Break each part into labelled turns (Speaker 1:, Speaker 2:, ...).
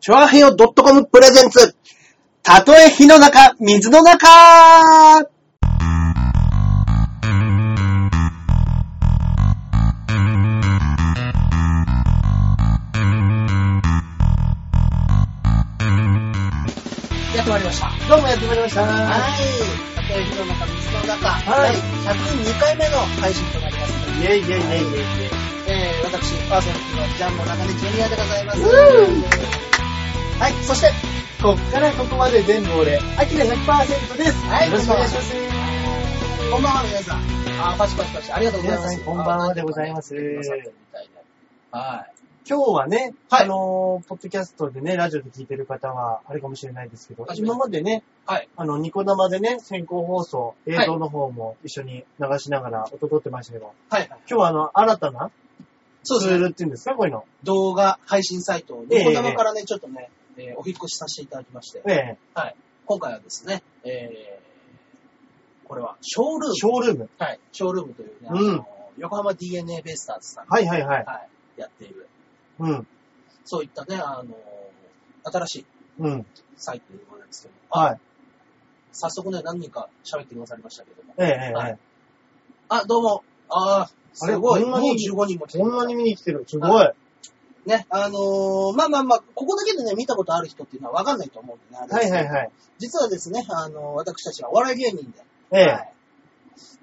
Speaker 1: チョアヘヨ .com プレゼンツ。たとえ火の中、水の中
Speaker 2: やってまいりました。は
Speaker 1: どうもやってまいりました。
Speaker 2: い。
Speaker 1: は
Speaker 2: たとえ火の中、水の中。
Speaker 1: はい
Speaker 2: 第102回目の配信となります。
Speaker 1: い。イェイイェイイェイイェイイェイ。
Speaker 2: えー、私、パーソナリティのジャンボ中根ジュニアでございます。はい、そして、
Speaker 1: こっからここまで全部俺、アキラ100%です。
Speaker 2: はい
Speaker 1: よろしくお願いしま
Speaker 2: こんばんは皆さん。あー、パチパチパチ、ありがとうございますす。。
Speaker 1: こんばんはでございます。
Speaker 2: はい。
Speaker 1: 今日はね、
Speaker 2: はい
Speaker 1: あのー、ポッドキャストでね、ラジオで聞いてる方は、あれかもしれないですけど
Speaker 2: は、じめ
Speaker 1: 今までね、
Speaker 2: はい。
Speaker 1: あの、ニコ生でね、先行放送、映像の方も一緒に流しながら音撮ってましたけど、
Speaker 2: はい。
Speaker 1: 今日はあの、新たな
Speaker 2: そう
Speaker 1: ツ
Speaker 2: です
Speaker 1: ー
Speaker 2: ね。
Speaker 1: ルっていうんですか、こういうの。
Speaker 2: 動画配信サイト、
Speaker 1: ええ
Speaker 2: ニコ生からね、ちょっとね、えーお引っ越しさせていただきまして、
Speaker 1: え
Speaker 2: はい。今回はですね、えー、これは、ショールー
Speaker 1: え
Speaker 2: ム。
Speaker 1: ショールーム。
Speaker 2: はい。ショールームというね、あ
Speaker 1: う
Speaker 2: の
Speaker 1: ん
Speaker 2: 横浜 DNA ベイスターズさんが、
Speaker 1: はいはいはい。
Speaker 2: はい、やっている、
Speaker 1: うん。
Speaker 2: そういったね、あの、新しい
Speaker 1: うん。
Speaker 2: サイトでございますけど、
Speaker 1: はい。
Speaker 2: 早速ね、何人か喋ってくださりましたけども。
Speaker 1: ええ
Speaker 2: はい
Speaker 1: え
Speaker 2: あ、どうも。ああ、すごい。
Speaker 1: こん
Speaker 2: もう
Speaker 1: なに
Speaker 2: 15人も来て
Speaker 1: え。こんなに見に来てる。すごい。は
Speaker 2: ね、あのーまあまあまあ、ここだけでね、見たことある人っていうのはわかんないと思うんでね、あれですけ
Speaker 1: い
Speaker 2: ど
Speaker 1: はいはい。
Speaker 2: 実はですね、あのー私たちはお笑い芸人で、
Speaker 1: え
Speaker 2: は
Speaker 1: え。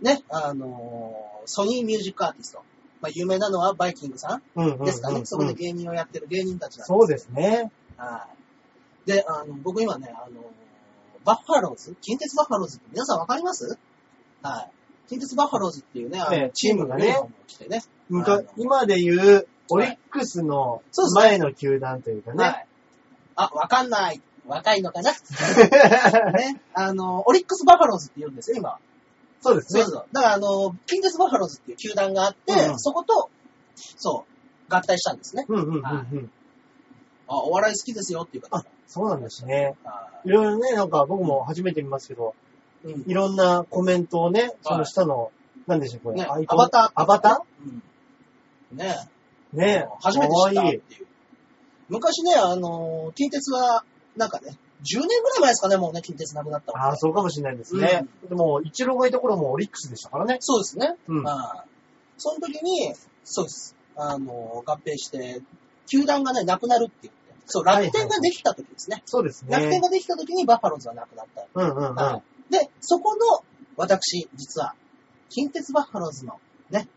Speaker 2: いね、あのーソニーミュージックアーティスト。まあ、有名なのはバイキングさ
Speaker 1: うんうんうんうんん。
Speaker 2: ですかね。そこで芸人をやってる芸人たちなんで
Speaker 1: そうですね。
Speaker 2: はい。で、あの、僕今ね、あの、バッファローズ近鉄バッファローズって皆さんわかりますはい。近鉄バッファローズっていうね、あの
Speaker 1: ええ
Speaker 2: チームがね
Speaker 1: チームが、
Speaker 2: 来てね。
Speaker 1: むか
Speaker 2: あの
Speaker 1: 今で言う、オリックスの
Speaker 2: そうですね
Speaker 1: 前の球団というか
Speaker 2: は
Speaker 1: ね。
Speaker 2: い。あ、わかんない。若いのかなね。あの、オリックスバッファローズって言うんですよ、今。
Speaker 1: そうです
Speaker 2: そ
Speaker 1: ね
Speaker 2: う。そう。だから、あの、近鉄バッファローズっていう球団があって、
Speaker 1: うんうん
Speaker 2: そこと、そう、合体したんですね。
Speaker 1: うんうんうんうん。
Speaker 2: あ、お笑い好きですよっていう方。
Speaker 1: そうなんですね。
Speaker 2: あ
Speaker 1: いろいろね、なんか僕も初めて見ますけど、
Speaker 2: うん
Speaker 1: いろんなコメントをね、その下の、なんでしょう、これ。
Speaker 2: ね、
Speaker 1: アイコ
Speaker 2: ア
Speaker 1: ン
Speaker 2: バター。
Speaker 1: アバタ
Speaker 2: うん。ね
Speaker 1: ーね
Speaker 2: 初めて知った
Speaker 1: か
Speaker 2: っ
Speaker 1: わ
Speaker 2: てい。
Speaker 1: いう
Speaker 2: 昔ね、あのー、近鉄は、なんかね、10年ぐらい前ですかね、もうね、近鉄なくなった
Speaker 1: あ
Speaker 2: わ
Speaker 1: あ、そうかもしれないですね。でも、イチローがいた頃もオリックスでしたからね。
Speaker 2: そうですね。
Speaker 1: うん。
Speaker 2: まあ、その時に、そうです。あのー、合併して、球団がね、なくなるって言って。そう、
Speaker 1: はいはい
Speaker 2: 楽天ができた時ですね。
Speaker 1: そうですね。
Speaker 2: 楽天ができた時にバッファローズはなくなった。
Speaker 1: うんうんうん。
Speaker 2: はいで、そこの、私、実は、近鉄バッファローズの、ね、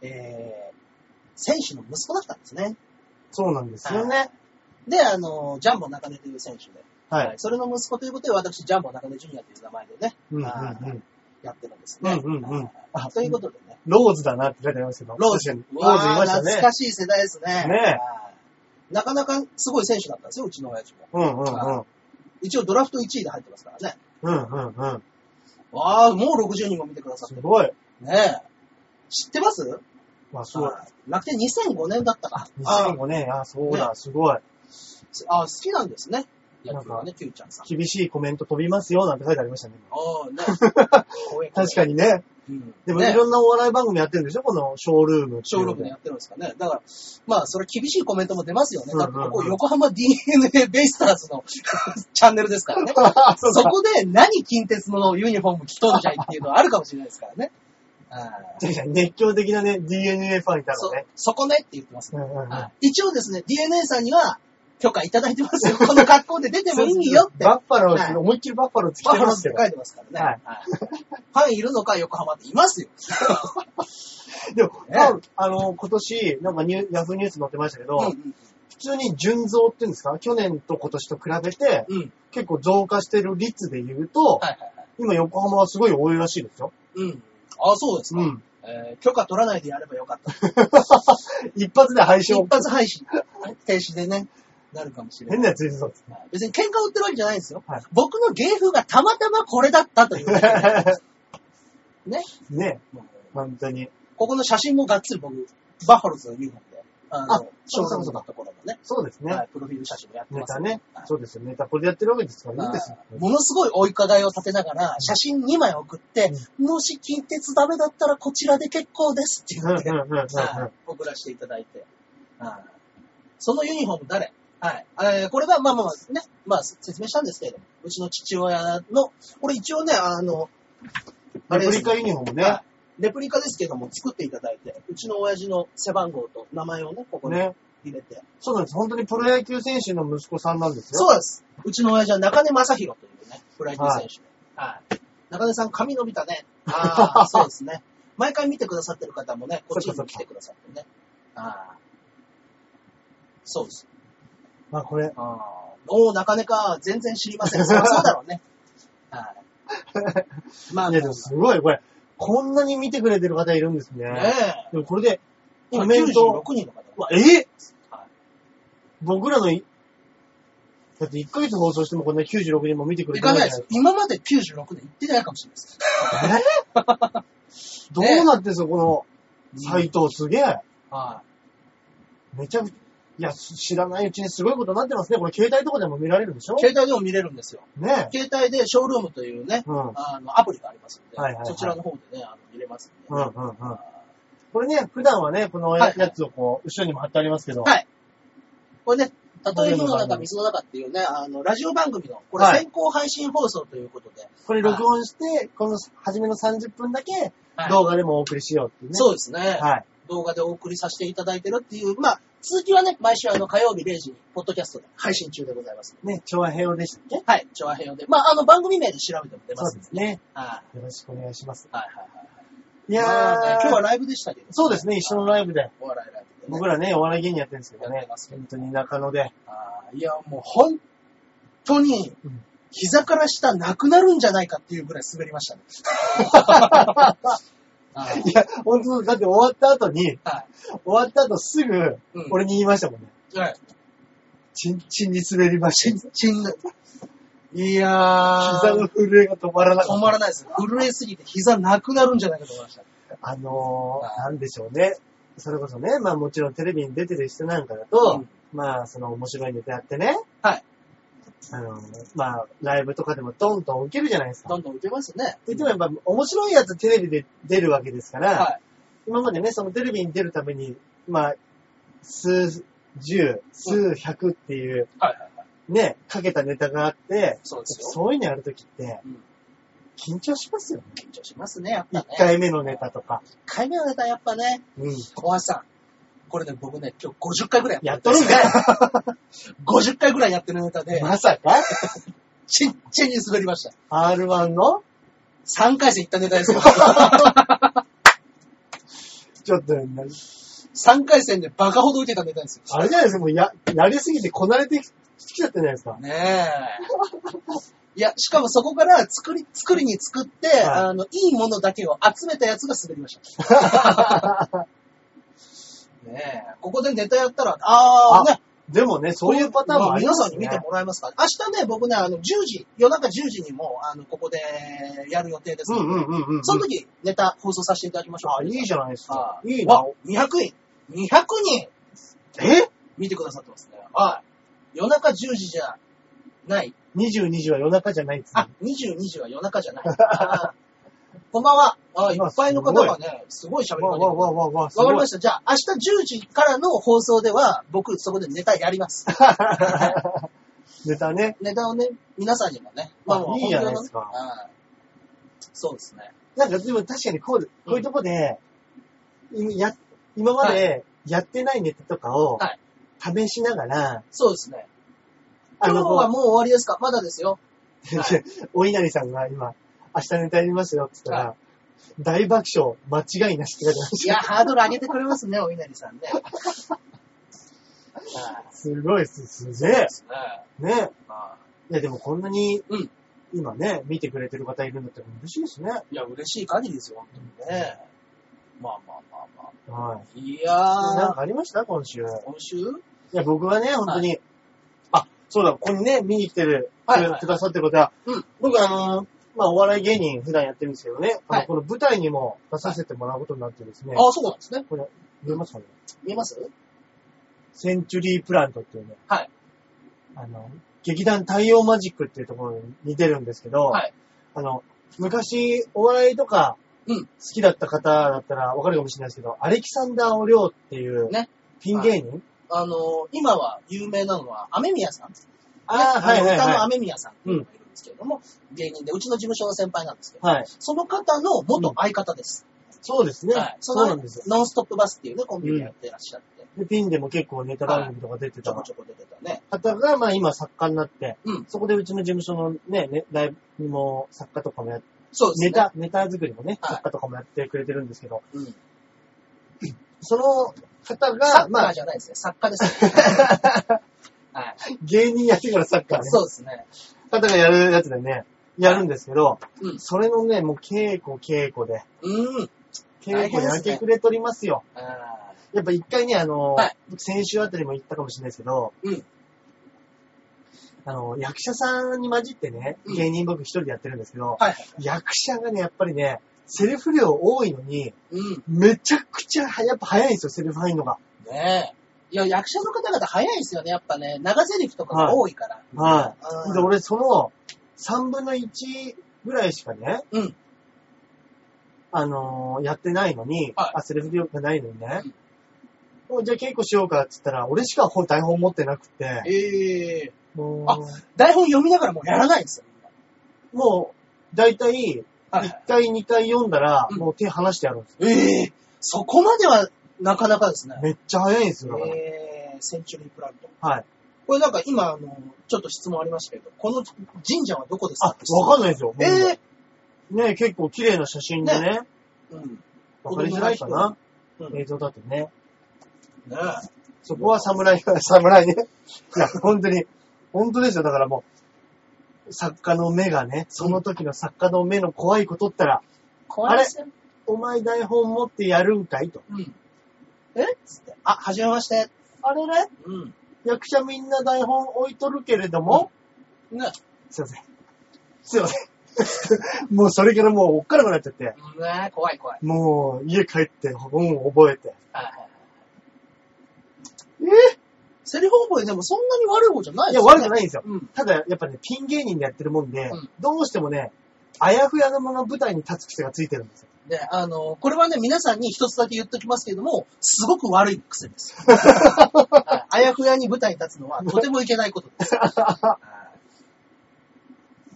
Speaker 2: えー、選手の息子だったんですね。
Speaker 1: そうなんですよね。
Speaker 2: で、あの、ジャンボ中根という選手で、
Speaker 1: はい。
Speaker 2: それの息子ということで、私、ジャンボ中根ジュニアという名前でね、
Speaker 1: うんうん
Speaker 2: は
Speaker 1: う
Speaker 2: い
Speaker 1: ん。
Speaker 2: やってるんですね。
Speaker 1: うんうんうん
Speaker 2: あということでね、
Speaker 1: ローズだなって書いてありますけど。
Speaker 2: ローズ、
Speaker 1: 確かに
Speaker 2: う
Speaker 1: ローズい
Speaker 2: わ
Speaker 1: ま
Speaker 2: ー
Speaker 1: した
Speaker 2: 懐
Speaker 1: ね
Speaker 2: か。しい世代ですね。
Speaker 1: ねえ
Speaker 2: はいなかなかすごい選手だったんですよ、うちの親父も。
Speaker 1: うんうんうん。
Speaker 2: 一応ドラフト1位で入ってますからね。
Speaker 1: うんうんうん。
Speaker 2: わあ、もう60人も見てくださっ
Speaker 1: す
Speaker 2: てる。
Speaker 1: ごい。
Speaker 2: ねえ。知ってます
Speaker 1: まあそう。
Speaker 2: はい楽天2005年だったか。あ
Speaker 1: 2005ね、あ、そうだ、すごい。
Speaker 2: あ、好きなんですね。
Speaker 1: な
Speaker 2: 野
Speaker 1: ん
Speaker 2: 球
Speaker 1: か
Speaker 2: はね、キューちゃんさん。
Speaker 1: 厳しいコメント飛びますよ、なんて書いてありましたね。
Speaker 2: ああ、 ね。怖い怖い
Speaker 1: 確かにね。
Speaker 2: うん
Speaker 1: でも
Speaker 2: ね
Speaker 1: いろんなお笑い番組やってるんでしょこのショールームって
Speaker 2: 小
Speaker 1: いう
Speaker 2: 6
Speaker 1: の
Speaker 2: 年やってるんですかね。だから、まあ、それ厳しいコメントも出ますよね。
Speaker 1: うんう
Speaker 2: だ
Speaker 1: ん
Speaker 2: っ
Speaker 1: う
Speaker 2: て
Speaker 1: ん
Speaker 2: ここ横浜 DNA ベイスターズの チャンネルですからね。
Speaker 1: そう
Speaker 2: そ
Speaker 1: か。
Speaker 2: こで何近鉄のユニフォーム着とんじゃいっていうのはあるかもしれないですからね。あー
Speaker 1: 確かに熱狂的なね、DNA ファンいた
Speaker 2: そ
Speaker 1: のね。、
Speaker 2: そこねって言ってます
Speaker 1: う
Speaker 2: ね。
Speaker 1: んうんうん
Speaker 2: はい一応ですね、DNA さんには許可いただいて ますよ。この格好で出てもいいよって。バ
Speaker 1: バッファロー
Speaker 2: はい
Speaker 1: ズ、思いっきりバッファローズ来
Speaker 2: ッ
Speaker 1: て
Speaker 2: ファロ
Speaker 1: ま
Speaker 2: ー
Speaker 1: す
Speaker 2: ズ
Speaker 1: け
Speaker 2: って
Speaker 1: ど
Speaker 2: 書。いてますからね。
Speaker 1: はい
Speaker 2: はいファンいるのか横浜っていますよ。
Speaker 1: でも、
Speaker 2: ね
Speaker 1: まああの、今年、なんかニューヤフーニュース載ってましたけど、
Speaker 2: うん
Speaker 1: 普通に純増っていうんですか去年と今年と比べて、
Speaker 2: うんうん。
Speaker 1: 結構増加してる率で言うと、
Speaker 2: はいはいはい。
Speaker 1: 今横浜はすごい多いらしいですよ。
Speaker 2: うん。ああ、そうですか。
Speaker 1: うん。
Speaker 2: えー許可取らないでやればよかった。
Speaker 1: 一発で廃止
Speaker 2: 一
Speaker 1: を。
Speaker 2: 発配信、停止でね、なるかもしれない
Speaker 1: 変。なやついるぞ。
Speaker 2: 別に喧嘩売ってるわけじゃないんですよ。
Speaker 1: はい
Speaker 2: 僕の芸風がたまたまこれだったという。ね。
Speaker 1: ね、
Speaker 2: もう
Speaker 1: 本当に。
Speaker 2: ここの写真もがっつり僕、バッファローズのユニフォームで、あの、
Speaker 1: あ
Speaker 2: ショー
Speaker 1: そう
Speaker 2: ルーム
Speaker 1: かそうか
Speaker 2: のところのね、
Speaker 1: そうですね。
Speaker 2: はいプロフィール写真もやって
Speaker 1: ネ
Speaker 2: ます
Speaker 1: タ
Speaker 2: よ。
Speaker 1: ね
Speaker 2: は。い
Speaker 1: そうですよ。ネタこれやってるわけですから、いいですよ。
Speaker 2: ものすごいお伺いを立てながら、写真2枚送って、もし近鉄ダメだったらこちらで結構ですって
Speaker 1: うんう
Speaker 2: 言
Speaker 1: ん
Speaker 2: って、
Speaker 1: うんうんうん。
Speaker 2: はい送らせていただいて。はいそのユニフォーム誰はい。えーこれは、まあまあまあね、まあ説明したんですけれども、うちの父親の、これ一応ね、あの、あれで
Speaker 1: レプ
Speaker 2: す
Speaker 1: リカユニフォームね。
Speaker 2: はいレプリカですけども、作っていただいて、うちの親父の背番号と名前をね、ここに
Speaker 1: ね。
Speaker 2: 入れて。
Speaker 1: そうなんです。本当にプロ野球選手の息子さんなんですよ。
Speaker 2: そうです。うちの親父は中根正宏というね、プロ野球選手で。はい。中根さん髪伸びた ね。ああ、そうですね。毎回見てくださってる方もね、こっちにも来てくださってね。ああ。そうです。
Speaker 1: まあこれ、
Speaker 2: ああ。おお、中根か。全然知りません。そりゃそうだ ろうね。はい。まあ、
Speaker 1: ね、
Speaker 2: ね
Speaker 1: でもすごい、これ、こんなに見てくれてる方いるんですね。
Speaker 2: え。
Speaker 1: でもこれで、
Speaker 2: 今
Speaker 1: コ
Speaker 2: 96
Speaker 1: メント、
Speaker 2: 人の方。
Speaker 1: うわえ
Speaker 2: は
Speaker 1: 僕らのい、だって1ヶ月放送してもこんな96人も見てくれ
Speaker 2: い
Speaker 1: てな
Speaker 2: か
Speaker 1: い
Speaker 2: ないで
Speaker 1: じゃ
Speaker 2: す。今まで96で行ってないかもしれないです。
Speaker 1: ないですか。どうなってんすか、この、
Speaker 2: い。
Speaker 1: サイトすげえ。
Speaker 2: は
Speaker 1: めちゃくちゃ、いや、知らないうちにすごいことになってますね。これ携帯とかでも見られるでしょ
Speaker 2: い。携帯でも見れるんですよ。
Speaker 1: ねえ。
Speaker 2: 携帯でショールームというね、
Speaker 1: うん。うん、
Speaker 2: あの、アプリがありますので、
Speaker 1: はいはいはい
Speaker 2: そちらの方でね、あの、見れます
Speaker 1: う
Speaker 2: ので、
Speaker 1: ん、うん。これね、普段はね、この
Speaker 2: はいは
Speaker 1: や
Speaker 2: い
Speaker 1: やつをこう、後ろにも貼ってありますけど。
Speaker 2: はいこれね、たとえ火の
Speaker 1: これ
Speaker 2: 中、
Speaker 1: も
Speaker 2: 水の中っていうね、あの、ラジオ番組の、これ
Speaker 1: はい
Speaker 2: 先行配信放送ということで、
Speaker 1: これ録音して、この初めの30分だけ、
Speaker 2: はい
Speaker 1: 動画でもお送りしようっていうね。
Speaker 2: そうですね、
Speaker 1: はい。
Speaker 2: 動画でお送りさせていただいてるっていう、まあ、続きはね、毎週あの、火曜日0時に、ポッドキャストで配信中でございます。
Speaker 1: ね、調和平和でしたっけ
Speaker 2: はい、調和平和で。まあ、あの、番組名で調べても出ま
Speaker 1: そう
Speaker 2: す
Speaker 1: で
Speaker 2: んで。
Speaker 1: すね。
Speaker 2: はい
Speaker 1: よろしくお願いします。
Speaker 2: はいはいはい。
Speaker 1: い
Speaker 2: い
Speaker 1: や
Speaker 2: 今
Speaker 1: ー、
Speaker 2: 日はライブでしたけど、
Speaker 1: そうですね、一緒のライブで。
Speaker 2: お笑いライブで、ね。
Speaker 1: 僕らね、お笑い芸人やってるんですけど
Speaker 2: やっ
Speaker 1: ね
Speaker 2: てます。けど
Speaker 1: 本当に中野で。
Speaker 2: あーいや、もう本当に
Speaker 1: うん、
Speaker 2: 膝から下なくなるんじゃないかっていうぐらい滑りました ね。あー
Speaker 1: いや、本当だって終わった後に、
Speaker 2: はい
Speaker 1: 終わった後すぐ
Speaker 2: うん、
Speaker 1: 俺に言いましたもんね。
Speaker 2: はい。
Speaker 1: チンチンに滑りました。
Speaker 2: チン、いやー、
Speaker 1: 膝の震えが止まらなか
Speaker 2: 止
Speaker 1: った。
Speaker 2: まらないです。震えすぎて膝なくなるんじゃないかと思いました。
Speaker 1: あの
Speaker 2: はい
Speaker 1: ー、なんでしょうね。それこそね、まあもちろんテレビに出てる人なんかだ
Speaker 2: う
Speaker 1: と
Speaker 2: ん、
Speaker 1: まあその面白いネタやってね。
Speaker 2: はい。
Speaker 1: あのー、まあライブとかでもトントン受けるじゃないですか
Speaker 2: ど。んどん打てますね。
Speaker 1: でもやっぱ面白いやつテレビで出るわけですから、
Speaker 2: は
Speaker 1: 今までね、そのテレビに出るために、まあ、数十、数百っていう、
Speaker 2: い。はいはいはい。
Speaker 1: ね、かけたネタがあって、
Speaker 2: そうですよ。
Speaker 1: そういうのやるときって
Speaker 2: うん、
Speaker 1: 緊張しますよね。
Speaker 2: 緊張しますね、やっぱ
Speaker 1: 1
Speaker 2: ね。
Speaker 1: 回目のネタとか。
Speaker 2: 一回目のネタやっぱね、
Speaker 1: うん。
Speaker 2: 小橋さん。これね、僕ね、今日50回ぐらい
Speaker 1: やっとるんかい
Speaker 2: 50回ぐらいやってるネタで、
Speaker 1: まさか
Speaker 2: ちんちんに滑りました。
Speaker 1: ?R1 の
Speaker 2: 3回戦行ったネタ ですよ。
Speaker 1: ちょっと、
Speaker 2: 3回戦でバカほど受けたネタです
Speaker 1: あれじゃないですか、もうや、やりすぎてこなれてきちゃったじゃないですか
Speaker 2: よ。。ねえ。いや、しかもそこから作り、作りに作って、
Speaker 1: い
Speaker 2: あの、いいものだけを集めたやつが滑りました。 ねえ。ここでネタやったら、あーね。
Speaker 1: でもね、そういうパターンもありま
Speaker 2: 皆さ
Speaker 1: す
Speaker 2: んに
Speaker 1: ね。
Speaker 2: 見てもらえますか明日ね、僕ね、あの、10時、夜中10時にも、あの、ここでやる予定です
Speaker 1: う
Speaker 2: ので、
Speaker 1: んうんうんうんうん。
Speaker 2: その時、ネタ放送させていただきましょう。
Speaker 1: あ、いいじゃないですか
Speaker 2: は。
Speaker 1: いいな
Speaker 2: わ。、200人 !200 人
Speaker 1: え
Speaker 2: 見てくださってますね。はい。夜中10時じゃない。
Speaker 1: ?22 時は夜中じゃないです、ね
Speaker 2: あ。、22時は夜中じゃ ない。あーこんばんは。あ、いっぱいの方がね、すごい喋り
Speaker 1: わ
Speaker 2: 込
Speaker 1: あ
Speaker 2: んで
Speaker 1: わ
Speaker 2: く
Speaker 1: あ
Speaker 2: る
Speaker 1: わあわあわあす
Speaker 2: わ
Speaker 1: ご
Speaker 2: か
Speaker 1: い
Speaker 2: りました。じゃあ、明日10時からの放送では、僕、そこでネタやり ます。
Speaker 1: ネタね。
Speaker 2: ネタをね、皆さんにもね。
Speaker 1: あいいじゃないです
Speaker 2: 本
Speaker 1: か
Speaker 2: 当にねはいそうですね。
Speaker 1: なんかでも確かにこう、こういうとこで、いや、今までやってないネタとかを
Speaker 2: はい、
Speaker 1: 試しながら、
Speaker 2: そうですね。
Speaker 1: あ
Speaker 2: 今日
Speaker 1: の、
Speaker 2: は
Speaker 1: こ
Speaker 2: もう終わりですかまだですよ。
Speaker 1: うお稲荷さんが今、明日ネタやりますよって言ったら、大爆笑、間違いなしって書いてま
Speaker 2: い
Speaker 1: し
Speaker 2: や、ハードル上げてくれますね、お稲荷さ んね。
Speaker 1: た。すごいです、すげえ。
Speaker 2: すね。
Speaker 1: ね。
Speaker 2: あ
Speaker 1: いや、でもこんなに
Speaker 2: うん、
Speaker 1: 今ね、見てくれてる方いるんだったら嬉しいですね。
Speaker 2: いや、嬉しい限りですよ、本当にね。まあまあまあまあ。
Speaker 1: はい。
Speaker 2: いや
Speaker 1: なん
Speaker 2: ー、
Speaker 1: かありました今週。
Speaker 2: 今週
Speaker 1: いや、僕はね、本当に、あ、そうだ、ここにね、見に来てる、
Speaker 2: はいはい
Speaker 1: くださってる方は、
Speaker 2: うん
Speaker 1: 僕あのー、まあ、お笑い芸人普段やってるんですけどね、あの
Speaker 2: はい
Speaker 1: この舞台にも出させてもらうことになってですね、
Speaker 2: あ、そうなんですね。
Speaker 1: 見えますかね
Speaker 2: 見えます
Speaker 1: センチュリープラントっていうね、
Speaker 2: はい
Speaker 1: あの、劇団太陽マジックっていうところに似てるんですけど、
Speaker 2: はい
Speaker 1: あの、昔、お笑いとか、
Speaker 2: うん
Speaker 1: 好きだった方だったらわかるかもしれないですけど、アレキサンダー・オリョウっていう、
Speaker 2: ね
Speaker 1: ピン芸人、
Speaker 2: あの、今は有名なのは、雨宮さん。
Speaker 1: ああ、はいは
Speaker 2: あの
Speaker 1: い
Speaker 2: 歌の
Speaker 1: は
Speaker 2: 雨宮さんっていうのがいるんですけれども、芸人で、うちの事務所の先輩なんですけど、
Speaker 1: い。はい。
Speaker 2: その方の元相方です。
Speaker 1: そうですね
Speaker 2: はい。。
Speaker 1: そ
Speaker 2: そう
Speaker 1: な
Speaker 2: の
Speaker 1: んですよ。
Speaker 2: ノンストップバスっていうね、コンビニやってらっしゃって、
Speaker 1: で、ピンでも結構ネタ番組とか出て
Speaker 2: ちょ
Speaker 1: た
Speaker 2: こちょこ出てたね。
Speaker 1: 方が、まあ今作家になって、
Speaker 2: うん
Speaker 1: そこでうちの事務所のね、ねライブも作家とかもやって、
Speaker 2: そうですね。
Speaker 1: ネタ、ネタ作りもね、
Speaker 2: はい
Speaker 1: 作家とかもやってくれてるんですけど、
Speaker 2: うん
Speaker 1: その方
Speaker 2: サ
Speaker 1: が、
Speaker 2: ッカ
Speaker 1: ま
Speaker 2: ー
Speaker 1: あ
Speaker 2: じゃないですね。作家です。 はい。
Speaker 1: 芸人やってからサッカーね、
Speaker 2: そうですね。
Speaker 1: 方がやるやつでね、やるんですけど、
Speaker 2: うん
Speaker 1: それのね、もう稽古稽古で、
Speaker 2: うん。
Speaker 1: 稽
Speaker 2: 大変
Speaker 1: 古で
Speaker 2: ですね
Speaker 1: 明け暮れとりますよ。
Speaker 2: あ
Speaker 1: やっぱ一回ね、あの、
Speaker 2: はい
Speaker 1: 僕先週あたりも言ったかもしれないですけど、
Speaker 2: うん
Speaker 1: あの、役者さんに混じってね、
Speaker 2: うん
Speaker 1: 芸人僕一人でやってるんですけど、
Speaker 2: ーはい。
Speaker 1: 役者がね、やっぱりね、セルフ量多いのに、
Speaker 2: うん。
Speaker 1: めちゃくちゃは、やっぱ早いんですよ、セルフ入るのが。
Speaker 2: ねえ。いや、役者の方々早いですよね。やっぱね、長台詞とかが多いから。
Speaker 1: は
Speaker 2: あ
Speaker 1: い。
Speaker 2: ー
Speaker 1: で、俺その、3分の1ぐらいしかね、
Speaker 2: うん
Speaker 1: あのーやってないのに、
Speaker 2: はい
Speaker 1: あ、セルフ量がないのにね、もうじゃあ稽古しようかって言ったら、俺しか本台本持ってなくて、
Speaker 2: ええ
Speaker 1: も
Speaker 2: あ台本読みながらもうやらないんですよ。
Speaker 1: う、もう、だいたい、
Speaker 2: は
Speaker 1: 1回2回読んだら、
Speaker 2: うん
Speaker 1: もう手離してやるんですよ。
Speaker 2: い。ええそこまではなかなかですね。
Speaker 1: めっちゃ早いんですよ、だから。
Speaker 2: ええセンチュリープラント。
Speaker 1: はい。
Speaker 2: これなんか今、あの、ちょっと質問ありましたけど、この神社はどこです
Speaker 1: あ、
Speaker 2: か
Speaker 1: わかんないですよ。
Speaker 2: ええ
Speaker 1: ね結構綺麗な写真でね、
Speaker 2: うん。
Speaker 1: わかりづらいかな。
Speaker 2: うん。ね
Speaker 1: 映像だとね。
Speaker 2: え。
Speaker 1: そこは侍 が、侍ね。いや、本当に、本当ですよ。だからもう、作家の目がね、その時の作家の目の怖いことったら、
Speaker 2: 怖いですね。
Speaker 1: お前台本持ってやるんかいと。
Speaker 2: うん。えつって。あ、はじめまして。
Speaker 1: あれね、
Speaker 2: うん。
Speaker 1: 役者みんな台本置いとるけれども、
Speaker 2: ね
Speaker 1: すいません。すいません。もう それからもうおっかなくなっちゃって、
Speaker 2: ねえ、怖い怖い。
Speaker 1: もう家帰って本を覚えて。
Speaker 2: はいはいはい。
Speaker 1: え
Speaker 2: セリフ覚えでもそんなに悪い方じゃない
Speaker 1: い
Speaker 2: で
Speaker 1: や、
Speaker 2: すよね。
Speaker 1: 悪くないんですよ。
Speaker 2: うん。
Speaker 1: ただ、やっぱね、ピン芸人でやってるもんで、
Speaker 2: うん
Speaker 1: どうしてもね、あやふやのまま舞台に立つ癖がついてるんですよ。
Speaker 2: で、あの、これはね、皆さんに一つだけ言っときますけれども、すごく悪い癖 です。はいあやふやに舞台に立つのはとてもいけないこと です。は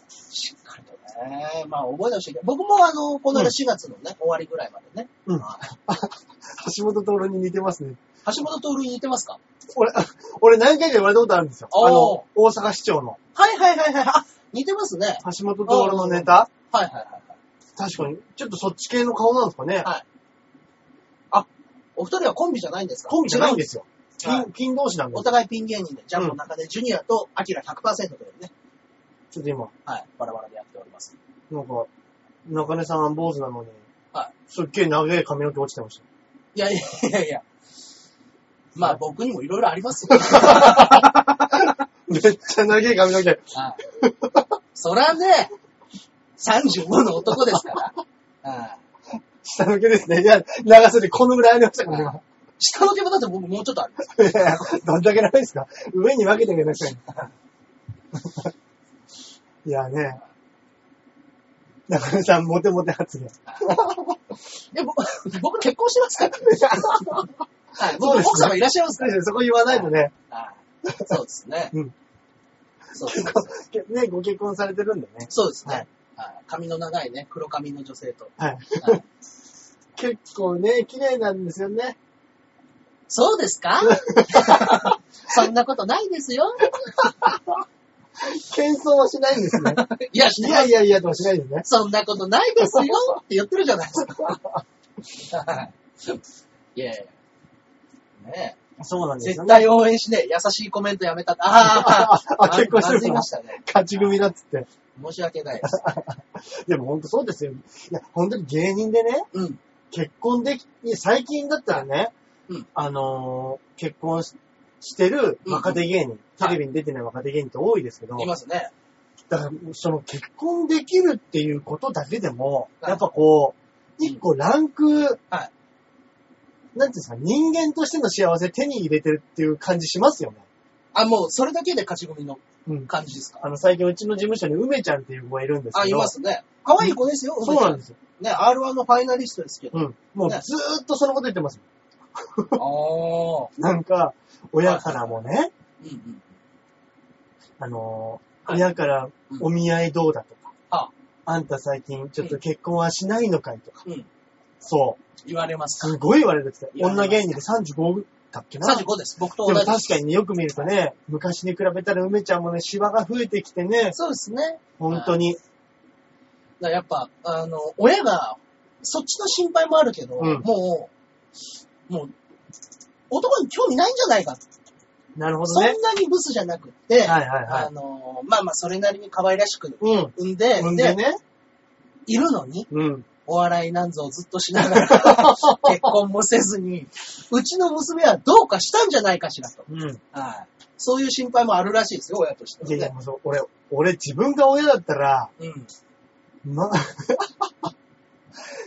Speaker 2: いしっかりとね、まあ覚えてほしいけど、僕もあの、この間4月のね、終わりぐらいまでね、
Speaker 1: うん
Speaker 2: はい
Speaker 1: 橋本徹に似てますね。
Speaker 2: 橋本徹に似てますか
Speaker 1: 俺、あ俺何回か言われたことあるんですよ。
Speaker 2: おー
Speaker 1: あの、大阪市長の
Speaker 2: はいはいはいはい。あ、似てますね。
Speaker 1: 橋本徹のネタ
Speaker 2: はいはいはいはい。
Speaker 1: 確かに、ちょっとそっち系の顔なんですかね。
Speaker 2: はいお二人はコンビじゃないんですか。
Speaker 1: コンビじゃないんですすよ。
Speaker 2: 違うんです
Speaker 1: 金、金同士なんで
Speaker 2: お
Speaker 1: す。
Speaker 2: 互いピン芸人で、ジャンボの中でジュニアとアキラ100%というね、
Speaker 1: ちょっと今、
Speaker 2: はい、バラバラでやっております。
Speaker 1: なんか、中根さん坊主なのに、
Speaker 2: はい
Speaker 1: すっげえ長い髪の毛落ちてました。
Speaker 2: いやいやいやいや。まあ僕にもいろいろあります よ。
Speaker 1: めっちゃ長い髪の毛。
Speaker 2: はいそらね、35の男ですから。はい
Speaker 1: 下向けですね。いや、長袖このぐらいありましたから、今。
Speaker 2: 下の毛もだって僕もうちょっとあります。
Speaker 1: いやいや どんだけ長いですか上に分けてください。 いやね。中根さん、モテモテ発言。
Speaker 2: で僕 僕結婚してますから。 はい、僕
Speaker 1: そうですね
Speaker 2: 奥様いらっしゃいますから。
Speaker 1: そこ言わないとね、
Speaker 2: はいそうですね。
Speaker 1: うん
Speaker 2: そうですね。
Speaker 1: ね、ご結婚されてるんでね。
Speaker 2: そうですね。
Speaker 1: は
Speaker 2: はいい髪の長いね、黒髪の女性と。
Speaker 1: はい
Speaker 2: はい。
Speaker 1: 結構ね、綺麗なんですよね。
Speaker 2: そうです かそんなことないですよ。
Speaker 1: 謙遜はしないんですね。
Speaker 2: いや、し
Speaker 1: い
Speaker 2: てま
Speaker 1: や
Speaker 2: す
Speaker 1: いやいやとはしないですね。
Speaker 2: そんなことないですよって言ってるじゃないですか。はいいやいや。ね
Speaker 1: そうなん
Speaker 2: え。
Speaker 1: です
Speaker 2: 絶
Speaker 1: よね。
Speaker 2: 対応援しねえ。優しいコメントやめたって。あー
Speaker 1: あ結婚してる
Speaker 2: まずいましたね。
Speaker 1: 勝ち組だっつって。
Speaker 2: 申し訳ないです。
Speaker 1: でもほんとそうですよ。いや、ほんとに芸人でね、
Speaker 2: うん。
Speaker 1: 結婚でき、最近だったらね、
Speaker 2: うん
Speaker 1: あのー結婚ししてる若手芸人、テレビに出てない若手芸人って多いですけど、
Speaker 2: いますね。
Speaker 1: だからその結婚できるっていうことだけでも、
Speaker 2: はい
Speaker 1: やっぱこう、
Speaker 2: うん
Speaker 1: 一個ランク、
Speaker 2: はい
Speaker 1: なんていうんですか、人間としての幸せ手に入れてるっていう感じしますよね。
Speaker 2: あ、もうそれだけで勝ち組の
Speaker 1: うん。
Speaker 2: 感じですか。
Speaker 1: あの、最近うちの事務所に梅ちゃんっていう子がいるんですけど、
Speaker 2: あ、いますね。可愛い子ですよ。。
Speaker 1: そうなんですすよ。
Speaker 2: ね、R1 のファイナリストですけど。
Speaker 1: うん。もうず
Speaker 2: ね
Speaker 1: ーっとそのこと言ってます。
Speaker 2: ああ。
Speaker 1: なんか、親からもね、
Speaker 2: うんうん。
Speaker 1: あのー、親からお見合いどうだとか、
Speaker 2: あ、
Speaker 1: あんた最近ちょっと結婚はしないのかいとか、
Speaker 2: うん。
Speaker 1: そう、
Speaker 2: 言われます
Speaker 1: す。ごい言われてて、
Speaker 2: いや
Speaker 1: 女芸人で35だっけな。
Speaker 2: 35です。僕と
Speaker 1: で
Speaker 2: 同
Speaker 1: も
Speaker 2: じ。
Speaker 1: 確かによく見るとね、昔に比べたら梅ちゃんもね、シワが増えてきてね、
Speaker 2: そうですね。
Speaker 1: 本当に。
Speaker 2: だからやっぱ、あの、親が、そっちの心配もあるけど、
Speaker 1: うん
Speaker 2: もう、もう、男に興味ないんじゃないか。
Speaker 1: なるほ
Speaker 2: そ
Speaker 1: ど
Speaker 2: ん
Speaker 1: ね。
Speaker 2: なにブスじゃなくって、
Speaker 1: はいはいはい
Speaker 2: あの、まあまあ、それなりに可愛らしく
Speaker 1: うん。
Speaker 2: 産んで、
Speaker 1: 産んでね。
Speaker 2: いるのに、
Speaker 1: うん。
Speaker 2: お笑いなんぞをずっとしな がら、結婚もせずに、うちの娘はどうかしたんじゃないかしらと。
Speaker 1: うん。い
Speaker 2: はい。そういう心配もあるらしいですよ、親としては
Speaker 1: やいや、
Speaker 2: ね。
Speaker 1: もうそう俺、俺自分が親だったら、
Speaker 2: うん。
Speaker 1: ま、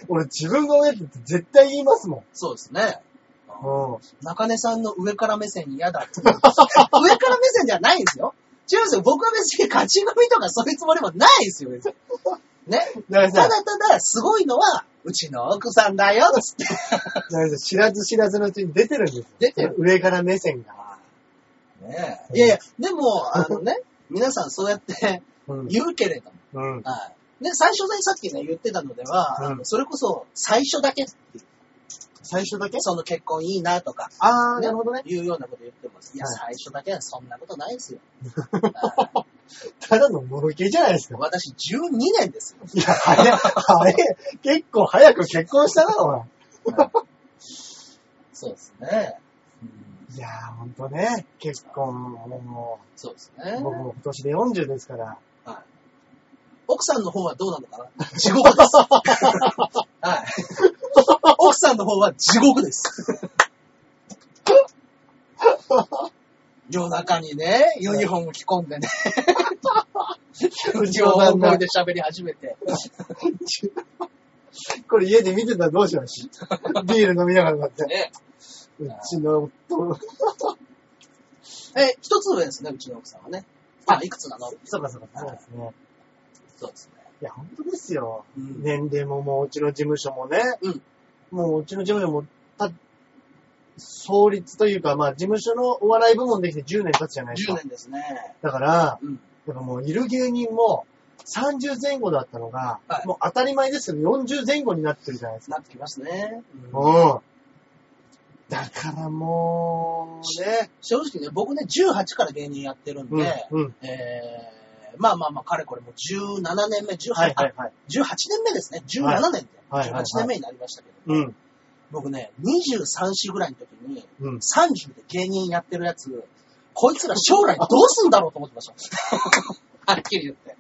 Speaker 1: 俺自分が親だって絶対言いますも
Speaker 2: そうですね。
Speaker 1: ん。うん。
Speaker 2: 中根さんの上から目線に嫌だって。上 から目線じゃないんですよ。違うんですよ。僕は別に勝ち組とかそういうつもりもないですよ、別に。ね。
Speaker 1: だから
Speaker 2: ただ
Speaker 1: さ、
Speaker 2: ただ、すごいのは、うちの奥さんだよ、つって。
Speaker 1: だからさ知らず知らずのうちに出てるんですよ。
Speaker 2: 出てる
Speaker 1: 上から目線が。
Speaker 2: ねえ。いやいや、でも、あのね、皆さんそうやって
Speaker 1: うん。
Speaker 2: 言うけれども、
Speaker 1: うん。
Speaker 2: はい。ね、最初にさっきね、言ってたのでは、
Speaker 1: うん
Speaker 2: あのそれこそ、最初だけ、
Speaker 1: 最初だけ
Speaker 2: その結婚いいなとか、
Speaker 1: あー、
Speaker 2: ね
Speaker 1: なるほどね。
Speaker 2: いうようなこと言ってます。いや、
Speaker 1: は
Speaker 2: 最初だけはそんなことないですよ。はい
Speaker 1: ただのもろけじゃないですか。
Speaker 2: 私、12年ですよ。
Speaker 1: いや、早い、早い。結構早く結婚したな、お前。
Speaker 2: そうですね。
Speaker 1: いやー、ほんとね、結婚、も
Speaker 2: そうです
Speaker 1: う、
Speaker 2: ね。
Speaker 1: 僕も今年で40ですから。
Speaker 2: 奥さんの方はどうなのかな 地獄 です。はい。奥さんの方は地獄 です。夜中にね、ユニフォーム着込ん でね、うちを大声で喋り始めて。
Speaker 1: これ家で見てたらどうしようし。 ビール飲みながらだって。
Speaker 2: ね、
Speaker 1: うちの夫、
Speaker 2: え、一つ上ですね、うちの奥さんはね。あ、いくつなの
Speaker 1: そうかそうか、そうですね。
Speaker 2: そうですね。
Speaker 1: いや、ほんとですよ。
Speaker 2: うん
Speaker 1: 年齢ももう、うちの事務所もね。
Speaker 2: うん
Speaker 1: もう、うちの事務所も、た、創立というか、まあ、事務所のお笑い部門できて10年経つじゃないです
Speaker 2: 10
Speaker 1: か。
Speaker 2: 年ですね。
Speaker 1: だから、
Speaker 2: うん。
Speaker 1: だからもういる芸人も30前後だったのが、
Speaker 2: はい
Speaker 1: もう当たり前ですけど40前後になってるじゃないですか。
Speaker 2: なってきますね。うん
Speaker 1: うん。だからもう、ね。
Speaker 2: 正直ね、僕ね、18から芸人やってるんで、
Speaker 1: うん。うん。
Speaker 2: えー、まあまあまあ、かれこれもう17年目、18、
Speaker 1: はいはいはい。
Speaker 2: 18年目ですね。17年で。
Speaker 1: はいはいは
Speaker 2: 18
Speaker 1: い
Speaker 2: 年目になりましたけど、
Speaker 1: うん。
Speaker 2: 僕ね、23歳ぐらいの時に、
Speaker 1: うん。
Speaker 2: 30で芸人やってるやつ、こいつら将来どうすんだろうと思ってました。 はっきり言って。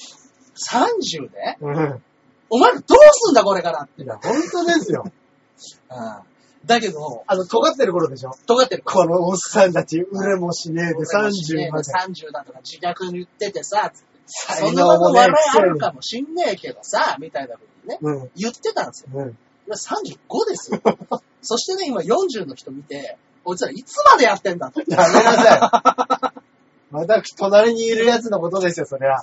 Speaker 2: 30で
Speaker 1: うん。
Speaker 2: お前らどうすんだこれからって。
Speaker 1: いや、本当ですよ。
Speaker 2: うんだけど、
Speaker 1: あの、尖ってる頃でしょ
Speaker 2: 尖ってる。
Speaker 1: このおっさんたち、売れもしねえで
Speaker 2: 俺も死ねえ
Speaker 1: 30まで。
Speaker 2: 30だとか自虐言っててさ、つってそ
Speaker 1: 才
Speaker 2: んな
Speaker 1: 能
Speaker 2: こと
Speaker 1: もねえ
Speaker 2: 笑
Speaker 1: く
Speaker 2: いあ
Speaker 1: せ
Speaker 2: る
Speaker 1: に
Speaker 2: かもしんねえけどさ、みたいなことね、
Speaker 1: うん。
Speaker 2: 言ってたんですよ。
Speaker 1: うん。
Speaker 2: 今35です よ。そしてね、今40の人見て、こいつらいつまでやってんだと。
Speaker 1: やめなさい。私、隣にいるやつのことですよ、そりゃ。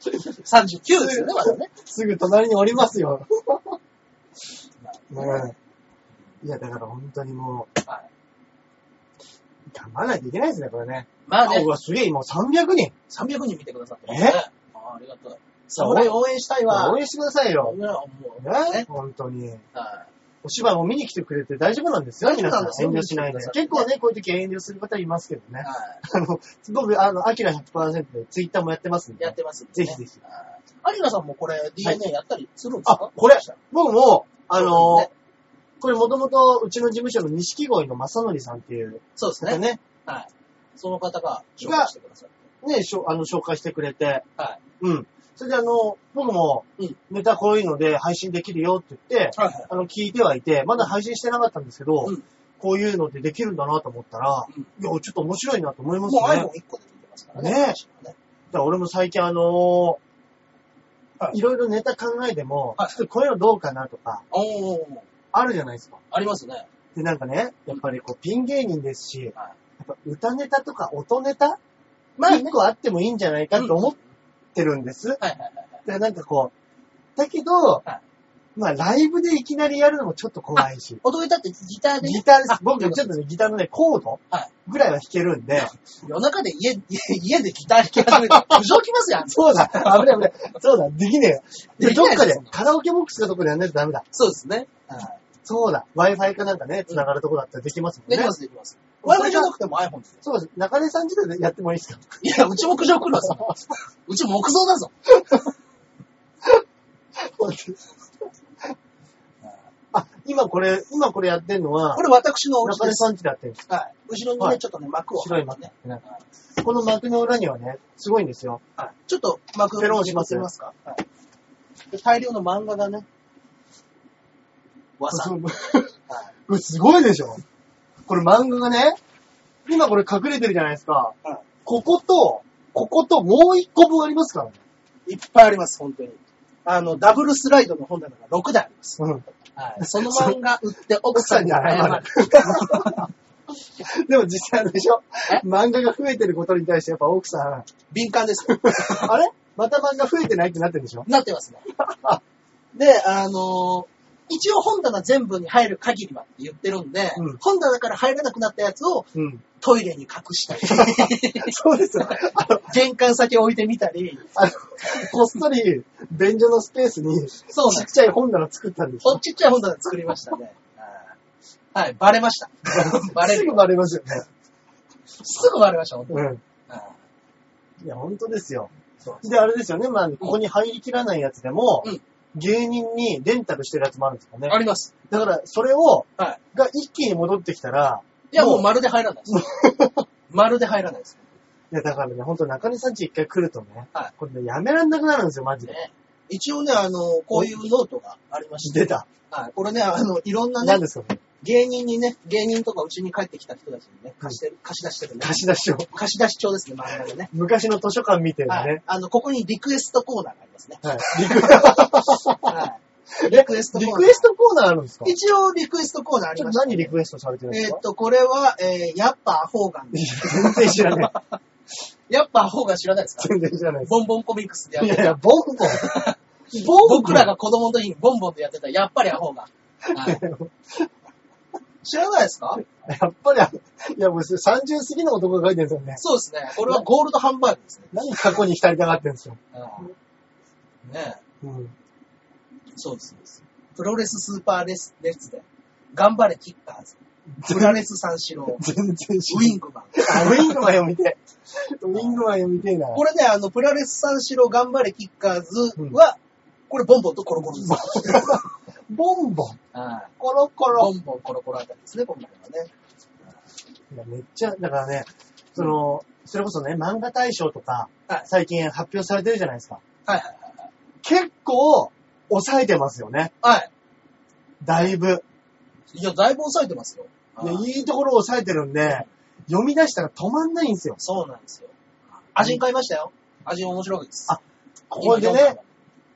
Speaker 2: 39ですよね、まだね。
Speaker 1: すぐ隣におりま すよ。ねえ。いや、だから本当にもう、
Speaker 2: はい
Speaker 1: 頑張らないといけないですね、これね。
Speaker 2: まあね
Speaker 1: う、わ、すげえ、今300人。
Speaker 2: 300人見てくださって
Speaker 1: え
Speaker 2: ますね。あありがとう。さあ、俺応援したいわ。
Speaker 1: 応援してくださいよ。
Speaker 2: 俺らはもう、
Speaker 1: ね
Speaker 2: ね。
Speaker 1: 本当に。
Speaker 2: は
Speaker 1: お芝居も見に来てくれて大丈夫なんですよ、
Speaker 2: 大丈
Speaker 1: 皆
Speaker 2: 夫な
Speaker 1: さ
Speaker 2: ん
Speaker 1: ん
Speaker 2: です。よ
Speaker 1: 遠慮しないで
Speaker 2: 見に来。て
Speaker 1: 結
Speaker 2: くださ
Speaker 1: 構ね、こういう時遠慮する方いますけど
Speaker 2: い
Speaker 1: ね。
Speaker 2: は
Speaker 1: あの、僕、あの、アキラ100%でツイッターもやってますん
Speaker 2: い。や
Speaker 1: で
Speaker 2: っ。てますんで
Speaker 1: ぜ
Speaker 2: ね。
Speaker 1: ひぜひ。
Speaker 2: はい。有田さんもこれ DNA やったりするんですか、
Speaker 1: あ、これ
Speaker 2: もしかし、
Speaker 1: 僕も、あ
Speaker 2: そうで
Speaker 1: の
Speaker 2: す、
Speaker 1: これもともとうちの事務所の錦鯉の正則さんっていう
Speaker 2: そうです
Speaker 1: 方
Speaker 2: ね。
Speaker 1: ね、
Speaker 2: はい。その方が紹介してくださって。
Speaker 1: ね、しょあの、紹介してくれて、
Speaker 2: は
Speaker 1: うん。それであの、僕も
Speaker 2: うん、
Speaker 1: ネタこういうので配信できるよって言って、
Speaker 2: い。はいはい。
Speaker 1: あの、聞いてはいて、まだ配信してなかったんですけど、
Speaker 2: うん
Speaker 1: こういうのでできるんだなと思ったら、
Speaker 2: うん
Speaker 1: いや、ちょっと面白いなと思います
Speaker 2: もう
Speaker 1: ね。だ
Speaker 2: iPhone1 個で見てますからね。
Speaker 1: ね
Speaker 2: ね
Speaker 1: から俺も最近あのー
Speaker 2: はい
Speaker 1: いろいろネタ考えても、
Speaker 2: はい
Speaker 1: ちょっとこういうのどうかなとか、
Speaker 2: おー、
Speaker 1: あるじゃないですか。
Speaker 2: ありますね。
Speaker 1: で、なんかね、やっぱりこう、ピン芸人ですし、
Speaker 2: はい
Speaker 1: やっぱ歌ネタとか音ネタ、
Speaker 2: まあね
Speaker 1: 一個あってもいいんじゃないかと思ってるんです。
Speaker 2: はいはいはいはい。
Speaker 1: で、なんかこう、だけど、
Speaker 2: は
Speaker 1: まあ、ライブでいきなりやるのもちょっと怖いし。
Speaker 2: 踊りだってギターでね、
Speaker 1: ギターです
Speaker 2: あ。
Speaker 1: 僕、ちょっとね、ギターのね、コード
Speaker 2: はい
Speaker 1: ぐらいは弾けるんで。
Speaker 2: 夜中で家、 家家でギター弾き始め て、苦情きますやん。
Speaker 1: そ うだ、危ない危ない。そうだ、できねえよ。で、
Speaker 2: でき
Speaker 1: ど
Speaker 2: な
Speaker 1: っ
Speaker 2: いです
Speaker 1: かで
Speaker 2: そん、な
Speaker 1: カラオケボックスかどこでやんないとダメだ。
Speaker 2: そうですね。はい
Speaker 1: そうだ、Wi-Fi かなんかね、繋がるとこだったらできますもん
Speaker 2: で
Speaker 1: ね。
Speaker 2: きます、できます。
Speaker 1: これ
Speaker 2: Wi-Fi じゃなくても iPhone ですよ。
Speaker 1: そうです。中根さん自体でやってもいいですか
Speaker 2: いや、うちも苦情来るわ、そんなうち木造だぞ。
Speaker 1: あ、今これ、今これやってんのは
Speaker 2: こ、れ私のお家
Speaker 1: 中
Speaker 2: で
Speaker 1: 根
Speaker 2: す。
Speaker 1: さ
Speaker 2: は
Speaker 1: ん家でやってるんです。
Speaker 2: い。後ろにね、
Speaker 1: はい
Speaker 2: ちょっとね、幕を。
Speaker 1: 白い幕
Speaker 2: ね。
Speaker 1: この幕の裏にはね、すごいんですよ。
Speaker 2: はい。ちょっと幕
Speaker 1: ペロンします
Speaker 2: 見てみますか。はい。で大量の漫画がね、わさ。
Speaker 1: そ
Speaker 2: は
Speaker 1: う
Speaker 2: い。
Speaker 1: これすごいでしょこれ漫画がね、今これ隠れてるじゃないですか。
Speaker 2: はい
Speaker 1: ここと、ここともう一個分ありますからね。
Speaker 2: いっぱいあります、本当に。あの、ダブルスライドの本棚が6台あります。
Speaker 1: うん。
Speaker 2: はい。 その漫画売って奥さんに謝る。
Speaker 1: でも実際あれでしょ
Speaker 2: え
Speaker 1: 漫画が増えてることに対してやっぱ奥さん、
Speaker 2: 敏感です。
Speaker 1: あれまた漫画増えてないってなってるでしょ
Speaker 2: なってますね。で、あのー一応本棚全部に入る限りはって言ってるんで、
Speaker 1: うん
Speaker 2: 本棚から入れなくなったやつを
Speaker 1: うん。
Speaker 2: トイレに隠したり、
Speaker 1: そうですよ。あの、
Speaker 2: 玄関先置いてみたり、
Speaker 1: あのこっそり、便所のスペースに、ち
Speaker 2: そうなん
Speaker 1: っちゃい本棚作ったんです
Speaker 2: ほん
Speaker 1: よ。
Speaker 2: ちっちゃい本棚作りましたね。はいはい、バレました。バレ
Speaker 1: す
Speaker 2: る
Speaker 1: ぐ。バレますよね。
Speaker 2: すぐバレました、本当に。
Speaker 1: うん。
Speaker 2: はい
Speaker 1: や、本当ですよ。
Speaker 2: そう
Speaker 1: で、あれですよね。まあ、ここに入りきらないやつでも、
Speaker 2: うん
Speaker 1: 芸人にレンタルしてるやつもあるんですよね
Speaker 2: い。あります。
Speaker 1: だから、それを、
Speaker 2: は
Speaker 1: が一気に戻ってきたら、
Speaker 2: い。いや、
Speaker 1: もう
Speaker 2: もうまるで入らない です。まるで入らないです。
Speaker 1: いや、だからね、本当中根さんち一回来るとね、
Speaker 2: はい
Speaker 1: これね、やめらんなくなるんですよ、マジで。
Speaker 2: ね一応ね、あのーこういうノートがありまして、
Speaker 1: 出た。
Speaker 2: はい、これね、あの、いろんなね
Speaker 1: 何、ですかね。
Speaker 2: 芸人にね、芸人とかうちに帰ってきた人たちにね、貸してる、貸し出してるね。
Speaker 1: 貸し出しを。
Speaker 2: 貸し出し帳ですね、漫画でね。
Speaker 1: 昔の図書館みたいな
Speaker 2: はい
Speaker 1: ね。。。
Speaker 2: あの、ここにリクエストコーナーがありますね
Speaker 1: はい。
Speaker 2: はい。リクエストコー
Speaker 1: リ
Speaker 2: ナー。
Speaker 1: クエストコーナーあるんですかち
Speaker 2: 一応リクエストコーナーあり
Speaker 1: ょ
Speaker 2: ま
Speaker 1: っ
Speaker 2: し
Speaker 1: と
Speaker 2: た。
Speaker 1: 何リクエストされてるんで
Speaker 2: え
Speaker 1: す
Speaker 2: ー
Speaker 1: か
Speaker 2: っ、と、これは、えー、やっぱアホーガン。
Speaker 1: いや全然知らない。
Speaker 2: やっぱアホーガン知らない ですか
Speaker 1: 全然知らないです。
Speaker 2: ボンボンコミックスでやっ
Speaker 1: い
Speaker 2: て
Speaker 1: やい
Speaker 2: た。
Speaker 1: や、ボン ボン。
Speaker 2: 僕らが子供の時にボンボンでやってた、やっぱりアホーガン。はい知らないですか
Speaker 1: やっぱりあの、いや、もう30過ぎの男が書いてるんですよね。
Speaker 2: そうですね。これはゴールドハンバーグですね。
Speaker 1: 何過去に浸りたがってるんですよ。
Speaker 2: はいねえ。
Speaker 1: うん。
Speaker 2: そうです、そうです。プロレススーパーレス、レッツで、頑張れキッカーズ、プラレス三四郎、
Speaker 1: 全然知
Speaker 2: ウィングマン。
Speaker 1: らない。あウィングマン読み てえ。ウィングマン読みてえな。
Speaker 2: これね、あの、プラレス三四郎、頑張れキッカーズは、これボンボンとコロコロ です。
Speaker 1: ボンボン。
Speaker 2: はい
Speaker 1: コロコロ
Speaker 2: ボ。ンボンコロコロあたりですね、この辺はね。
Speaker 1: いやめっちゃ、だからね、その、それこそね、漫画大賞とか
Speaker 2: はい、
Speaker 1: 最近発表されてるじゃないですか。
Speaker 2: はいはい
Speaker 1: 結構、抑えてますよね。
Speaker 2: はい。はい。
Speaker 1: だいぶ。
Speaker 2: いや、だいぶ抑えてますよ。
Speaker 1: で
Speaker 2: はい
Speaker 1: いいところを抑えてるんで、読み出したら止まんないんですよ。
Speaker 2: そうなんですよ。アジン買いましたよ。アジン面白いです。
Speaker 1: あここ
Speaker 2: 今
Speaker 1: で
Speaker 2: 読ん
Speaker 1: ね
Speaker 2: だ、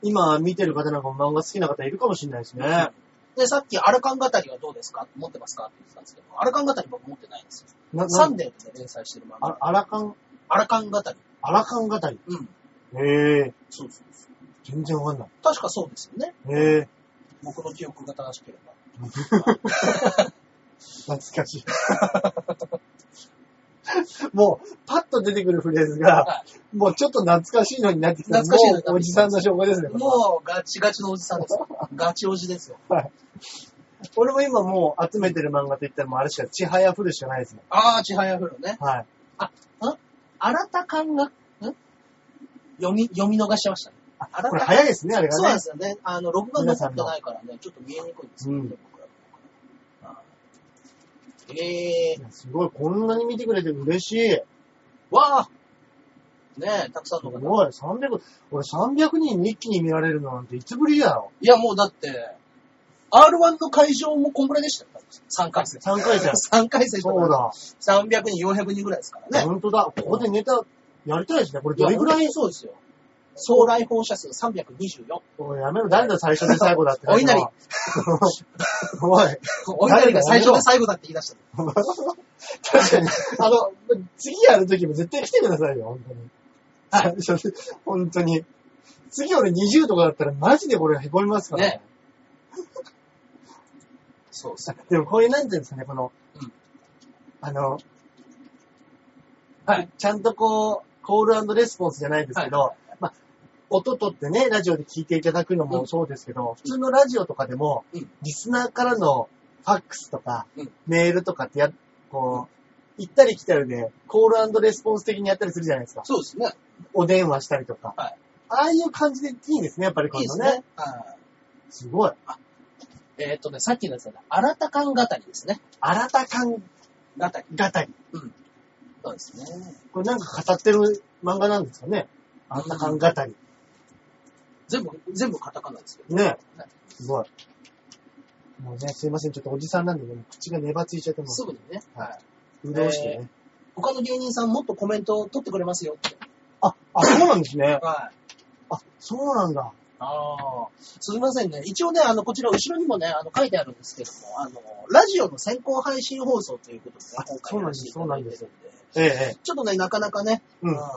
Speaker 1: 今見てる方なんかも漫画好きな方いるかもしれないですね。
Speaker 2: で、さっきアルカン語りはどうですか持ってますかって言ってたんですけど、アルカン語り僕持ってないんですよ。
Speaker 1: な、
Speaker 2: サ
Speaker 1: な
Speaker 2: ン
Speaker 1: ん
Speaker 2: デーで連載してる漫
Speaker 1: あ
Speaker 2: 画。
Speaker 1: アラカン、
Speaker 2: アルカン語り。
Speaker 1: アラカン語り。
Speaker 2: うん。
Speaker 1: へえ、
Speaker 2: そうそうそう。
Speaker 1: 全然わかん
Speaker 2: 確かそうですよね。
Speaker 1: ない。へえ、
Speaker 2: 僕の記憶が正しければ。
Speaker 1: 懐 かしい。もう、パッと出てくるフレーズが
Speaker 2: は、
Speaker 1: もうちょっと懐かしいのになってきた。
Speaker 2: 懐かしいのになってきた
Speaker 1: もうおじさんの証拠ですね。これは
Speaker 2: もうガチガチのおじさん ですよ。ガチおじですよ。
Speaker 1: 俺も今もう集めてる漫画と言ったらもうあれしか、ちはやふるしかないですね。
Speaker 2: あー、ちはやふるね。
Speaker 1: はい。
Speaker 2: 新田勘が、ん読み、読み逃してましたね。新
Speaker 1: これ
Speaker 2: 田
Speaker 1: 早いですね、あれ
Speaker 2: そうなんで
Speaker 1: がね。
Speaker 2: すよね。あの、録画残ってないからね、ちょっと見えにくいんですけど、
Speaker 1: うん
Speaker 2: 僕らのあーえ
Speaker 1: い
Speaker 2: ー、
Speaker 1: やすごい、こんなに見てくれて嬉しい。す
Speaker 2: わーねえ、たくさんの方。
Speaker 1: ごい、300、俺300人に一気に見られるのなんていつぶりだよ。
Speaker 2: いや、もうだって、R1 の会場もこんぐらいでしたよ。3回戦。
Speaker 1: 3回戦。
Speaker 2: 3回戦と
Speaker 1: そう
Speaker 2: か
Speaker 1: だ。
Speaker 2: 300人、400人ぐらいですからね。
Speaker 1: 本当だ。ここでネタやりたいですね。これどれぐらい
Speaker 2: いやそうですよ。総来訪者数324。
Speaker 1: おいやめろ、誰だ最初で最後だって。
Speaker 2: お稲荷
Speaker 1: おい。
Speaker 2: お二人が最初で最後だって言い出した。
Speaker 1: 確かに。あの、次やるときも絶対来てくださいよ、本当に。はい。本当に。次俺20とかだったらマジでこれ凹みますからね。
Speaker 2: ねそうですね。
Speaker 1: でもこういう、なんていうんですかね、この、
Speaker 2: うん
Speaker 1: あの、
Speaker 2: はい。
Speaker 1: ちゃんとこう、コールレスポンスじゃないですけど、まあ、音とってね、ラジオで聞いていただくの
Speaker 2: うん
Speaker 1: もそうですけど、普通のラジオとかでも、
Speaker 2: うん
Speaker 1: リスナーからのファックスとか、
Speaker 2: うん
Speaker 1: メールとかってや、こう、行ったり来たりで、コールレスポンス的にやったりするじゃないですか。
Speaker 2: そうですね。
Speaker 1: お電話したりとか。
Speaker 2: はい
Speaker 1: ああいう感じでいいんですね、やっぱりこ
Speaker 2: いいです
Speaker 1: のね。
Speaker 2: ね。はい
Speaker 1: すごい。
Speaker 2: えーっとね、さっきのやつだね、新た感語りですね。
Speaker 1: 新た感語
Speaker 2: 語り。
Speaker 1: り。
Speaker 2: そうですね。
Speaker 1: これなんか語ってる漫画なんですかね。新た感語
Speaker 2: 全部、全部カタカナですけど。
Speaker 1: り。ね。すごい。もうね、すいません。ちょっとおじさんなんでね、口がネバついちゃっても
Speaker 2: すぐにね。
Speaker 1: はい、
Speaker 2: はいう
Speaker 1: 潤してね。
Speaker 2: 他の芸人さんもっとコメントを取ってくれますよって。
Speaker 1: あ、あ、そうなんですね。
Speaker 2: はい。
Speaker 1: あ、そうなんだ。
Speaker 2: ああ、すみませんね。一応ね、あの、こちら後ろにもね、あの、書いてあるんですけども、あの、ラジオの先行配信放送ということで、ね、
Speaker 1: あ
Speaker 2: 今回
Speaker 1: そうなんです
Speaker 2: やらせていただいてるんで
Speaker 1: ええ、ええ。
Speaker 2: ちょっとね、なかなかね、
Speaker 1: う
Speaker 2: うん
Speaker 1: ん。
Speaker 2: あ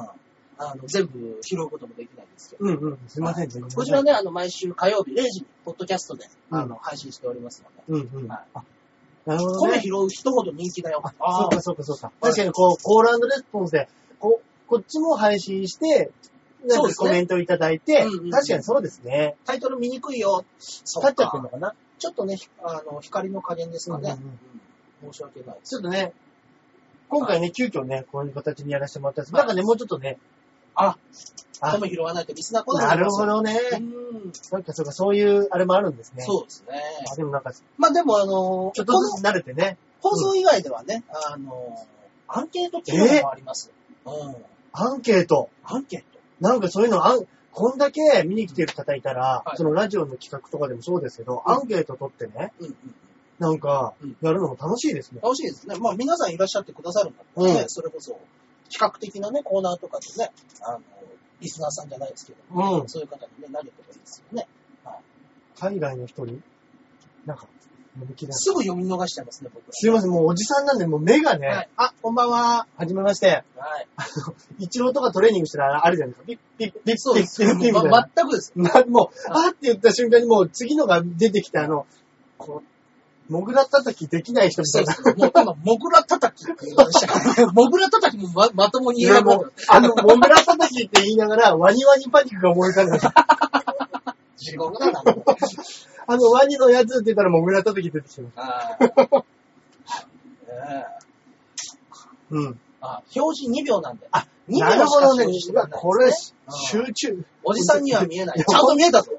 Speaker 2: の、全部拾うこともできないんですけど。
Speaker 1: うんうん。すいません。全然
Speaker 2: こちらね、あの、毎週火曜日0時に、ポッドキャストで、
Speaker 1: うん
Speaker 2: あの、配信しておりますので、
Speaker 1: うんうん。
Speaker 2: は
Speaker 1: あ、なるほど
Speaker 2: 米
Speaker 1: ね。
Speaker 2: 拾う人ほど人気だよ。
Speaker 1: そ
Speaker 2: あ
Speaker 1: う
Speaker 2: あ
Speaker 1: か、そうか、そうか。確かにこう、コールレスポンスで、こう、こっちも配信して、な
Speaker 2: そ
Speaker 1: ん
Speaker 2: うです
Speaker 1: か
Speaker 2: ね
Speaker 1: コメントいただいて、
Speaker 2: うんうんうん
Speaker 1: 確かにそうですね。
Speaker 2: タイトル見にくいよ。そ
Speaker 1: 立っ
Speaker 2: っ
Speaker 1: ちゃってんの
Speaker 2: か。
Speaker 1: かな
Speaker 2: ちょっとね、ひあの、光の加減ですかね。
Speaker 1: うんうん
Speaker 2: うん申し訳ないです。
Speaker 1: ちょっとね、今回ね、急遽ね、こういう形にやらせてもらったんです。なんかね、もうちょっとね、
Speaker 2: あ、
Speaker 1: あ
Speaker 2: 米拾わないとリスナー来な
Speaker 1: な
Speaker 2: くなり
Speaker 1: る
Speaker 2: ます
Speaker 1: ほ
Speaker 2: よ。
Speaker 1: どね。
Speaker 2: うん。
Speaker 1: なんかそうか、そういう、あれもあるんですね。
Speaker 2: そうですね。
Speaker 1: あでもなんか、ち
Speaker 2: まあでもあの、
Speaker 1: ょっ
Speaker 2: ことの
Speaker 1: ずつ慣れてね、
Speaker 2: 放送以外ではね、あの、アンケート機能もあります。うん。
Speaker 1: アンケート、
Speaker 2: アンケート
Speaker 1: なんかそういうの、あんこんだけ見に来てる方いたら、
Speaker 2: はい
Speaker 1: そのラジオの企画とかでもそうですけど、
Speaker 2: うん
Speaker 1: アンケート取ってね、
Speaker 2: うんうん。
Speaker 1: なんか
Speaker 2: うん、
Speaker 1: やるのも楽しいですね。
Speaker 2: 楽しいですね。まあ皆さんいらっしゃってくださるんだったらね、
Speaker 1: うん
Speaker 2: それこそ、比較的なね、コーナーとかでね、あの、リスナーさんじゃないですけど、
Speaker 1: うん。
Speaker 2: そういう方にね、投げてもいいですよね。
Speaker 1: 海外の人に、なんか、飲み切れない。
Speaker 2: すぐ読み逃しちゃいますね、僕ら。
Speaker 1: すいません、もうおじさんなんで、もう目がね、
Speaker 2: はい。あ、こんばんは。
Speaker 1: はじめまして、
Speaker 2: はい。
Speaker 1: 一郎とかトレーニングしたらあるじゃないですか。ピッピッピッピッ
Speaker 2: そう
Speaker 1: ピッ
Speaker 2: です。
Speaker 1: ピッピッみたいな。
Speaker 2: ま全くです。
Speaker 1: な、もう、あーって言った瞬間にもう次のが出てきて、あの、こう、モグラ叩きできない人みた
Speaker 2: そう
Speaker 1: い
Speaker 2: で
Speaker 1: な。
Speaker 2: す。もう 今、モグラ叩きって言いましたけど。モグラ叩きもままともに
Speaker 1: い
Speaker 2: 言え
Speaker 1: や
Speaker 2: なくな
Speaker 1: も
Speaker 2: る
Speaker 1: う、あの、モグラ叩きって言いながら、ワニワニパニックが思い浮かんだ。
Speaker 2: 地獄だな、もう
Speaker 1: あの、ワニのやつって言ったらモグラ叩き出てきてます。
Speaker 2: はいねえ
Speaker 1: うん。
Speaker 2: あ表示2秒なんで。あ、2
Speaker 1: なる
Speaker 2: 秒し
Speaker 1: ほ
Speaker 2: か
Speaker 1: ど
Speaker 2: 表
Speaker 1: ね。
Speaker 2: 示して
Speaker 1: う
Speaker 2: くれない
Speaker 1: わ
Speaker 2: んですね、
Speaker 1: これ、集
Speaker 2: うん
Speaker 1: 中。
Speaker 2: おじさんには見えない。ちゃんと見えたぞ。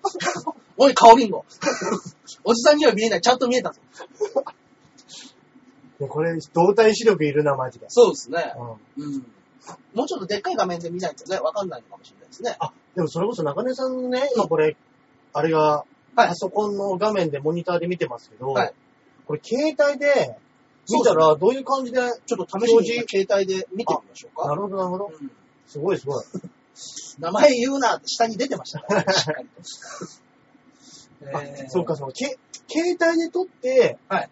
Speaker 2: おい、顔リン ゴ。おじさんには見えない。ちゃんと見えたぞ。
Speaker 1: ねこれ、動体視力いるな、マジで。
Speaker 2: そうですね。
Speaker 1: うん。
Speaker 2: うん。もうちょっとでっかい画面で見ないとね、わかんないのかもしれないですね。
Speaker 1: あ、でもそれこそ中根さんのね、今これ、あれが、
Speaker 2: はい
Speaker 1: パソコンの画面でモニターで見てますけど、
Speaker 2: はい
Speaker 1: これ携帯で見たらどういう感じで、
Speaker 2: ちょっと試しに今携帯で見てみましょう
Speaker 1: な
Speaker 2: か。
Speaker 1: るほど、なるほど。
Speaker 2: うん
Speaker 1: すごいすごい。
Speaker 2: 名前言うな、下に出てましたからね、しっかりと。
Speaker 1: あ
Speaker 2: えー
Speaker 1: そうか、。そうか。け、携帯で撮って、
Speaker 2: はい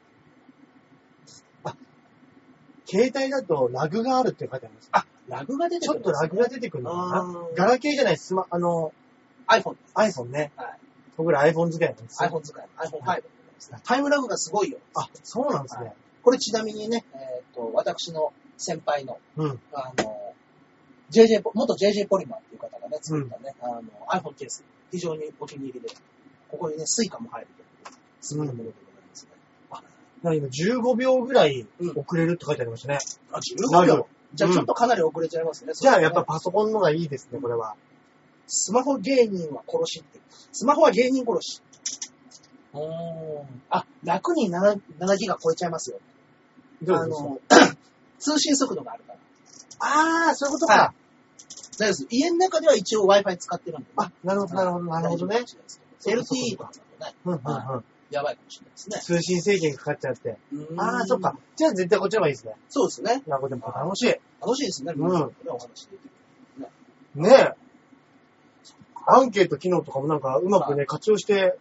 Speaker 1: あ、携帯だとラグがあるって書いてあります。あ、
Speaker 2: ラグが出て
Speaker 1: ち
Speaker 2: く
Speaker 1: ょ
Speaker 2: る
Speaker 1: っ
Speaker 2: ん
Speaker 1: と
Speaker 2: ですね
Speaker 1: ラグが出てくるのかな
Speaker 2: あー
Speaker 1: ガラケーじゃない、スマ、あの、
Speaker 2: iPhone。
Speaker 1: iPhone ね。
Speaker 2: はい
Speaker 1: 僕ら iPhone 使いなんですよ。
Speaker 2: iPhone 使いの iPhone5 でございますね。タイムラグがすごいよ。
Speaker 1: あ、そうなんですね。
Speaker 2: これちなみにね、えっ、と、私の先輩の、
Speaker 1: うん。
Speaker 2: あの、JJ ポ、元 JJ ポリマーっていう方がね、作ったね、あの、iPhone ケース、非常にお気に入りで、ここにね、スイカも入るという、すごいものでございますね。
Speaker 1: なんか今15秒ぐらい
Speaker 2: うん
Speaker 1: 遅れるって書いてありましたね。
Speaker 2: あ、15
Speaker 1: なる
Speaker 2: 秒じゃあちょっとかなり遅れちゃいますね。
Speaker 1: じゃあや
Speaker 2: それ
Speaker 1: っぱ
Speaker 2: ね
Speaker 1: パソコンのがいいですね、これは。
Speaker 2: スマホ芸人は殺しって。スマホは芸人殺し。うーん。あ、楽に 7, 7ギガ超えちゃいますよ。
Speaker 1: どう
Speaker 2: あ
Speaker 1: ですか
Speaker 2: の、通信速度があるから。
Speaker 1: あー、そういうこと
Speaker 2: は
Speaker 1: か。
Speaker 2: 大丈夫です。家の中では一応 Wi-Fi 使ってるんで。
Speaker 1: あ、なるほど、なるほど、なるほどね。
Speaker 2: LTE とかだとね、
Speaker 1: うん、うん、うん。
Speaker 2: やばいかもしれないですね。
Speaker 1: 通信制限かかっちゃって。
Speaker 2: うーん
Speaker 1: ああ、そっか。。じゃあ絶対こっちの方がいいですね。
Speaker 2: そうですね。
Speaker 1: なんかでも楽しい。
Speaker 2: 楽しいですね。
Speaker 1: うん
Speaker 2: 皆さんとね、お話できる。
Speaker 1: ねえ。アンケート機能とかもなんかうまくね、活用して、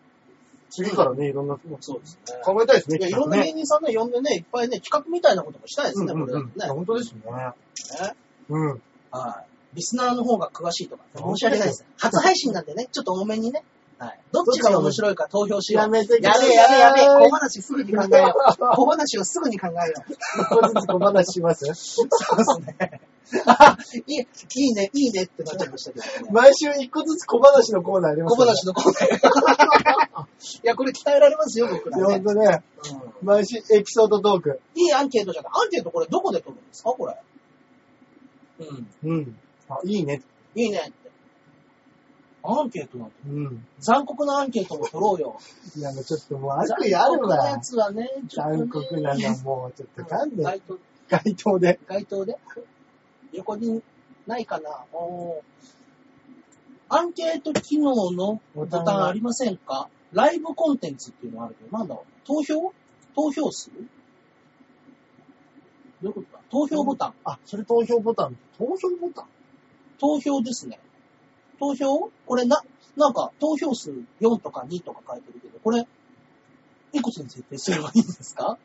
Speaker 1: 次からね、いろんな、
Speaker 2: そうですね。
Speaker 1: 考えたいですね。
Speaker 2: いや、い
Speaker 1: きっ
Speaker 2: ろ
Speaker 1: と
Speaker 2: ん
Speaker 1: ね
Speaker 2: な芸人さんね、呼んでね、いっぱいね、企画みたいなこともしたいですね、
Speaker 1: う
Speaker 2: こ
Speaker 1: んう
Speaker 2: れ
Speaker 1: ん
Speaker 2: だ
Speaker 1: うん
Speaker 2: と
Speaker 1: いや
Speaker 2: ね。
Speaker 1: 本当ですね。
Speaker 2: ね
Speaker 1: うん。
Speaker 2: はい。リスナーの方が詳しいとか、申し訳ないですね。初配信なんでね、ちょっと多めにね、はい。どっちが面白いか投票しよう。
Speaker 1: やめてく
Speaker 2: や
Speaker 1: ださ
Speaker 2: べ
Speaker 1: い
Speaker 2: えやべえやべえ。小話すぐに考えよう。小話をすぐに考えよう。
Speaker 1: 一個ずつ小話します
Speaker 2: そうですね。あ、 いい、いいね、いいねってなっちゃいましたけ ど、ね。
Speaker 1: 毎週一個ずつ小話のコーナーありま
Speaker 2: 小
Speaker 1: すよね
Speaker 2: 話のコーナー。 いや、これ鍛えられますよ、僕ら、
Speaker 1: ほ
Speaker 2: ね
Speaker 1: ん。とね、
Speaker 2: うん
Speaker 1: 毎週エピソードトーク。
Speaker 2: いいアンケートじゃない。アンケートこれどこで取るんですかこれ。うん。
Speaker 1: うん。あ、いいね。
Speaker 2: いいねって。アンケートなんて。
Speaker 1: うん。
Speaker 2: 残酷なアンケートも取ろうよ。
Speaker 1: いや、もうちょっともう悪意ある
Speaker 2: 残酷なや
Speaker 1: わ。
Speaker 2: つはね、ちょっとね
Speaker 1: 残酷なの、もうちょっとかんで。
Speaker 2: 街灯
Speaker 1: 街頭で。
Speaker 2: 街頭で横にないかなおーアンケート機能のボタンありませんかライブコンテンツっていうのあるけど、なんだろう投票投票数どういうことか投票ボタン。
Speaker 1: あ、それ投票ボタン。投票ボタン
Speaker 2: 投票ですね。投票これな、なんか投票数4とか2とか書いてるけど、これ、いくつに設定すればいいんですか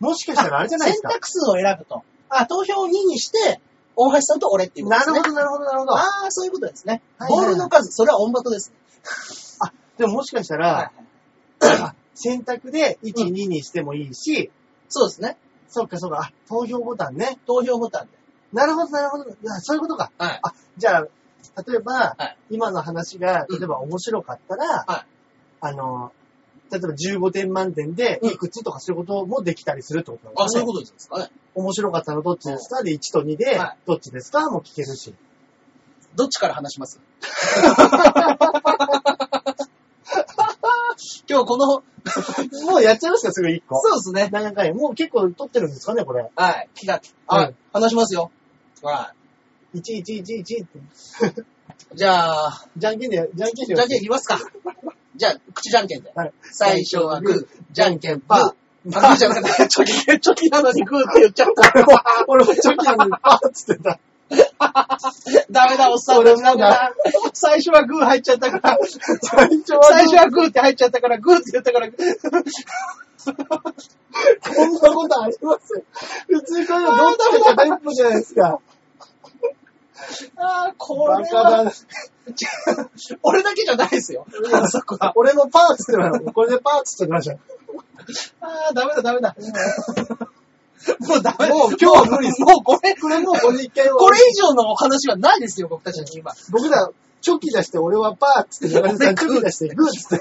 Speaker 1: もしかしたらあれじゃないです
Speaker 2: 選
Speaker 1: か。
Speaker 2: 択数を選ぶと。あ、投票2にして、大橋さんと俺っていうことで
Speaker 1: な
Speaker 2: す
Speaker 1: る
Speaker 2: ね。
Speaker 1: ほど、なるほど、なるほど。
Speaker 2: ああ、そういうことですね。
Speaker 1: はいはい
Speaker 2: ボールの数、それはオンバトです。
Speaker 1: でももしかした
Speaker 2: は
Speaker 1: ら、
Speaker 2: い。
Speaker 1: 選択で1、2にしてもいいし、
Speaker 2: そうですね。
Speaker 1: そっかそっか、あ、投票ボタンね。
Speaker 2: 投票ボタンで。
Speaker 1: なるほど、なるほど。あそういうことか。
Speaker 2: はい
Speaker 1: あ、じゃあ、例えば、
Speaker 2: はい
Speaker 1: 今の話が、
Speaker 2: うん
Speaker 1: 例えば面白かったら、
Speaker 2: はい
Speaker 1: あの、例えば15点満点で、
Speaker 2: うん
Speaker 1: いくつとかそういうこともできたりするってことなんですね。
Speaker 2: ことですかね。
Speaker 1: 面白かったのどっちですかで、1と2で、
Speaker 2: はい
Speaker 1: どっちですかも聞けるし。
Speaker 2: どっちから話します 今日この、
Speaker 1: もうやっちゃいますか、すぐ1個。
Speaker 2: そうですね。
Speaker 1: 何回もう結構取ってるんですかね、これ。
Speaker 2: はい。気が、
Speaker 1: は
Speaker 2: はいい。話しますよ。は
Speaker 1: 1111って。
Speaker 2: い。じゃあ、
Speaker 1: じゃんけんで、じゃんけんで。
Speaker 2: じゃんけんいきます か。じゃあ、口じゃんけんで。
Speaker 1: はい
Speaker 2: 最初はグー、じゃんけんパー。あ、グ
Speaker 1: パー
Speaker 2: ーじゃなくて、チョキ、チョキなのにグーって言っちゃった。
Speaker 1: 俺も、俺もチョキなのにパーっつってた。
Speaker 2: ダメだ、おっさんたちダメだ。最初はグー入っちゃったから、
Speaker 1: 最初は、
Speaker 2: 最初はグーって入っちゃったから、グーって言ったから、
Speaker 1: こんなことあります普通こういうのどっちか全部じゃないですか。
Speaker 2: ああ、こ
Speaker 1: バ
Speaker 2: れ
Speaker 1: カだ
Speaker 2: は、
Speaker 1: な。
Speaker 2: 俺だけじゃないですよ。あそこは。
Speaker 1: 俺のパーツってのは、これでパーツって言ってまし
Speaker 2: ああ、ダメだ、ダメだ。もうダメだ。
Speaker 1: もう今日は無理です
Speaker 2: もうこれ、
Speaker 1: た。これもうこれで一回
Speaker 2: これ以上のお話はないですよ、僕たちに今。
Speaker 1: 僕ら、チョキ出して俺はパーツって言ってた。チョキ出してグーっつ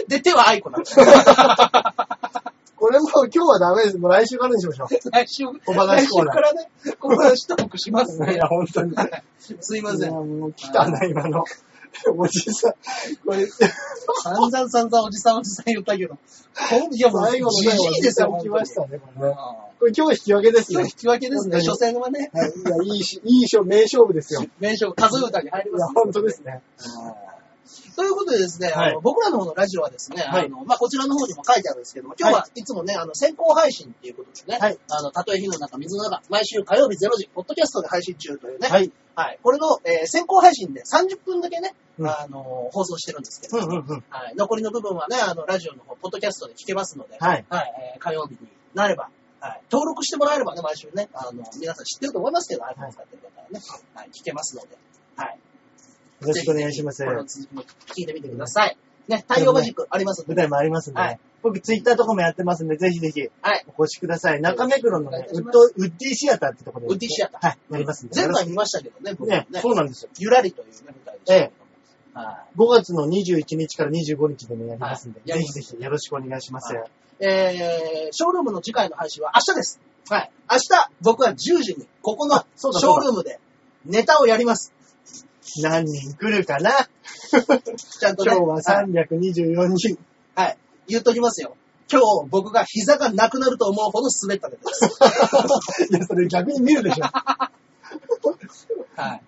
Speaker 1: って。
Speaker 2: で、手はアイコだ。
Speaker 1: これもう今日はダメです。もう来週からにしましょ
Speaker 2: 来週、
Speaker 1: 小話
Speaker 2: 来週
Speaker 1: コ
Speaker 2: か
Speaker 1: ーナー
Speaker 2: らね、小話トークします
Speaker 1: う。
Speaker 2: ね。
Speaker 1: 本当に。
Speaker 2: すいません。
Speaker 1: もう来たな、今の。おじさん。これ、
Speaker 2: 散々散々おじさんおじさん言ったけど。こんいや、もう、
Speaker 1: 最
Speaker 2: じ
Speaker 1: 後の最後
Speaker 2: じいですよ、
Speaker 1: 来ましたね、これね。
Speaker 2: 本当に
Speaker 1: これ今日引き分けです
Speaker 2: 今
Speaker 1: ね
Speaker 2: 日。引き分けですね。初戦はね、
Speaker 1: はい、いや、いいし、いい勝、名勝負ですよ。い
Speaker 2: 名称、数歌に入りま
Speaker 1: や、
Speaker 2: すね。
Speaker 1: 本当ですね。
Speaker 2: ということでですね、
Speaker 1: はい
Speaker 2: あの僕らの方のラジオはですね、
Speaker 1: はい
Speaker 2: あのまあ、こちらの方にも書いてあるんですけども、今日ははいつもね、あの先行配信っていうことでね、
Speaker 1: はい
Speaker 2: あのたとえ火の中、水の中、毎週火曜日0時、ポッドキャストで配信中というね、はい
Speaker 1: い。
Speaker 2: これの、えー先行配信で30分だけね、
Speaker 1: うん
Speaker 2: あの放送してるんですけ
Speaker 1: う
Speaker 2: ど、
Speaker 1: んうんうん。
Speaker 2: はい、残りの部分はね、あのラジオの方、ポッドキャストで聞けますので、
Speaker 1: はい。
Speaker 2: はいえー火曜日になれば、はい、登録してもらえればね、毎週ね、あの皆さん知ってると思いますけど、iPhone 使ってる方はね、はい、聞けますので、はい。
Speaker 1: よろしくお願いします。
Speaker 2: ぜひこの
Speaker 1: 舞
Speaker 2: 続きも聞いてみてください。ね、太陽マジックありますんで。
Speaker 1: 台もありますんで、ね
Speaker 2: はい
Speaker 1: 僕ツイッターとかもやってますんで、ぜひぜひ
Speaker 2: はい。
Speaker 1: お越しください。中目黒の
Speaker 2: お願
Speaker 1: ね
Speaker 2: い、いた
Speaker 1: ウ
Speaker 2: し
Speaker 1: ッ
Speaker 2: ます
Speaker 1: ド、ウッディシアターってところで、
Speaker 2: ウッディシアター
Speaker 1: はい、やりますんで。
Speaker 2: 前回見ましたけどね、僕も
Speaker 1: ね
Speaker 2: ね。
Speaker 1: そうなんですよ。
Speaker 2: ゆらりというね、舞台でしたけども。は
Speaker 1: 5月の21日から25日でもやりますんで、
Speaker 2: はいや
Speaker 1: ぜ
Speaker 2: りま
Speaker 1: ひ
Speaker 2: す
Speaker 1: ぜひよろしくお願いします。
Speaker 2: はいい。えー、ショールームの次回の配信は明日です。はい。明日、僕は10時に、ここのシ
Speaker 1: そうだ
Speaker 2: ョールームでネタをやります。
Speaker 1: 何人来るかな
Speaker 2: ちゃんとね。
Speaker 1: 今日は
Speaker 2: はい
Speaker 1: 324人。
Speaker 2: はい。言っときますよ。今日僕が膝がなくなると思うほど滑ったネタです。
Speaker 1: いや、それ逆に見るでしょ。
Speaker 2: はい。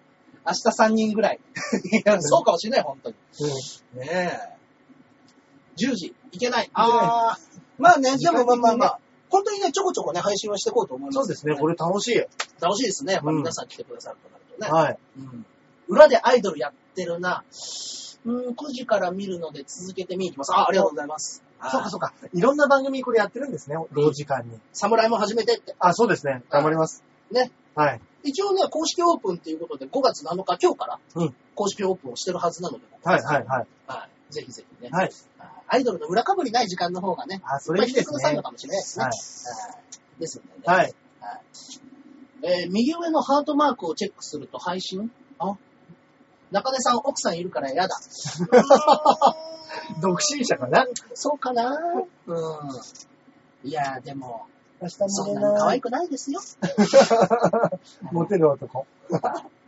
Speaker 2: 明日3人ぐらい。いや、そうかもしれない、本当に。ねえ。10時、いけない。ああ。まあね、でもまあまあまあ、本当にね、ちょこちょこね、配信はしていこうと思います、
Speaker 1: そうですね、これ楽しい。
Speaker 2: 楽しいですね。やっぱ
Speaker 1: うん
Speaker 2: 皆さん来てくださるとなるとね。
Speaker 1: はい。
Speaker 2: うん裏でアイドルやってるな。うん、9時から見るので続けて見に行きます。あ、ありがとうございます。
Speaker 1: そうかそうか。いろんな番組これやってるんですね、同時間に。
Speaker 2: 侍も始めてって。
Speaker 1: あ、そうですね。頑張ります。
Speaker 2: ね。
Speaker 1: はい。
Speaker 2: 一応ね、公式オープンっていうことで、5月7日、今日から
Speaker 1: うん、
Speaker 2: 公式オープンをしてるはずなので、
Speaker 1: はい、はい、はい。
Speaker 2: はい。ぜひぜひね。
Speaker 1: はい。
Speaker 2: アイドルの裏かぶりない時間の方がね、
Speaker 1: あ、それいい
Speaker 2: いっぱ
Speaker 1: で
Speaker 2: い来てく
Speaker 1: す
Speaker 2: ださる
Speaker 1: ね
Speaker 2: の。かもしれないですね。
Speaker 1: はい。
Speaker 2: はいですのでね。
Speaker 1: はい。
Speaker 2: えー右上のハートマークをチェックすると配信あ中根さん、奥さんいるから嫌だ。
Speaker 1: 独身者かな
Speaker 2: そうかなうん。いやー、でも、
Speaker 1: 明日
Speaker 2: そん
Speaker 1: も
Speaker 2: なの可愛
Speaker 1: い。
Speaker 2: くないですよ。
Speaker 1: モテる男。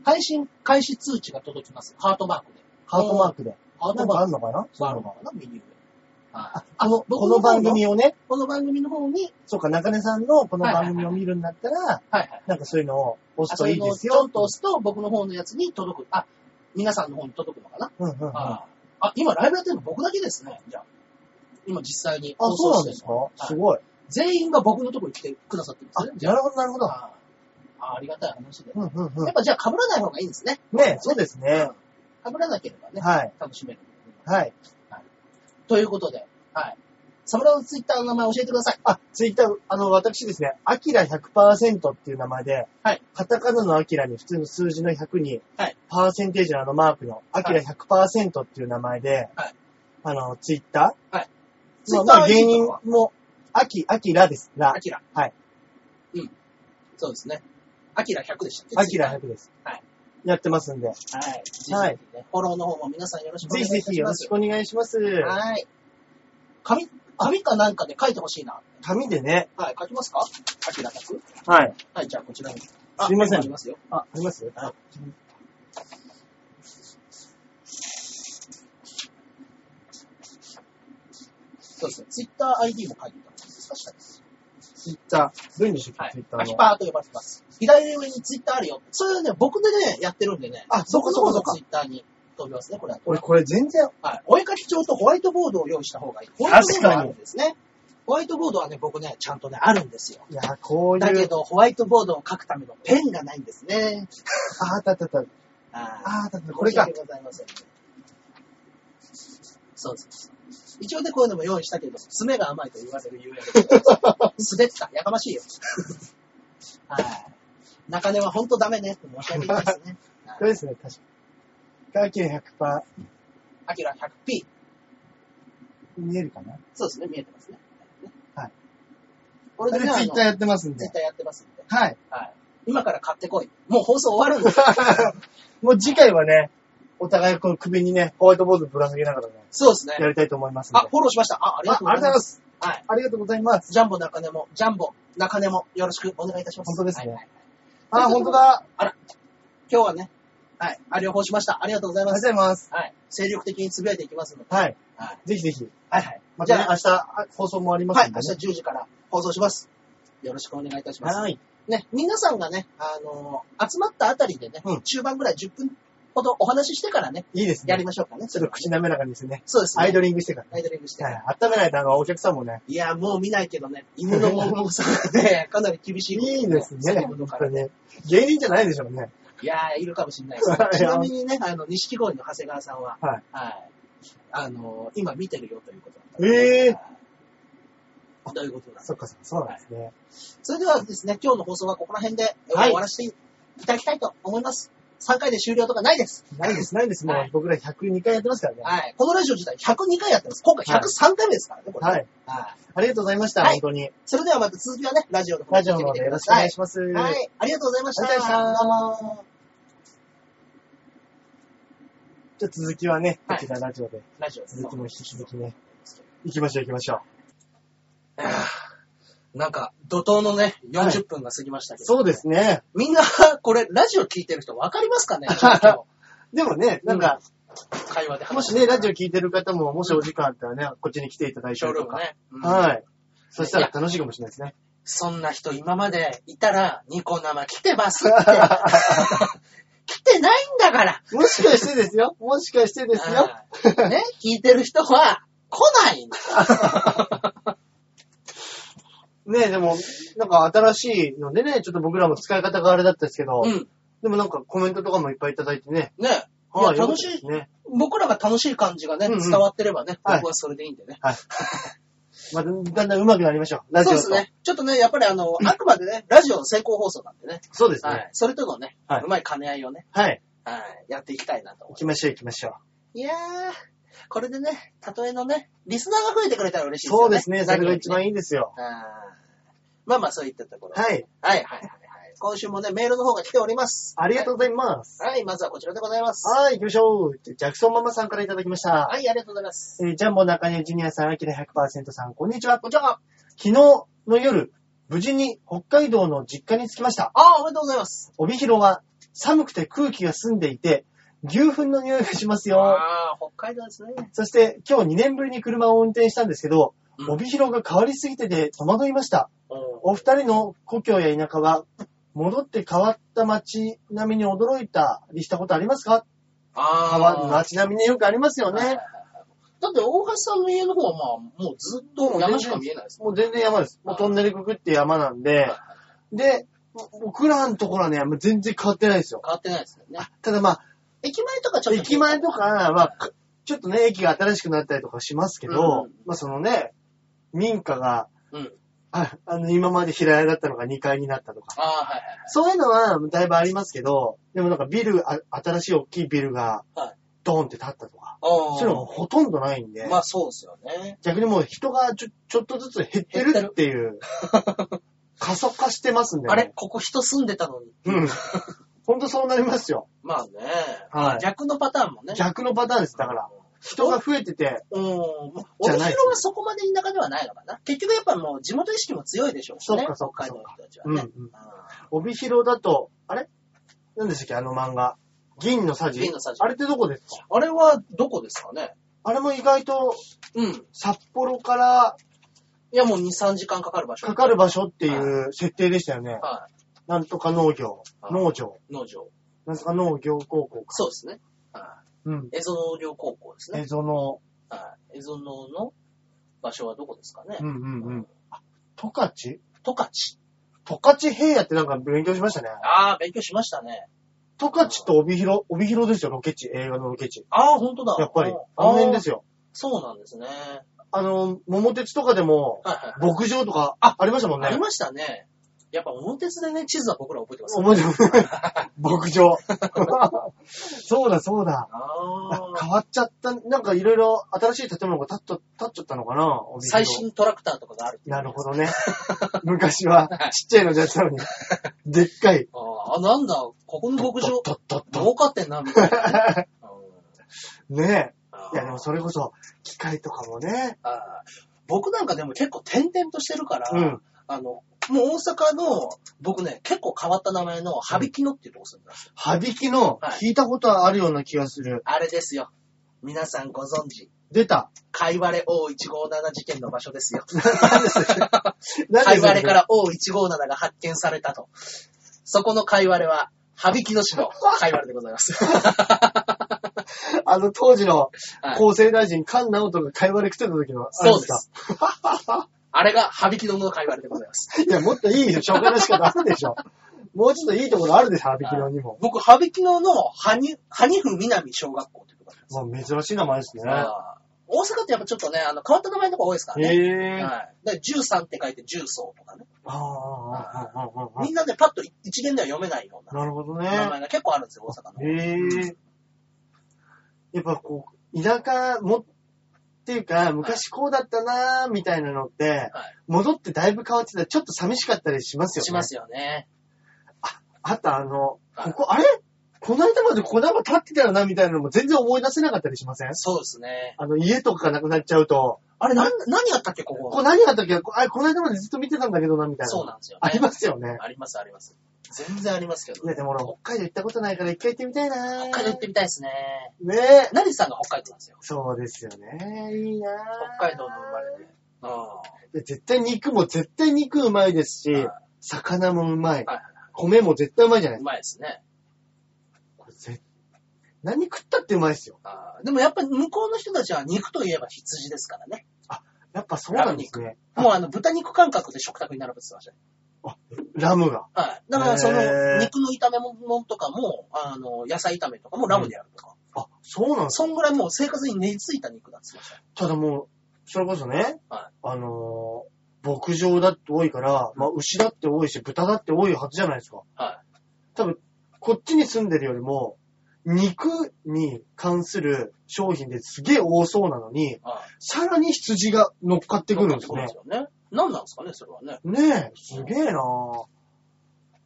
Speaker 2: 配信開始通知が届きます。ハートマークで。
Speaker 1: ハートマークで。
Speaker 2: ハート
Speaker 1: なん
Speaker 2: マ
Speaker 1: か
Speaker 2: ー
Speaker 1: あ
Speaker 2: ク
Speaker 1: んのかな
Speaker 2: があ
Speaker 1: そうい
Speaker 2: る
Speaker 1: うの
Speaker 2: の
Speaker 1: が
Speaker 2: かな、右上。はい
Speaker 1: あの、
Speaker 2: 僕
Speaker 1: この番組をね、
Speaker 2: この番組の方に、
Speaker 1: そうか、中根さんのこの番組を見るんだったら、
Speaker 2: はいはい。
Speaker 1: なんかそういうのを押
Speaker 2: あ
Speaker 1: すと
Speaker 2: そ
Speaker 1: い
Speaker 2: れ
Speaker 1: いで
Speaker 2: の
Speaker 1: す
Speaker 2: ちょ
Speaker 1: よ
Speaker 2: ん。と押すと、僕の方のやつに届く。あ、皆さんの方に届くのかな。
Speaker 1: うんうんうん。あ、
Speaker 2: ああ、今ライブやってるの僕だけですね。じゃあ。今実際に放
Speaker 1: そう
Speaker 2: 送
Speaker 1: なん
Speaker 2: して
Speaker 1: で
Speaker 2: る
Speaker 1: す
Speaker 2: の。
Speaker 1: か
Speaker 2: い
Speaker 1: すごい。
Speaker 2: 全員が僕のところに来てくださってるんです
Speaker 1: あ、
Speaker 2: ね。
Speaker 1: なるほど、なるほど。
Speaker 2: ああありがたい話で。
Speaker 1: うんうん
Speaker 2: や
Speaker 1: う
Speaker 2: っぱじゃあ被らない方がいいんですね。
Speaker 1: ん。ねそうですね。
Speaker 2: 被らなければね、
Speaker 1: はい。
Speaker 2: 楽しめる。
Speaker 1: はい。
Speaker 2: ということで、はい。サムラのツイッターの名前教えてください。
Speaker 1: あ、ツイッター、あの、私ですね、アキラ100%っていう名前で、
Speaker 2: はい
Speaker 1: カタカナのアキラに普通の数字の100に、
Speaker 2: はい
Speaker 1: パーセンテージのあのマークの、アキラ100%っていう名前で、
Speaker 2: はい
Speaker 1: あの、ツイッター、
Speaker 2: はい
Speaker 1: まあ、まあ、
Speaker 2: ツイッター
Speaker 1: 芸人も、アキ、アキラです。ラ
Speaker 2: ア。キラ。
Speaker 1: はい。
Speaker 2: うん。そうですね。アキラ100でしたっけ
Speaker 1: アキラ100です。
Speaker 2: はい
Speaker 1: やってますんで、
Speaker 2: ツイッターはい。ぜひ
Speaker 1: はい
Speaker 2: ぜひねフォローの方も皆さんよろしくお
Speaker 1: ぜ
Speaker 2: 願いいたしま
Speaker 1: ひぜ
Speaker 2: す。
Speaker 1: ひよろしくお願いします。
Speaker 2: はい。紙、紙かなんかで書いてほしいな。
Speaker 1: 紙でね、
Speaker 2: はい、書きますかアキラ100。
Speaker 1: はい。
Speaker 2: はい、じゃあこちらに。
Speaker 1: すいません
Speaker 2: ありますよ。
Speaker 1: あ、あります
Speaker 2: はいそうですね。ツイッター ID も書いていただけますか下に
Speaker 1: ツイッター。どういうんでしょう
Speaker 2: は
Speaker 1: か、
Speaker 2: い
Speaker 1: ツイッ。タ
Speaker 2: ア
Speaker 1: ー
Speaker 2: キ
Speaker 1: の。
Speaker 2: パーと呼ばれてます。左上にツイッターあるよ。それね、僕でね、やってるんでね。
Speaker 1: あそこそこ
Speaker 2: 僕の
Speaker 1: そ
Speaker 2: 方
Speaker 1: こ
Speaker 2: のツイッターに飛びますね、これは。
Speaker 1: 俺、これ全然、
Speaker 2: はい。お絵描き帳とホワイトボードを用意した方がいい。ホワイトボ
Speaker 1: 確
Speaker 2: ード
Speaker 1: かに
Speaker 2: はあるんですね。ホワイトボードはね、僕ね、ちゃんとね、あるんですよ。
Speaker 1: いや、こう
Speaker 2: だ
Speaker 1: い
Speaker 2: け
Speaker 1: う、
Speaker 2: ど、ホワイトボードを書くためのペンがないんですね。
Speaker 1: あーたたた、
Speaker 2: あ
Speaker 1: あーたた、これか
Speaker 2: 申し。訳ございませんそうです。一応ね、こういうのも用意したけど、爪が甘いと言われるゆえ に。滑った。やかましいよ。はい。中根は本当ダメねって申し訳ないですね。
Speaker 1: これですね、確かに。アキラ100%
Speaker 2: アキラ 100P。
Speaker 1: 見えるかな
Speaker 2: そうですね、見えてますね。
Speaker 1: はい。
Speaker 2: こ
Speaker 1: こ
Speaker 2: れで
Speaker 1: れツイ
Speaker 2: ね、あの
Speaker 1: ッターやってますん
Speaker 2: ツイ
Speaker 1: で
Speaker 2: ッ。ターやってますんで。
Speaker 1: はい。
Speaker 2: はい。今から買ってこい。もう放送終わるん です。
Speaker 1: もう次回はね、お互いこの首にね、ホワイトボードぶら下げながらね、
Speaker 2: そうですね
Speaker 1: や。りたいと思いますんで。
Speaker 2: あ、フォローしました。あ、ありがとうございます。
Speaker 1: す。
Speaker 2: はい。
Speaker 1: ありがとうございます。
Speaker 2: ジャンボ中根も、ジャンボ中根もよろしくお願いいたします。
Speaker 1: 本当ですね
Speaker 2: はいはい
Speaker 1: あ、本当だ。
Speaker 2: 今日はね、はい。あ、両方しました。ありがとうござい
Speaker 1: ありがとう
Speaker 2: ま
Speaker 1: ご
Speaker 2: す。
Speaker 1: ざいます。
Speaker 2: はい。精力的につぶやいていきますので。
Speaker 1: はい。
Speaker 2: はい。
Speaker 1: ぜひぜひ。
Speaker 2: はいはい。
Speaker 1: ま
Speaker 2: じ
Speaker 1: た
Speaker 2: ゃ
Speaker 1: ね、
Speaker 2: あ、
Speaker 1: 明日あ、放送もありま
Speaker 2: は
Speaker 1: す
Speaker 2: い。
Speaker 1: んで
Speaker 2: 明
Speaker 1: ね。
Speaker 2: 日10時から放送します。よろしくお願いいたします。
Speaker 1: はい。
Speaker 2: ね、皆さんがね、あのー集まったあたりでね、
Speaker 1: うん
Speaker 2: 中盤ぐらい10分ほどお話ししてからね、
Speaker 1: いいですね。
Speaker 2: やりましょうかね。
Speaker 1: ちょっと口滑らかにですね。
Speaker 2: そうですね。
Speaker 1: アイドリングしてからね。
Speaker 2: アイドリングして
Speaker 1: はい。温めないと、あの、お客さんもね、
Speaker 2: いや、もう見ないけどね、犬の盲 目さがね、かなり厳しい。
Speaker 1: いいですね。
Speaker 2: そういうこと
Speaker 1: 本
Speaker 2: か
Speaker 1: 当
Speaker 2: ら
Speaker 1: にね。芸人じゃないでしょうね。
Speaker 2: いやー、いるかもしれ ないですね
Speaker 1: いや。
Speaker 2: ちなみにね、あの、錦鯉の長谷川さんは、
Speaker 1: はい。
Speaker 2: あのー今見てるよということだったの
Speaker 1: ええー。
Speaker 2: はいということだ。
Speaker 1: そっかそっか、そうなんですね。
Speaker 2: それではですね、今日の放送はここら辺で、えー
Speaker 1: はい
Speaker 2: 終わらせていただきたいと思います。3回で終了とかないです。
Speaker 1: ないです、ないです。も
Speaker 2: は
Speaker 1: う
Speaker 2: い
Speaker 1: 僕ら102回やってますからね。
Speaker 2: はい。このラジオ自体102回やってます。今回103回目ですからね、これ。
Speaker 1: はい。
Speaker 2: はい。
Speaker 1: ありがとうございました、
Speaker 2: はい
Speaker 1: 本当に。
Speaker 2: それではまた続きはね、ラジオの方
Speaker 1: ラ
Speaker 2: で
Speaker 1: ジオ
Speaker 2: 聞い
Speaker 1: の
Speaker 2: てみ
Speaker 1: 方
Speaker 2: てく
Speaker 1: でよ
Speaker 2: だ
Speaker 1: ろしくお
Speaker 2: さ
Speaker 1: 願い
Speaker 2: い。
Speaker 1: します。
Speaker 2: はい。ありがとうございました。
Speaker 1: ありがとうございまし
Speaker 2: どう
Speaker 1: た
Speaker 2: も
Speaker 1: じゃあ続きはね、
Speaker 2: は
Speaker 1: こ
Speaker 2: い
Speaker 1: ちらラジオで、
Speaker 2: ラジオ
Speaker 1: 続きも引き続きね、行きましょう行きましょう。
Speaker 2: なんか、怒涛のね、40分が過ぎましたけど、
Speaker 1: そうですね。
Speaker 2: みんな、これ、ラジオ聞いてる人分かります かね
Speaker 1: でもね、なんか、
Speaker 2: 会話で
Speaker 1: も
Speaker 2: 話し。
Speaker 1: してね、ラジオ聞いてる方も、もしお時間あったらね、こっちに来ていただい
Speaker 2: シ
Speaker 1: た
Speaker 2: ョー
Speaker 1: り
Speaker 2: ルー
Speaker 1: と
Speaker 2: ム
Speaker 1: か。
Speaker 2: ね。うん
Speaker 1: はい。そしたら楽しいかもしれないですね。
Speaker 2: そんな人今までいたら、ニコ生来てます って。来てないんだから。
Speaker 1: もしかしてです よ。もしかしてですよ。
Speaker 2: うんね、聞いてる人は来ないんだ。
Speaker 1: ねでも、なんか新しいのでね、ちょっと僕らも使い方があれだったんですけど、
Speaker 2: うん。
Speaker 1: でもなんかコメントとかもいっぱいいただいてね。
Speaker 2: ね。いや、
Speaker 1: はい
Speaker 2: 楽しい。
Speaker 1: ね。
Speaker 2: 僕らが楽しい感じがね、
Speaker 1: うんうん
Speaker 2: 伝わってればね、
Speaker 1: はい
Speaker 2: 僕はそれでいいんでね。
Speaker 1: まあ、だんだん上手くなりましょう。ラジ
Speaker 2: そ
Speaker 1: オ
Speaker 2: う
Speaker 1: と。
Speaker 2: ですね。ちょっとね、やっぱりあの、あくまでね、ラジオの先行放送なんでね。
Speaker 1: そうですね。
Speaker 2: はい。それとのね、
Speaker 1: はいう
Speaker 2: まい兼ね合いをね、
Speaker 1: はい。
Speaker 2: はい、やっていきたいなと思
Speaker 1: 行
Speaker 2: い
Speaker 1: きましょう行きましょ
Speaker 2: ます。いやー、これでね、例えのね、リスナーが増えてくれたら嬉しいです
Speaker 1: そ
Speaker 2: よ
Speaker 1: う
Speaker 2: ね。
Speaker 1: ですね。それが一番いいんですよ。
Speaker 2: 何よりね。あーまあまあ、そういったところ。
Speaker 1: は
Speaker 2: は
Speaker 1: い。
Speaker 2: い、はい、はいはい。今週もね、メールの方が来ております。
Speaker 1: ありがとうございます。
Speaker 2: はい、まずはこちらでございます。は
Speaker 1: はい、行きましょう。ジャクソンママさんからいただきました。
Speaker 2: い、ありがとうございます。
Speaker 1: えージャンボ中根ジュニアさん、アキラ100%さん、こんにちは。
Speaker 2: こちらが、
Speaker 1: 昨日の夜、無事に北海道の実家に着きました。
Speaker 2: あー、おめでとうございます。
Speaker 1: 帯広は寒くて空気が澄んでいて、牛糞の匂いがしますよ。
Speaker 2: あー、北海道ですね。
Speaker 1: そして今日2年ぶりに車を運転したんですけど、
Speaker 2: うん
Speaker 1: 帯広が変わりすぎてて戸惑いました。お二人の故郷や田舎は、戻って変わった街並みに驚いたりしたことありますか変わる
Speaker 2: あ
Speaker 1: 街並みによくありますよ
Speaker 2: ー、はいはい
Speaker 1: ね
Speaker 2: は。いだって、大橋さんの家の方は、まあ、もうずっと山しか見えないです。
Speaker 1: もう全然山です。もうトンネルくくって山なんで、で、僕らのところはね、もう全然変わってないですよ。
Speaker 2: 変わってないですよね。
Speaker 1: ただまあ、
Speaker 2: 駅前とかちょっと。
Speaker 1: 駅前とかは、まあ、かちょっとね、駅が新しくなったりとかしますけ
Speaker 2: う
Speaker 1: ど、
Speaker 2: ん
Speaker 1: まあそのね、民家が、
Speaker 2: うん。
Speaker 1: ああの、今まで平屋だったのが2階になったとか、
Speaker 2: ああ、はいはい。
Speaker 1: そういうのはだいぶありますけど、でもなんかビル、あ新しい大きいビルが
Speaker 2: はい、
Speaker 1: ドーンって建ったとか、
Speaker 2: ああ。
Speaker 1: そういうのがほとんどないんで、
Speaker 2: まあそうですよね。
Speaker 1: 逆にもう人がちょちょっとずつ減ってるって いう、過疎化してますんで、ね。
Speaker 2: あれここ人住んでたのに。
Speaker 1: うん。ほんとそうなりますよ。
Speaker 2: まあね。
Speaker 1: はい
Speaker 2: 逆のパターンもね。
Speaker 1: 逆のパターンです。だから、人が増えてて、
Speaker 2: うん。
Speaker 1: じ
Speaker 2: 帯
Speaker 1: ゃ
Speaker 2: 広
Speaker 1: ないです
Speaker 2: はそこまで田舎ではないのかな。結局やっぱもう地元意識も強いでしょうしね。
Speaker 1: そっかそっか
Speaker 2: 北
Speaker 1: そ
Speaker 2: 海道
Speaker 1: っか
Speaker 2: の人たちはね。
Speaker 1: うんうん
Speaker 2: あ
Speaker 1: 帯広だと、あれ何でしたっけあの漫画。銀のさじ
Speaker 2: 銀のさじ
Speaker 1: あれってどこですか
Speaker 2: ーあれはどこですかね
Speaker 1: あれも意外と
Speaker 2: うん。い
Speaker 1: 札幌から
Speaker 2: やもう2、3時間かかる場所。
Speaker 1: かかる場所っていう設定でしたよね。
Speaker 2: は
Speaker 1: なんとか農業、
Speaker 2: はい
Speaker 1: 農場、
Speaker 2: い。農場。
Speaker 1: なんとか農業高校か。
Speaker 2: そうですね。はい
Speaker 1: うん。
Speaker 2: 蝦夷農業高校です
Speaker 1: え
Speaker 2: ね。
Speaker 1: その、
Speaker 2: はい。蝦夷農の場所はどこですかね
Speaker 1: うんうんうん。十勝
Speaker 2: 十勝。
Speaker 1: 十勝平野ってなんか勉強しましたね。
Speaker 2: ああ、勉強しましたね。
Speaker 1: 十勝と帯広、帯広ですよ、ロケ地、映画のロケ地。
Speaker 2: ああ、本当だ。
Speaker 1: やっぱり
Speaker 2: うん、
Speaker 1: あの辺ですよ。
Speaker 2: そうなんですね。はい
Speaker 1: あの、桃鉄とかでも、
Speaker 2: はいはい。
Speaker 1: 牧場とか、
Speaker 2: あ
Speaker 1: ありましたもんね
Speaker 2: あり。ましたね。やっぱ、桃鉄でね、地図は僕ら覚えてますね。
Speaker 1: 思い出も 牧場。 そうだ、そうだ。
Speaker 2: ああ。
Speaker 1: 変わっちゃった。なんかいろいろ新しい建物が建っと建っちゃったのかな帯広
Speaker 2: 最新トラクターとかがある。
Speaker 1: なるほどね。 昔はちっちゃいのじゃったのに、でっかい。
Speaker 2: ああ、なんだ、ここの牧場、
Speaker 1: とっとっとっ
Speaker 2: 儲かってんな、みたいなね。うん
Speaker 1: とね
Speaker 2: あ
Speaker 1: え。いや、でも
Speaker 2: ー
Speaker 1: それこそ、機械とかもね。
Speaker 2: あー僕なんかでも結構転々としてるから、
Speaker 1: うん。
Speaker 2: あの、もう大阪の、僕ね、結構変わった名前の、羽引きのっていうとこ住んでます。
Speaker 1: はびきの
Speaker 2: は、
Speaker 1: 聞いたことはあるような気がする。
Speaker 2: あれですよ。皆さんご存知、
Speaker 1: 出た。
Speaker 2: 貝割れ O157 事件の場所ですよ。
Speaker 1: な ん
Speaker 2: 貝
Speaker 1: でそ
Speaker 2: 割れから O157 が発見されたと。そこの貝割れは、羽引きの市の貝割れでございます。
Speaker 1: あの当時の
Speaker 2: はい
Speaker 1: 厚生大臣、菅直人が会話で食ってた時の、あ れ
Speaker 2: そう
Speaker 1: す
Speaker 2: で
Speaker 1: か
Speaker 2: す。あれが羽引きのの貝割れでございます。
Speaker 1: いや、もっといい紹介の仕方ある でしょ。もうちょっといいところあるでしょ、アビキロにも。
Speaker 2: 僕、羽引きのの羽に、羽にふ南小学校っていうところなんですよ。
Speaker 1: もう珍しい名前ですね。
Speaker 2: あー大阪ってやっぱちょっとね、あの、変わった名前のとこ多いですからね。
Speaker 1: へぇー。
Speaker 2: はい。で、13って書いて重曹とかね。
Speaker 1: あーあーあーあーあーあ
Speaker 2: みんなでパッと一元では読めないよう
Speaker 1: ー
Speaker 2: な
Speaker 1: なるほど
Speaker 2: 名
Speaker 1: ね。
Speaker 2: 前が結構あるんですよ、大阪の。
Speaker 1: へぇー。やっぱこう、田舎も、っていうか、昔こうだったなーみたいなのって、
Speaker 2: はい
Speaker 1: 戻ってだいぶ変わってたらちょっと寂しかったりしますよね。
Speaker 2: しますよね。
Speaker 1: あとあの、
Speaker 2: はい
Speaker 1: ここ、あれこの間までここなんか立ってたよなみたいなのも全然思い出せなかったりしません
Speaker 2: そうですね。
Speaker 1: あの、家とかなくなっちゃうと、
Speaker 2: あれ、なん、何やったっけ、ここ。
Speaker 1: これ何があったっけあれ、この間までずっと見てたんだけどな、みたいな。
Speaker 2: そうなんですよ、ね。
Speaker 1: ありますよね。
Speaker 2: あります、あります。全然ありますけど、
Speaker 1: いや、でも俺、北海道行ったことないから一回行ってみたいな
Speaker 2: 北海道行ってみたいですね。
Speaker 1: ねえ。
Speaker 2: 成田さんが北海道なんですよ。
Speaker 1: そうですよね。いいな
Speaker 2: 北海道の生まれで。あ
Speaker 1: で。絶対肉も、絶対肉うまいですし、
Speaker 2: はい
Speaker 1: 魚もうまい,、
Speaker 2: はい
Speaker 1: 米も絶対うまいじゃな
Speaker 2: あ、
Speaker 1: いうですか。
Speaker 2: まいですね。
Speaker 1: これ絶何食ったってうまいですよ。
Speaker 2: あーでもやっぱり向こうの人たちは肉といえば羊ですからね。
Speaker 1: やっぱそうなんですね。
Speaker 2: もうあの豚肉感覚で食卓に並べてましたね。
Speaker 1: ラムが。
Speaker 2: はい。だからその
Speaker 1: へー
Speaker 2: 肉の炒め物とかも、あの、野菜炒めとかもラムでやるとか。
Speaker 1: あ、そうなんです
Speaker 2: そんぐらいもう生活に根付いた肉だって言ってましたね。
Speaker 1: ただもう、それこそね、
Speaker 2: は
Speaker 1: あのー牧場だって多いから、まあ牛だって多いし、豚だって多いはずじゃないですか。
Speaker 2: は
Speaker 1: 多分、こっちに住んでるよりも、肉に関する商品ですげえ多そうなのに、
Speaker 2: ああ
Speaker 1: さらに羊が乗っかってくるんです
Speaker 2: そうで
Speaker 1: ね
Speaker 2: す。よね。何なんですかね、それはね。
Speaker 1: ねえ、すげえなぁ。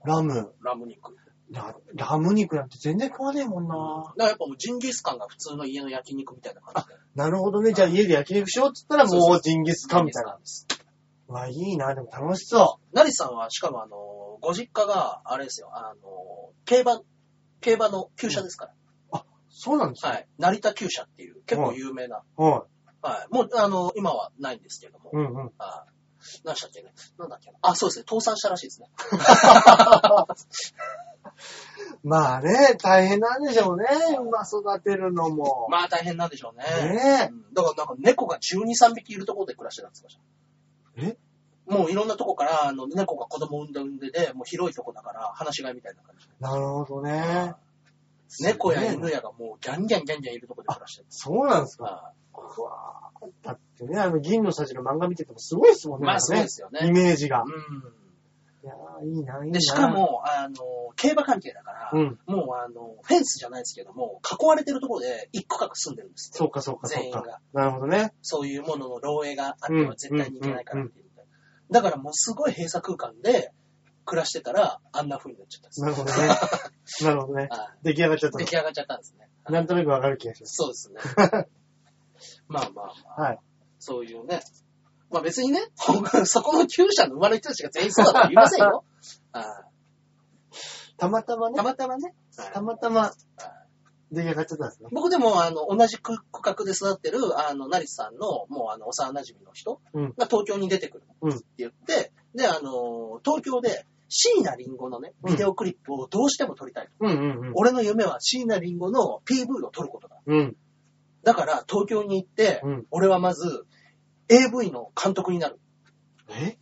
Speaker 1: ラム。
Speaker 2: ラム肉。
Speaker 1: ララム肉なんて全然食わねえもん
Speaker 2: だ
Speaker 1: な
Speaker 2: からやっぱもうジンギスカンが普通の家の焼肉みたいな感じで。
Speaker 1: なるほどね。じゃあ家で焼肉しようっつったら
Speaker 2: そうそう
Speaker 1: もうジンギスカンみたいな。
Speaker 2: です。
Speaker 1: うわ、いいなでも楽しそ
Speaker 2: なりさんは、しかもあの、ご実家が、あれですよ、あの、競馬、競馬の厩舎ですから。
Speaker 1: う。そうなんですよ。
Speaker 2: はい。成田厩舎っていう、結構有名な。
Speaker 1: は
Speaker 2: はい。もう、あの、今はないんですけども
Speaker 1: い。。うんうん。
Speaker 2: はい。何でしたっけね。なんだっけな。あ、そうですね。倒産したらしいですね。
Speaker 1: まあね、大変なんでしょうね。馬育てるのも。
Speaker 2: まあ大変なんでしょうね。
Speaker 1: ね
Speaker 2: うんだからなんか猫が12、3匹いるところで暮らしてたんですよ。
Speaker 1: え
Speaker 2: もういろんなとこから、あの、猫が子供産んだ産んでで、もう広いとこだから、放し飼いみたいな感じ。
Speaker 1: なるほどね。
Speaker 2: 猫や
Speaker 1: すげえ
Speaker 2: 犬やがもうギャンギャンギャンギャンいるとこで暮らしてるんです
Speaker 1: そうなんです
Speaker 2: よ。
Speaker 1: か。
Speaker 2: は
Speaker 1: うわぁだってね、あの、銀のさじの漫画見ててもすごいですもん
Speaker 2: い
Speaker 1: ね。
Speaker 2: まあ
Speaker 1: なんか
Speaker 2: そうですよ
Speaker 1: イ
Speaker 2: ね。
Speaker 1: メージ
Speaker 2: う
Speaker 1: が。いやーいいな、いい
Speaker 2: ん。
Speaker 1: な。
Speaker 2: で、しか、も、あの、競馬関係だから、
Speaker 1: うん。
Speaker 2: もうあの、フェンスじゃないですけども、囲われてるところで一区画住んでるんですよ
Speaker 1: そうか、そうか、そ
Speaker 2: 全
Speaker 1: う
Speaker 2: 員
Speaker 1: か。
Speaker 2: が。
Speaker 1: なるほどね。
Speaker 2: そういうものの漏洩があっては絶対にいけないからっていうみたいな。だからもうすごい閉鎖空間で暮らしてたら、あんな風になっちゃったんです
Speaker 1: な
Speaker 2: よ
Speaker 1: るほどね。 なるほどね。
Speaker 2: は
Speaker 1: 出来上がっちゃっ
Speaker 2: い
Speaker 1: た
Speaker 2: 出
Speaker 1: の
Speaker 2: 来。上がっちゃったんですね。
Speaker 1: なんとなくわかる気がします。
Speaker 2: そうで すね。まあまあまあ、
Speaker 1: はい。
Speaker 2: そういうね。まあ別にね、そこの旧社の生まれ人たちが全員そうだとは言いません よ。あ
Speaker 1: たまたま
Speaker 2: ーた
Speaker 1: ね。
Speaker 2: またまね。はい
Speaker 1: たまたま出来上がっちゃったんですね。
Speaker 2: 僕でも、あの、同じ区画で育ってる、あの、成瀬さんの、もう、あの、幼馴染の人
Speaker 1: うん
Speaker 2: が東京に出てくる
Speaker 1: うん
Speaker 2: って言って、で、あの、東京で、椎名林檎のね、ビデオクリップをどうしても撮りたいと。
Speaker 1: うんうん
Speaker 2: 俺の夢は椎名林檎の PV を撮ることだ。
Speaker 1: うん。うん。
Speaker 2: だから、東京に行って、
Speaker 1: うん
Speaker 2: 俺はまず、AV の監督になる。
Speaker 1: え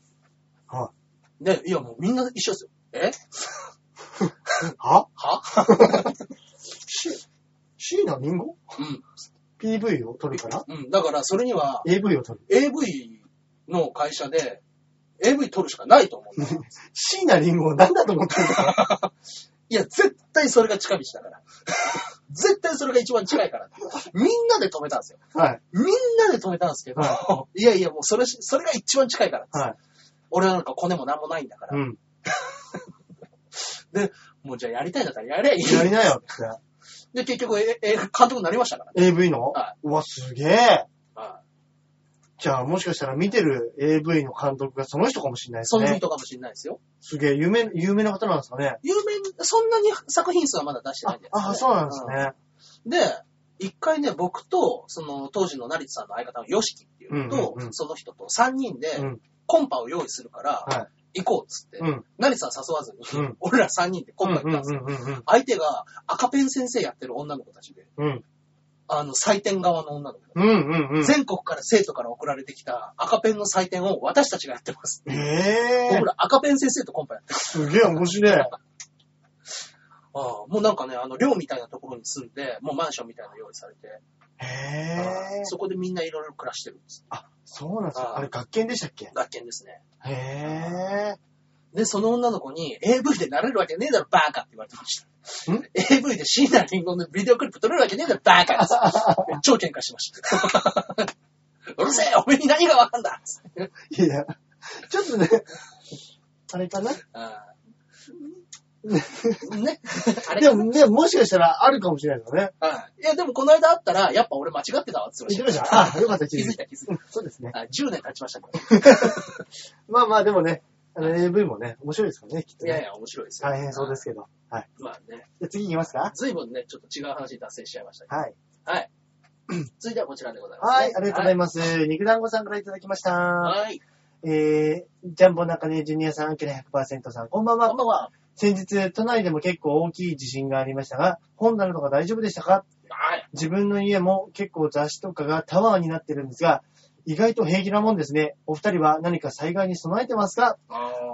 Speaker 1: は
Speaker 2: で、いや、もうみんな一緒ですよ。え
Speaker 1: い。は
Speaker 2: は
Speaker 1: シシーナリンゴ
Speaker 2: うん。
Speaker 1: ?PV を撮るから
Speaker 2: うん。だから、それには、
Speaker 1: ?AV を撮る。
Speaker 2: AV の会社で、AV 撮るしかないと思うんだよ。
Speaker 1: シーナリンゴを何だと思って るんだ
Speaker 2: いや、絶対それが近道だから。絶対それが一番近いから。みんなで止めたんですよ。
Speaker 1: はい。
Speaker 2: みんなで止めたんですけど、、
Speaker 1: はい
Speaker 2: やいや、もうそれし、それが一番近いからっつって
Speaker 1: はい。
Speaker 2: 俺なんかコネもなんもないんだから。
Speaker 1: うん。
Speaker 2: もうじゃあやりたいんだったらやれいい。
Speaker 1: やりなよって。
Speaker 2: で、結局、え、え、監督になりましたからね。
Speaker 1: AV の
Speaker 2: は
Speaker 1: うわ、すげえ。
Speaker 2: は
Speaker 1: じゃあ、もしかしたら見てる AV の監督がその人かもしれない
Speaker 2: い
Speaker 1: です
Speaker 2: その
Speaker 1: ね。
Speaker 2: 人かもしれないですよ。
Speaker 1: すげえ、有名、有名な方なんですかね。
Speaker 2: 有名、そんなに作品数はまだ出してないんじゃない
Speaker 1: あ、
Speaker 2: です
Speaker 1: そ
Speaker 2: か、
Speaker 1: うなんですね。
Speaker 2: ね。で、一回ね、僕と、その、当時の成田さんの相方のヨシキっていうのと、
Speaker 1: うんうんうん
Speaker 2: その人と3人で
Speaker 1: うん、
Speaker 2: コンパを用意するから、
Speaker 1: は
Speaker 2: 行こうっつって、
Speaker 1: うん。
Speaker 2: 成田さん誘わずに、
Speaker 1: うん
Speaker 2: 俺ら3人で今回行ったんですよ。
Speaker 1: うんうんうん
Speaker 2: 相手が赤ペン先生やってる女の子たちで、
Speaker 1: うん。
Speaker 2: あの、採点側の女の子。
Speaker 1: うんうんうんうん。
Speaker 2: 全国から生徒から送られてきた赤ペンの採点を私たちがやってます。
Speaker 1: ええ
Speaker 2: 僕ら赤ペン先生とコンパやってる。
Speaker 1: すげえ面白い。
Speaker 2: ああもうなんかね、あの、寮みたいなところに住んで、もうマンションみたいなの用意されて、
Speaker 1: へ
Speaker 2: あ
Speaker 1: え
Speaker 2: あ。そこでみんないろいろ暮らしてるんです。
Speaker 1: そうなんです
Speaker 2: あ
Speaker 1: か。
Speaker 2: あ
Speaker 1: あれ、学研でしたっけ
Speaker 2: 学研ですね。
Speaker 1: へえ。
Speaker 2: で、その女の子に AV でなれるわけねえだろ、バーカって言われてました。
Speaker 1: ん
Speaker 2: AV で椎名林檎のビデオクリップ撮れるわけねえだろ、バーカ って。超喧嘩してました。 うるせえおめえに何がわかんだつって
Speaker 1: いや、ちょっとね、あれかな
Speaker 2: あーね。あれ
Speaker 1: でも、でも、もしかしたらあるかもしれないですよね。
Speaker 2: はいいや、でもこの間会ったら、やっぱ俺間違ってたわって
Speaker 1: い
Speaker 2: 言
Speaker 1: き
Speaker 2: われて
Speaker 1: まし
Speaker 2: ました
Speaker 1: あ、よかった、
Speaker 2: 気づいた気づいた
Speaker 1: うんそうですね。
Speaker 2: た。あ10年経ちましたから。
Speaker 1: まあまあ、でもね、あの AV もね、面白いですからね、きっと
Speaker 2: いやい
Speaker 1: ね。
Speaker 2: や、面白いですよ。
Speaker 1: 大変そうですけど。はい。
Speaker 2: まあね、
Speaker 1: じゃあ次行きますか
Speaker 2: 随分ね、ちょっと違う話に脱線しちゃいましたけ
Speaker 1: はい。
Speaker 2: ど。はい。続いてはこちらでございます、
Speaker 1: はい、ありがとうござい
Speaker 2: ま
Speaker 1: ます。肉団子さんからいただきました。
Speaker 2: はい。
Speaker 1: えー、ジャンボ中根ジュニアさん、アキラ100%さん、こんばん
Speaker 2: こん
Speaker 1: は。
Speaker 2: ばんは。
Speaker 1: 先日、都内でも結構大きい地震がありましたが、本棚とか大丈夫でしたか
Speaker 2: はい。
Speaker 1: 自分の家も結構雑誌とかがタワーになってるんですが、意外と平気なもんですね。お二人は何か災害に備えてますか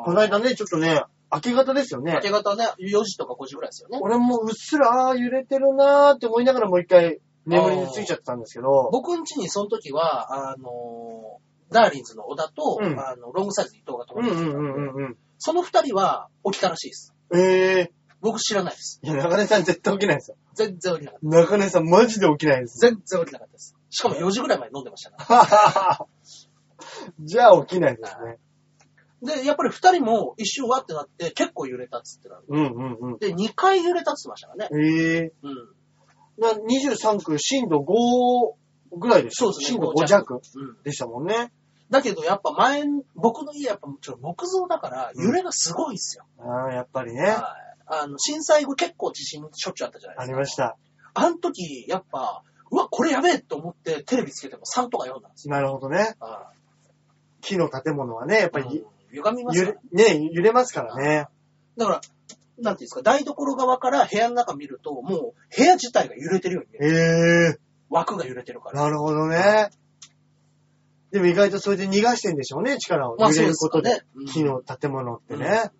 Speaker 1: この間ね、ちょっとね、明け方ですよね
Speaker 2: 明。け方ね、4時とか5時ぐらいですよね。
Speaker 1: 俺もうっすら、あー揺れてるなーって思いながらもう一回眠りについちゃったんですけど、
Speaker 2: 僕ん家にその時は、あのー、ダーリンズの小田と、
Speaker 1: うん
Speaker 2: あのロングサイズ伊藤が泊
Speaker 1: う
Speaker 2: ま
Speaker 1: ん
Speaker 2: っ
Speaker 1: う
Speaker 2: てきてたん
Speaker 1: ん
Speaker 2: で
Speaker 1: うんうんうん。
Speaker 2: その二人は起きたらしいです。
Speaker 1: えー、
Speaker 2: 僕知らないです。
Speaker 1: いや、中根さん絶対起きないですよ。
Speaker 2: 全然起きなかった。
Speaker 1: 中根さんマジで起きないです。
Speaker 2: 全然起きなかったです。しかも4時ぐらいまで飲んでましたか
Speaker 1: じゃあ起きないですね。
Speaker 2: ら。で、やっぱり2人も一瞬わってなって結構揺れたっつってたの
Speaker 1: うんうん
Speaker 2: で、2回揺れたっつってましたからね。
Speaker 1: うん。ええ
Speaker 2: うん。
Speaker 1: な、23区震度5ぐらいでし
Speaker 2: そう
Speaker 1: ょ
Speaker 2: ですね。
Speaker 1: 震度5弱
Speaker 2: うん。
Speaker 1: でしたもんね。
Speaker 2: だけどやっぱ前、僕の家やっぱちょっと木造だから揺れがすごいっすよ。
Speaker 1: ああ、やっぱりね。
Speaker 2: はい。あの、震災後結構地震しょっちゅうあったじゃないで
Speaker 1: あ
Speaker 2: す
Speaker 1: り
Speaker 2: か。
Speaker 1: ました。
Speaker 2: あの時、やっぱ、うわ、これやべえと思ってテレビつけても3とか4なんですよ。
Speaker 1: なるほどね。
Speaker 2: は
Speaker 1: 木の建物はね、やっぱ
Speaker 2: い。
Speaker 1: り、
Speaker 2: うん歪みます
Speaker 1: 揺
Speaker 2: から
Speaker 1: れ、ね、揺れますからね。
Speaker 2: だから、なんていうんですか、台所側から部屋の中見ると、もう部屋自体が揺れてるように見える。
Speaker 1: ええ
Speaker 2: 枠が揺れてるから。
Speaker 1: なるほどね。でも意外とそれで逃がしてんでしょうね、力を。
Speaker 2: まあ
Speaker 1: 揺れるこ
Speaker 2: そ
Speaker 1: と
Speaker 2: うで
Speaker 1: で、
Speaker 2: すかねうん
Speaker 1: 木の建物ってね。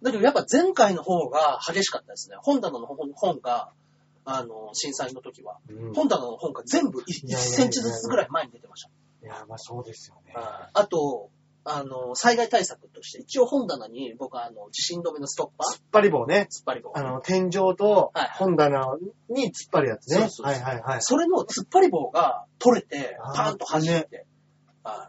Speaker 2: だけどやっぱ前回の方が激しかったですね。本棚の本本が、あの、震災の時は。
Speaker 1: うん
Speaker 2: 本棚の本が全部い
Speaker 1: いや
Speaker 2: 1
Speaker 1: いやいや
Speaker 2: センチずつぐらい前に出てました。
Speaker 1: いや、まあそうですよね。
Speaker 2: はいあと、あの、災害対策として、一応本棚に僕はあの、地震止めのストッパー、
Speaker 1: 突っ張り棒ね。
Speaker 2: 突っ張り棒。
Speaker 1: あの、天井と
Speaker 2: はい
Speaker 1: 本棚に突っ張るやつね。
Speaker 2: そうそう
Speaker 1: はい
Speaker 2: そう
Speaker 1: はいはい。
Speaker 2: それの突っ張り棒が取れて、
Speaker 1: あー
Speaker 2: パーンと弾いて。はい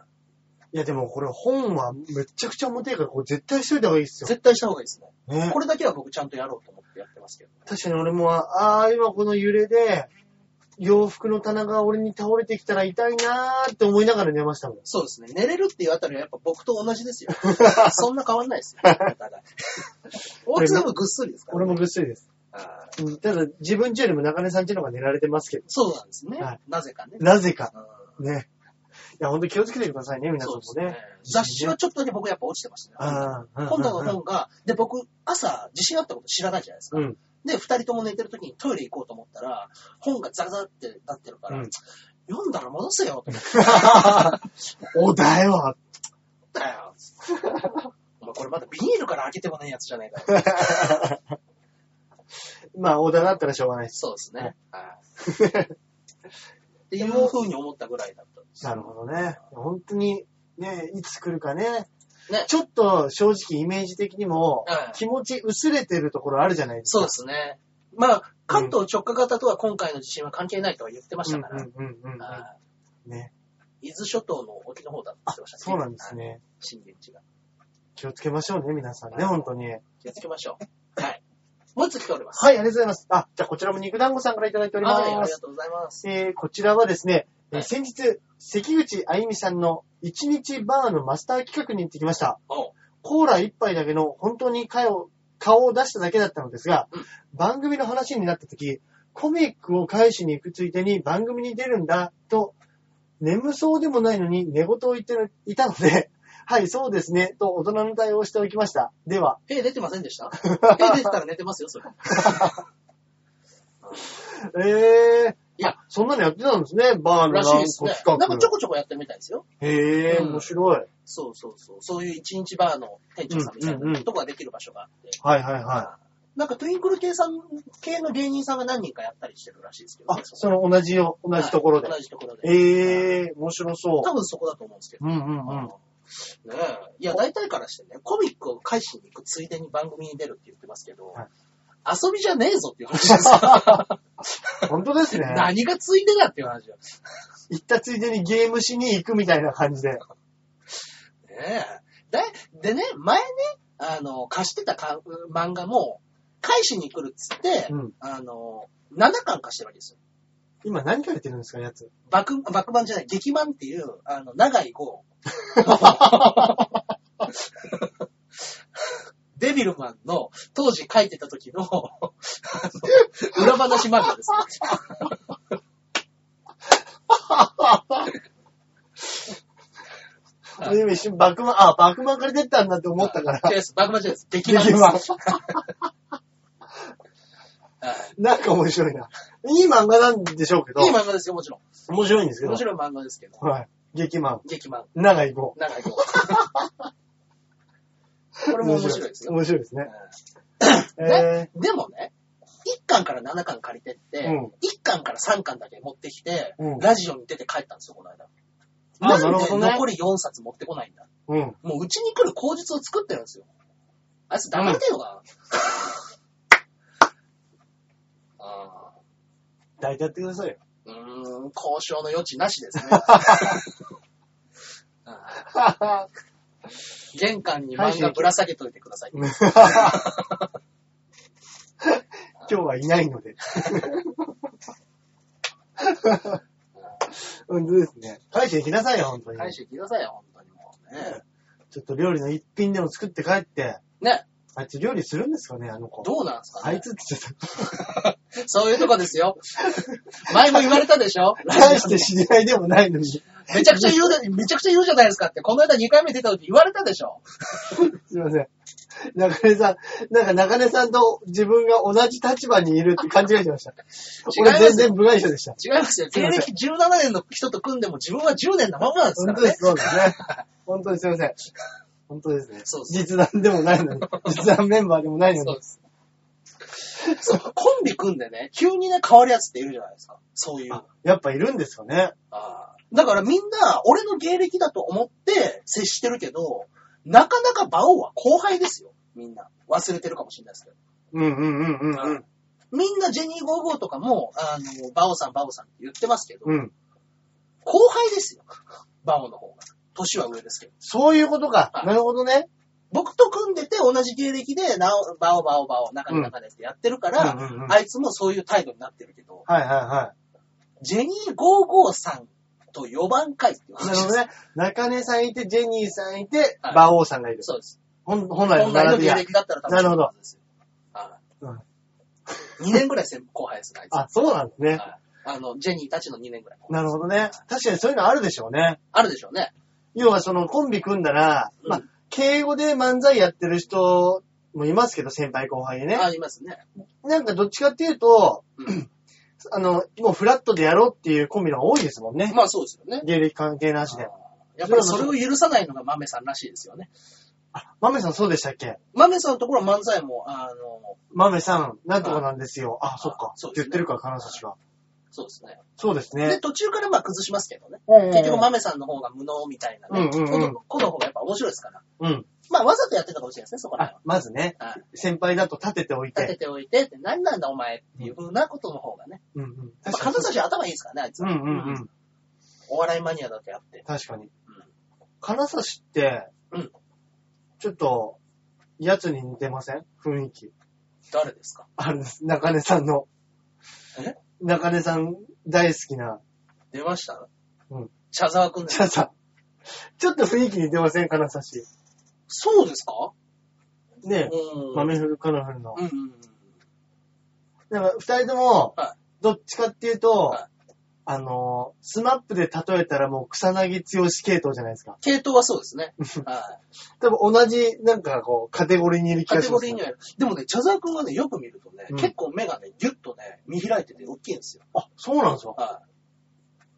Speaker 1: いやでもこれ本はめちゃくちゃ重たいから、これ絶対しといた方がいいっすよ。
Speaker 2: 絶対した方がいいですね。
Speaker 1: ね
Speaker 2: こ。れだけは僕ちゃんとやろうと思ってやってますけど。
Speaker 1: 確かに俺も、ああー、今この揺れで、洋服の棚が俺に倒れてきたら痛いなーって思いながら寝ましたもん。
Speaker 2: そうですね。寝れるっていうあたりはやっぱ僕と同じ ですよ。そんな変わんないですよ。お互い。大きさもぐっすりですから、
Speaker 1: 俺もぐっすりです。
Speaker 2: あー
Speaker 1: うんただ自分ちよりも中根さんちの方が寝られてますけど。
Speaker 2: そうなんですね。
Speaker 1: はい
Speaker 2: なぜかね。
Speaker 1: なぜか。
Speaker 2: う
Speaker 1: ね。いや、ほんと気をつけてくださいね、
Speaker 2: ん
Speaker 1: 皆さ
Speaker 2: そ
Speaker 1: んも
Speaker 2: うです
Speaker 1: ね。
Speaker 2: ね。雑誌はちょっとだけ僕やっぱ落ちてましたね。
Speaker 1: ああ、
Speaker 2: 本棚の本が、で、僕、朝、地震あったこと知らないじゃないですか。
Speaker 1: うん
Speaker 2: で、二人とも寝てる時にトイレ行こうと思ったら、本がザラザラってなってるから、
Speaker 1: うん
Speaker 2: 読んだら戻せよ、と 思っ
Speaker 1: おだよ
Speaker 2: たよ。お前これまだビニールから開けてもないやつじゃないか。
Speaker 1: まあ、おだだったらしょうがないです。
Speaker 2: そうですね。はいっていう風に思ったぐらいだったんです。
Speaker 1: なるほどね。本当に、ね、いつ来るかね。
Speaker 2: ね
Speaker 1: ちょっと正直イメージ的にも
Speaker 2: はい、
Speaker 1: 気持ち薄れてるところあるじゃないです
Speaker 2: そ
Speaker 1: か。
Speaker 2: うですね。まあ、関東直下型とは今回の地震は関係ないとは言ってましたから、
Speaker 1: うんうんうんうんう
Speaker 2: はい
Speaker 1: ん。ね。
Speaker 2: 伊豆諸島の沖の方だって言ってましたね。
Speaker 1: そうなんで
Speaker 2: は
Speaker 1: す
Speaker 2: い。
Speaker 1: ね。
Speaker 2: 震源地が。
Speaker 1: 気をつけましょうね、皆さん
Speaker 2: は
Speaker 1: ね、
Speaker 2: い
Speaker 1: 本当に。はい、
Speaker 2: 気をつけましょう。はい。もう一つ来ております。
Speaker 1: ありがとうございます。あ、じゃあこちらも肉団子さんからいただいております。
Speaker 2: はい、ありがとうございます。
Speaker 1: えーこちらはですね、えー
Speaker 2: はい
Speaker 1: 先日、関口あゆみさんの一日バーのマスター企画に行ってきました。
Speaker 2: おう
Speaker 1: コーラ一杯だけの本当に顔を顔を出しただけだったのですが、
Speaker 2: うん
Speaker 1: 番組の話になった時、コミックを返しに行くついでに番組に出るんだと、眠そうでもないのに寝言を言っていたので、 はい、そうですね、と大人の対応をしておきました。では、
Speaker 2: 手出てませんでした 手出てたら寝てますよ、それ。
Speaker 1: えー、
Speaker 2: いや、
Speaker 1: そんなのやってたんですね、バーの
Speaker 2: らしいですね
Speaker 1: 企。
Speaker 2: な
Speaker 1: 画。
Speaker 2: んかちょこちょこやってるみたいですよ。
Speaker 1: へー、
Speaker 2: うん
Speaker 1: 面白い。
Speaker 2: そうそうそう。そういう一日バーの店長さんみたい
Speaker 1: うんうんう
Speaker 2: なんとこができる場所があって。
Speaker 1: はいはいはい。
Speaker 2: なんかトゥインクル系さん、系の芸人さんが何人かやったりしてるらしいですけど
Speaker 1: あ
Speaker 2: ね、。
Speaker 1: その同じよ、同じところで。
Speaker 2: はい同じところで。え。
Speaker 1: ええー、面白そ
Speaker 2: 多
Speaker 1: う。
Speaker 2: 分そこだと思うんですけど。
Speaker 1: うんうんうん。
Speaker 2: ねえ。いや、大体からしてね、コミックを返しに行くついでに番組に出るって言ってますけど、
Speaker 1: はい
Speaker 2: 遊びじゃねえぞっていう話です よ
Speaker 1: 本当です ね。
Speaker 2: 何がついでだっていう話よ。
Speaker 1: 行ったついでにゲームしに行くみたいな感じで。
Speaker 2: ねえ。だでね、前ね、あの、貸してたか漫画も、返しに来るっつって、
Speaker 1: うん
Speaker 2: あの、7巻貸してるわけですよ。
Speaker 1: 今何書いてるんですか、やつ。
Speaker 2: 爆、爆版じゃない、劇版っていう、あの、長い号。デビルマンの当時書いてた時のあの裏話漫画ですね。はい
Speaker 1: 俺今一瞬、バクマン、あ、バクマンから出てたんだって思ったから。
Speaker 2: 違います。爆漫じゃないです。劇
Speaker 1: で
Speaker 2: 版
Speaker 1: き
Speaker 2: です。
Speaker 1: ます。
Speaker 2: はい
Speaker 1: なんか面白いな。いい漫画なんでしょうけど。
Speaker 2: いい漫画ですよ、もちろん。
Speaker 1: 面白いんですけど
Speaker 2: 面。白い漫画ですけど。
Speaker 1: はい。劇漫。
Speaker 2: 劇漫。
Speaker 1: 長い号。
Speaker 2: 長い号。これも面白いですよ。
Speaker 1: 面白いですね。
Speaker 2: うんね
Speaker 1: え
Speaker 2: でもね、1巻から7巻借りてって、
Speaker 1: うん
Speaker 2: 1巻から3巻だけ持ってきて、
Speaker 1: うん
Speaker 2: ラジオに出て帰ったんですよ、この間。
Speaker 1: あ
Speaker 2: なんで
Speaker 1: なるほどね
Speaker 2: 残り4冊持ってこないんだ。
Speaker 1: ー、うん。
Speaker 2: もううちに来る口実を作ってるんですよ。あいつ黙れてんのかな、
Speaker 1: 抱いてやってくださいよ。
Speaker 2: うーん、交渉の余地なしですね。うん玄関に漫画ぶら下げといてください。
Speaker 1: 今日はいない ので。本当ですね。返していきなさいよ、本当に。
Speaker 2: 返してきなさいよ、本当にもうね。
Speaker 1: ちょっと料理の一品でも作って帰って。
Speaker 2: ね。
Speaker 1: あいつ料理するんですかね、あの子。
Speaker 2: どうなんですか
Speaker 1: あ
Speaker 2: ね
Speaker 1: いつって言っちゃっ
Speaker 2: そういうとこですよ。前も言われたでしょ
Speaker 1: た。返して知り合いでもないのに。
Speaker 2: めちゃくちゃ言うで、めちゃくちゃ言うじゃないですかって、この間2回目出た時言われたでしょ
Speaker 1: すいません。中根さん、なんか中根さんと自分が同じ立場にいるって勘違いしました。
Speaker 2: 違いま
Speaker 1: 俺
Speaker 2: すよ
Speaker 1: 全然部外者でした。
Speaker 2: 違いますよ。
Speaker 1: すい
Speaker 2: 経
Speaker 1: ません
Speaker 2: 歴17年の人と組んでも自分は10年なままなんですか
Speaker 1: 本
Speaker 2: ら
Speaker 1: 当で
Speaker 2: ね
Speaker 1: す、。そうですね。本当にすいません。本当ですね。
Speaker 2: そうそう
Speaker 1: 実弾でもないのに、実弾メンバーでもないの
Speaker 2: そう
Speaker 1: に
Speaker 2: で。す。そう、コンビ組んでね、急にね、変わるやつっているじゃないですか。そういう。
Speaker 1: あやっぱいるんですかね。
Speaker 2: あーだからみんな、俺の芸歴だと思って接してるけど、なかなか馬王は後輩ですよ。みんな。忘れてるかもしれないですけど。
Speaker 1: うんうんうんうんうん。
Speaker 2: みんなジェニー55とかも、あの、馬王さん馬王さんって言ってますけど、
Speaker 1: うん。
Speaker 2: 後輩ですよ。馬王の方が。年は上ですけど。
Speaker 1: そういうことか。
Speaker 2: はい
Speaker 1: なるほどね。
Speaker 2: 僕と組んでて同じ芸歴で、なお、バオバオバオ、中々ですってやってるから、
Speaker 1: うんうんうん
Speaker 2: あいつもそういう態度になってるけど、
Speaker 1: はいはいは
Speaker 2: ジェニー55さんと4番会っていう
Speaker 1: い。
Speaker 2: 話で
Speaker 1: なる
Speaker 2: す
Speaker 1: ほどね。中根さんいて、ジェニーさんいて、
Speaker 2: はい
Speaker 1: 馬王さんがいる。
Speaker 2: そうです。
Speaker 1: 本本来の
Speaker 2: 本来の
Speaker 1: 並び
Speaker 2: 芸
Speaker 1: や。
Speaker 2: 歴だったら多分
Speaker 1: なるほど
Speaker 2: そうですよ。2年ぐらい先後輩ですね、あいつ。
Speaker 1: あ、そうなんですね。
Speaker 2: はいあの、ジェニーたちの2年ぐらい。
Speaker 1: なるほどね。確かにそういうのあるでしょうね。
Speaker 2: あるでしょうね。
Speaker 1: 要はそのコンビ組んだら、
Speaker 2: うん
Speaker 1: まあ、敬語で漫才やってる人もいますけど、先輩後輩でね。
Speaker 2: ありますね。
Speaker 1: なんかどっちかっていうと、
Speaker 2: うん
Speaker 1: あの、もうフラットでやろうっていうコンビの方が多いですもんね。
Speaker 2: まあそうですよね。
Speaker 1: 芸歴関係なしで。
Speaker 2: やっぱりそれを許さないのがマメさんらしいですよね。
Speaker 1: マメさんそうでしたっけ
Speaker 2: マメさんのところは漫才も、あの、
Speaker 1: マメさん、なんとかなんですよ。あ、そっか。
Speaker 2: そうですね
Speaker 1: 言ってるから、金指が。
Speaker 2: そうですね。
Speaker 1: そうです
Speaker 2: で、
Speaker 1: ね。
Speaker 2: 途中からまあ崩しますけどね。
Speaker 1: 結
Speaker 2: 結局、マメさんの方が無能みたいなね。
Speaker 1: うんうんうん
Speaker 2: この子の方がやっぱ面白いですから。
Speaker 1: うん。
Speaker 2: まあ、わざとやってたかもしれないですね、そこら
Speaker 1: あ、まずね、
Speaker 2: 辺は。はい
Speaker 1: 先輩だと立てておい
Speaker 2: 立て
Speaker 1: て。
Speaker 2: ておいてって、何なんだお前っていう風なことの方がね。
Speaker 1: うんうん。
Speaker 2: まあ、
Speaker 1: 確かに
Speaker 2: 金。指頭いいですからね、あいつ
Speaker 1: う
Speaker 2: は。
Speaker 1: んうんうん。
Speaker 2: お笑いマニアだとやって。
Speaker 1: 確かに。金指って
Speaker 2: うん、
Speaker 1: ちょっと、やつに似てません雰囲気。
Speaker 2: 誰ですか
Speaker 1: あるんです。中根さんの。
Speaker 2: え
Speaker 1: 中根さん大好きな、
Speaker 2: 出ました
Speaker 1: うん。
Speaker 2: 茶沢くんです
Speaker 1: チャ。さん。ちょっと雰囲気似てません金指。
Speaker 2: そうですか
Speaker 1: ね
Speaker 2: うん。
Speaker 1: 豆フルカラフルの。
Speaker 2: うんうんうん。
Speaker 1: なんか、二人とも
Speaker 2: は、
Speaker 1: どっちかっていうと
Speaker 2: はい、
Speaker 1: あのー、スマップで例えたらもう草薙強し系統じゃないですか。
Speaker 2: 系統はそうですね。 はい。
Speaker 1: 多分同じ、なんかこう、カテゴリーにいる気
Speaker 2: カ
Speaker 1: が
Speaker 2: テ
Speaker 1: し
Speaker 2: ゴ
Speaker 1: ます、
Speaker 2: リーに
Speaker 1: ね。
Speaker 2: はでもね、茶沢くんはね、よく見るとね、
Speaker 1: うん
Speaker 2: 結構目がね、ギュッとね、見開いてて大きいんですよ。
Speaker 1: あ、そうなんですか。
Speaker 2: はい。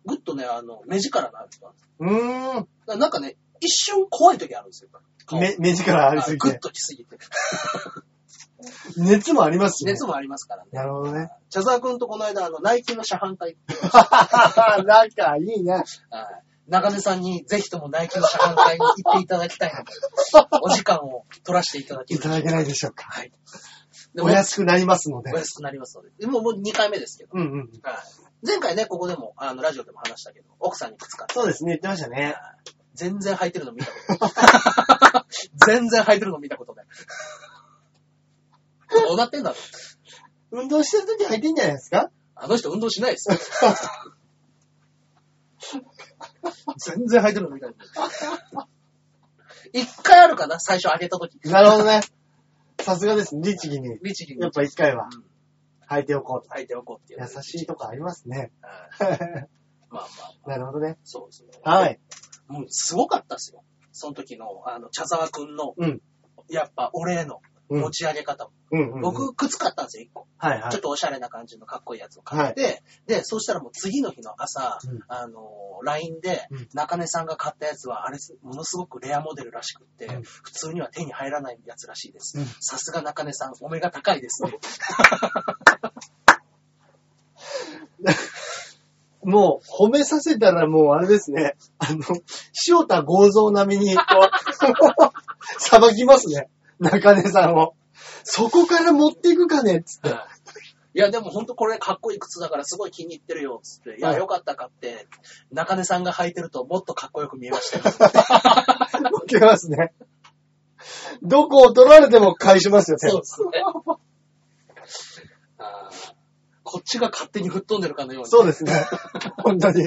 Speaker 2: ぐっとね、あの、目力がある人なんですよ
Speaker 1: う
Speaker 2: だ
Speaker 1: ーん。
Speaker 2: からなんかね、一瞬怖い時あるんですよ。顔
Speaker 1: 目、目力ありすぎ
Speaker 2: グッ
Speaker 1: て。
Speaker 2: ときすぎて。
Speaker 1: 熱もありますし、ね。
Speaker 2: 熱もありますからね。
Speaker 1: なるほどね。
Speaker 2: 茶沢くんとこの間、あの、内勤の車販会。
Speaker 1: なんかいいな。
Speaker 2: はい中根さんにぜひとも内勤の車販会に行っていただきたい ので、お時間を取らせていただき
Speaker 1: いただけないでしょうか。
Speaker 2: はい。でも
Speaker 1: お
Speaker 2: お安
Speaker 1: 安くなりますので。
Speaker 2: くなりますので。でもうもう2回目ですけど。
Speaker 1: うんうん。
Speaker 2: はい。前回ね、ここでも、あの、ラジオでも話したけど、奥さんにぶつかって。
Speaker 1: そうですね、言ってましたね。
Speaker 2: 全然履いてるの見た ことない。全然履いてるの見たことない。どうなってんだろう。
Speaker 1: 運動してる時履いてんじゃないですか
Speaker 2: あの人運動しないですよ。全然履いてるのみたいな。一回あるかな最初上げた時。
Speaker 1: なるほどね。 さすがです、律儀に。
Speaker 2: 律儀に。
Speaker 1: やっぱ一回は
Speaker 2: うん
Speaker 1: 履いておこうと。
Speaker 2: 履いておこうっていう。
Speaker 1: 優しいとこありますね。
Speaker 2: うん。まあまあ、
Speaker 1: なるほどね。
Speaker 2: そうですね。
Speaker 1: はい。
Speaker 2: もうすごかったですよ。その時の、あの、茶沢くんの、
Speaker 1: うん
Speaker 2: やっぱお礼の
Speaker 1: うん
Speaker 2: 持ち上げ方も。
Speaker 1: うんうん。
Speaker 2: 僕、靴買ったんですよ、一個。
Speaker 1: はいは
Speaker 2: ちょっ
Speaker 1: い。
Speaker 2: とおしゃれな感じのかっこいいやつを買って、で、そうしたらもう次の日の朝、
Speaker 1: うん
Speaker 2: あのー、LINE で
Speaker 1: うん、
Speaker 2: 中根さんが買ったやつは、あれす、ものすごくレアモデルらしくって、
Speaker 1: うん
Speaker 2: 普通には手に入らないやつらしいです
Speaker 1: うん。
Speaker 2: さすが中根さん、お目が高いです ね。
Speaker 1: もう、褒めさせたらもうあれですね。あの、塩田合造並みに、こう、 さばきますね。中根さんを。そこから持っていくかねっつって。
Speaker 2: いいや、でも本当これかっこいい靴だからすごい気に入ってるよ、つって。いや、
Speaker 1: はい
Speaker 2: よかったかって、中根さんが履いてるともっとかっこよく見えましたよ。
Speaker 1: 負けますね。どこを取られても返しますよね。
Speaker 2: そうですね。 あーこっちが勝手に吹っ飛んでるかのように。
Speaker 1: そうですね。本当に。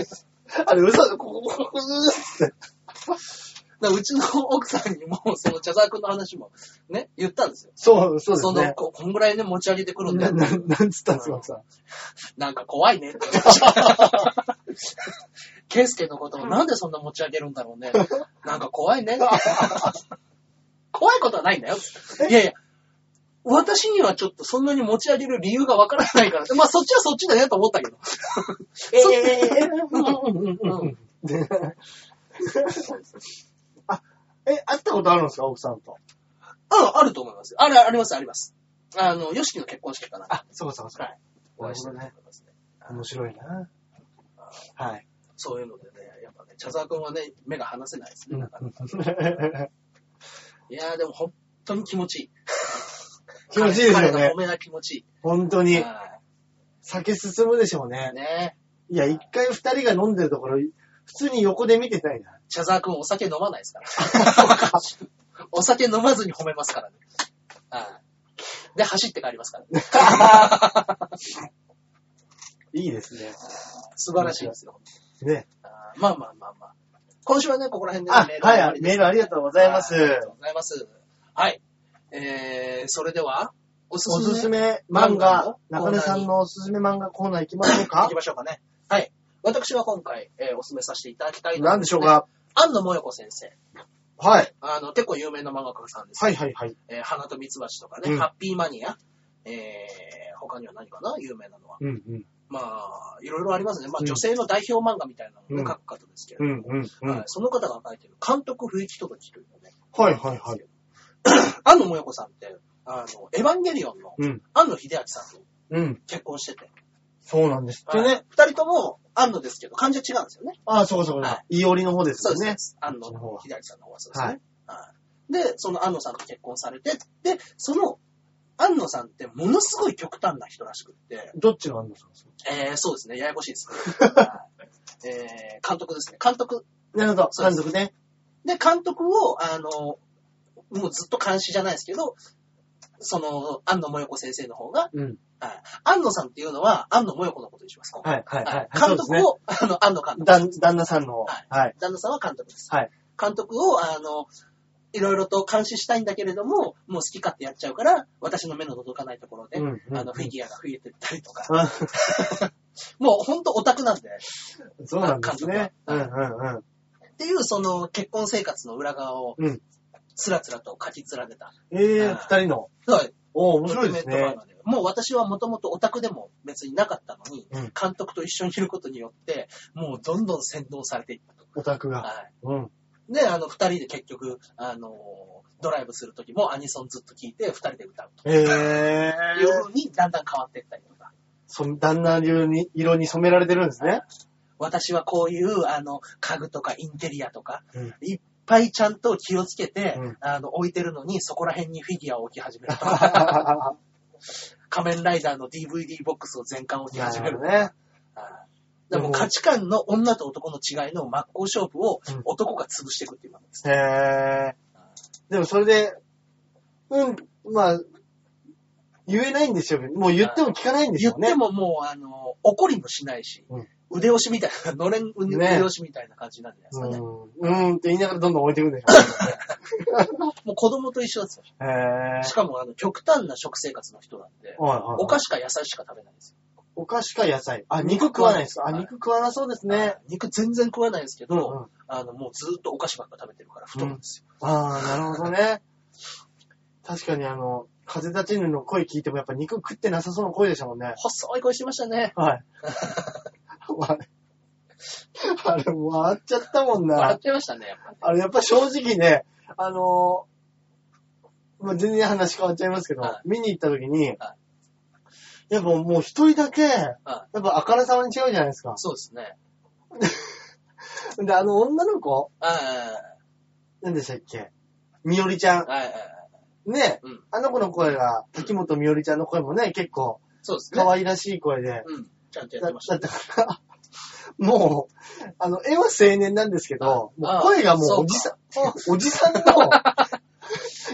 Speaker 1: あれ、嘘、ここ、ここ、うーって。
Speaker 2: だからうちの奥さんにも、その茶沢くんの話もね、言ったんですよ。
Speaker 1: そう、そうで
Speaker 2: そ
Speaker 1: す
Speaker 2: の
Speaker 1: ね。
Speaker 2: こ、こんぐらいね、持ち上げてくるんだ
Speaker 1: な、
Speaker 2: よ。
Speaker 1: ななんつったんですか、奥さん。
Speaker 2: なんか怖 いねって言われました。ケイスケのことをなんでそんな持ち上げるんだろう ね。なんか怖いねって。怖いことはないんだよ。いやいや、私にはちょっとそんなに持ち上げる理由がわからないから。まあそっちはそっちだねと思ったけど。そ
Speaker 1: え
Speaker 2: うん
Speaker 1: え、え、会ったことあるんですか、奥さんと。
Speaker 2: うん、あると思います。ある、あります、あります。あの、ヨシキの結婚式かな。
Speaker 1: あ、そうかそうかそうか。
Speaker 2: はいお会いしたと思いますね。
Speaker 1: 面白いな。 はい。
Speaker 2: そういうのでね、やっぱね、茶沢くんはね、目が離せないですね、なかなかいやーでも本当に気持ちいい。
Speaker 1: 気持ちいいですよ
Speaker 2: 彼の
Speaker 1: ね
Speaker 2: 褒。めが気持ちいい。
Speaker 1: 本当に。
Speaker 2: は
Speaker 1: 酒進むでしょうね
Speaker 2: い。ね
Speaker 1: いや、一回二人が飲んでるところ、普通に横で見てたいな。
Speaker 2: 茶沢くんお酒飲まないですから。 お酒飲まずに褒めますからね。はいで、走って帰りますからね。
Speaker 1: いいですね。
Speaker 2: 素晴らしいですよ。
Speaker 1: ね。
Speaker 2: あーまあまあまあまあ。今週はね、ここら辺でね、
Speaker 1: あ、は
Speaker 2: 終わり
Speaker 1: い、
Speaker 2: です
Speaker 1: メールありがとうございます
Speaker 2: は。ありがとうございます。はい。えー、それでは、おす
Speaker 1: お
Speaker 2: すめ。
Speaker 1: すすめ漫画、
Speaker 2: 漫画の
Speaker 1: 中根さんのおすすめ漫画コーナー行きましょ
Speaker 2: 行
Speaker 1: う か
Speaker 2: きましょうかね。はい。私は今回、えーおすすめさせていただきたいのは
Speaker 1: 何でしょうか
Speaker 2: 安野もよこ先生。
Speaker 1: はい。
Speaker 2: あの、結構有名な漫画家さんです。
Speaker 1: はいはいはい。
Speaker 2: えー花と蜜蜂とかね、
Speaker 1: うん
Speaker 2: ハッピーマニア。えー、他には何かな有名なのは。
Speaker 1: うんうん。
Speaker 2: まあ、いろいろありますね。まあ、
Speaker 1: うん
Speaker 2: 女性の代表漫画みたいなのをね
Speaker 1: うん
Speaker 2: 書く方ですけれど
Speaker 1: うん
Speaker 2: も、
Speaker 1: うんうん。
Speaker 2: はいその方が書いてる、監督不意気届きというのね、
Speaker 1: はいはいはい。
Speaker 2: 安野もよこさんって、あの、エヴァンゲリオンの
Speaker 1: うん。
Speaker 2: 安野秀明さんと
Speaker 1: うん。
Speaker 2: 結婚してて。
Speaker 1: そうなんです。
Speaker 2: で
Speaker 1: でね。
Speaker 2: ね、二人とも安野ですけど、感じは違うんですよね。
Speaker 1: あ、そうかそう
Speaker 2: は
Speaker 1: か。いおりの方です
Speaker 2: そう
Speaker 1: よ
Speaker 2: ですね
Speaker 1: ね。。
Speaker 2: 安
Speaker 1: そっちの方
Speaker 2: 野
Speaker 1: は
Speaker 2: 秀明さんの方はそうですね。はいで、その安野さんと結婚されて、で、その安野さんってものすごい極端な人らしくって、
Speaker 1: どっちがあるんですか
Speaker 2: えー、そうですね、ややこしいです。はいえー、監督ですね、監督。
Speaker 1: なるほど。
Speaker 2: そうです
Speaker 1: 監督ね。
Speaker 2: で、監督を、あの、もうずっと監視じゃないですけど、その、安野もよこ先生の方が、
Speaker 1: うん。
Speaker 2: はい安野さんっていうのは安野もよこのことにします。ここ
Speaker 1: はいはいはい。
Speaker 2: 監督
Speaker 1: そう
Speaker 2: を、あの、安野監督。
Speaker 1: ですね。旦旦那さんの。
Speaker 2: はい
Speaker 1: はい。
Speaker 2: 旦那さんは監督です。
Speaker 1: はい
Speaker 2: 監督を、あの、いろいろと監視したいんだけれども、もう好き勝手やっちゃうから、私の目の届かないところで、
Speaker 1: うんうんうん
Speaker 2: あの、フィギュアが増えてったりとか、
Speaker 1: あ
Speaker 2: もうほんとオタクなんで、
Speaker 1: そうなんですね。う
Speaker 2: 監
Speaker 1: んう
Speaker 2: 督
Speaker 1: ん
Speaker 2: っていうその結婚生活の裏側を、
Speaker 1: うん。うん。
Speaker 2: つらつらと書き連ねた。
Speaker 1: ええ、
Speaker 2: あ
Speaker 1: 二人の。
Speaker 2: はい。
Speaker 1: おー面白いです
Speaker 2: ドキュメン
Speaker 1: ね
Speaker 2: ト。漫画でもう私はもともとオタクでも別になかったのに、
Speaker 1: うん
Speaker 2: 監督と一緒にいることによって、もうどんどん洗脳されていったと。
Speaker 1: オタクが。
Speaker 2: はい。
Speaker 1: うん。
Speaker 2: で、あの、二人で結局、あの、ドライブするときもアニソンずっと聴いて、二人で歌う
Speaker 1: ええ
Speaker 2: という風にだんだん変わっていったりとか。
Speaker 1: その旦那流に、色に染められてるんですね。
Speaker 2: 私はこういう、あの、家具とかインテリアとか、
Speaker 1: うん
Speaker 2: いっぱいちゃんと気をつけて、
Speaker 1: うん
Speaker 2: あの、置いてるのに、そこら辺にフィギュアを置き始めるとか、 仮面ライダーの DVD ボックスを全巻置き
Speaker 1: な
Speaker 2: 始める
Speaker 1: るほど。ね。
Speaker 2: あーでも価値観の女と男の違いの真っ向勝負を
Speaker 1: うん
Speaker 2: 男が潰していくっていう漫画です。
Speaker 1: へえ。でもそれで、うん、まあ、言えないんですよ。もう言っても聞かないんです
Speaker 2: 言っ
Speaker 1: よ
Speaker 2: て
Speaker 1: ね。
Speaker 2: ももう、あの、怒りもしないし、
Speaker 1: うん
Speaker 2: 腕押しみたいな、のれん腕
Speaker 1: ね
Speaker 2: 押しみたいな感じなんじゃないですかね。
Speaker 1: うん、うんって言いながらどんどん置いていくんでし ょうね。
Speaker 2: もう子供と一緒ですよ。
Speaker 1: へえ。
Speaker 2: しかも、あの、極端な食生活の人なんで、
Speaker 1: はいはい
Speaker 2: お菓子か野菜しか食べないんですよ。
Speaker 1: お菓子か野菜。あ、肉食わないですかあ、
Speaker 2: はい
Speaker 1: 肉食わなそうですね。
Speaker 2: 肉全然食わないんですけ
Speaker 1: う
Speaker 2: ど、
Speaker 1: ん
Speaker 2: あの、もうずっとお菓子ばっか食べてるから太るんですよ。
Speaker 1: ああ、なるほどね。確かにあの、風立ちぬの声聞いてもやっぱ肉食ってなさそうな声でしたもんね。
Speaker 2: 細い声してましたね。
Speaker 1: はい。はい あれ、笑っちゃったもん
Speaker 2: 笑っ
Speaker 1: な。
Speaker 2: ちゃいましたね、やっぱり
Speaker 1: あれ、やっぱ正直ね、あのーまあ、全然話変わっちゃいますけど、
Speaker 2: は
Speaker 1: 見に行った時に、
Speaker 2: は
Speaker 1: やっぱもう一人だけ、
Speaker 2: い
Speaker 1: やっぱあからさまに違うじゃないですか。
Speaker 2: そうですね。
Speaker 1: で、あの女の子、
Speaker 2: あ
Speaker 1: 何でしたっけみおりちゃ
Speaker 2: あ、はいはいはい。
Speaker 1: ん。ね、
Speaker 2: うん
Speaker 1: あの子の声が、滝本みおりちゃんの声もね、結構、
Speaker 2: そうですね
Speaker 1: 可。愛らしい声で。
Speaker 2: うん。ちゃんとやって
Speaker 1: だ
Speaker 2: ました。
Speaker 1: だから、 もう、あの、絵は青年なんですけど、
Speaker 2: あ
Speaker 1: もう声がも
Speaker 2: あそうか
Speaker 1: うおじさん、おじさ んの、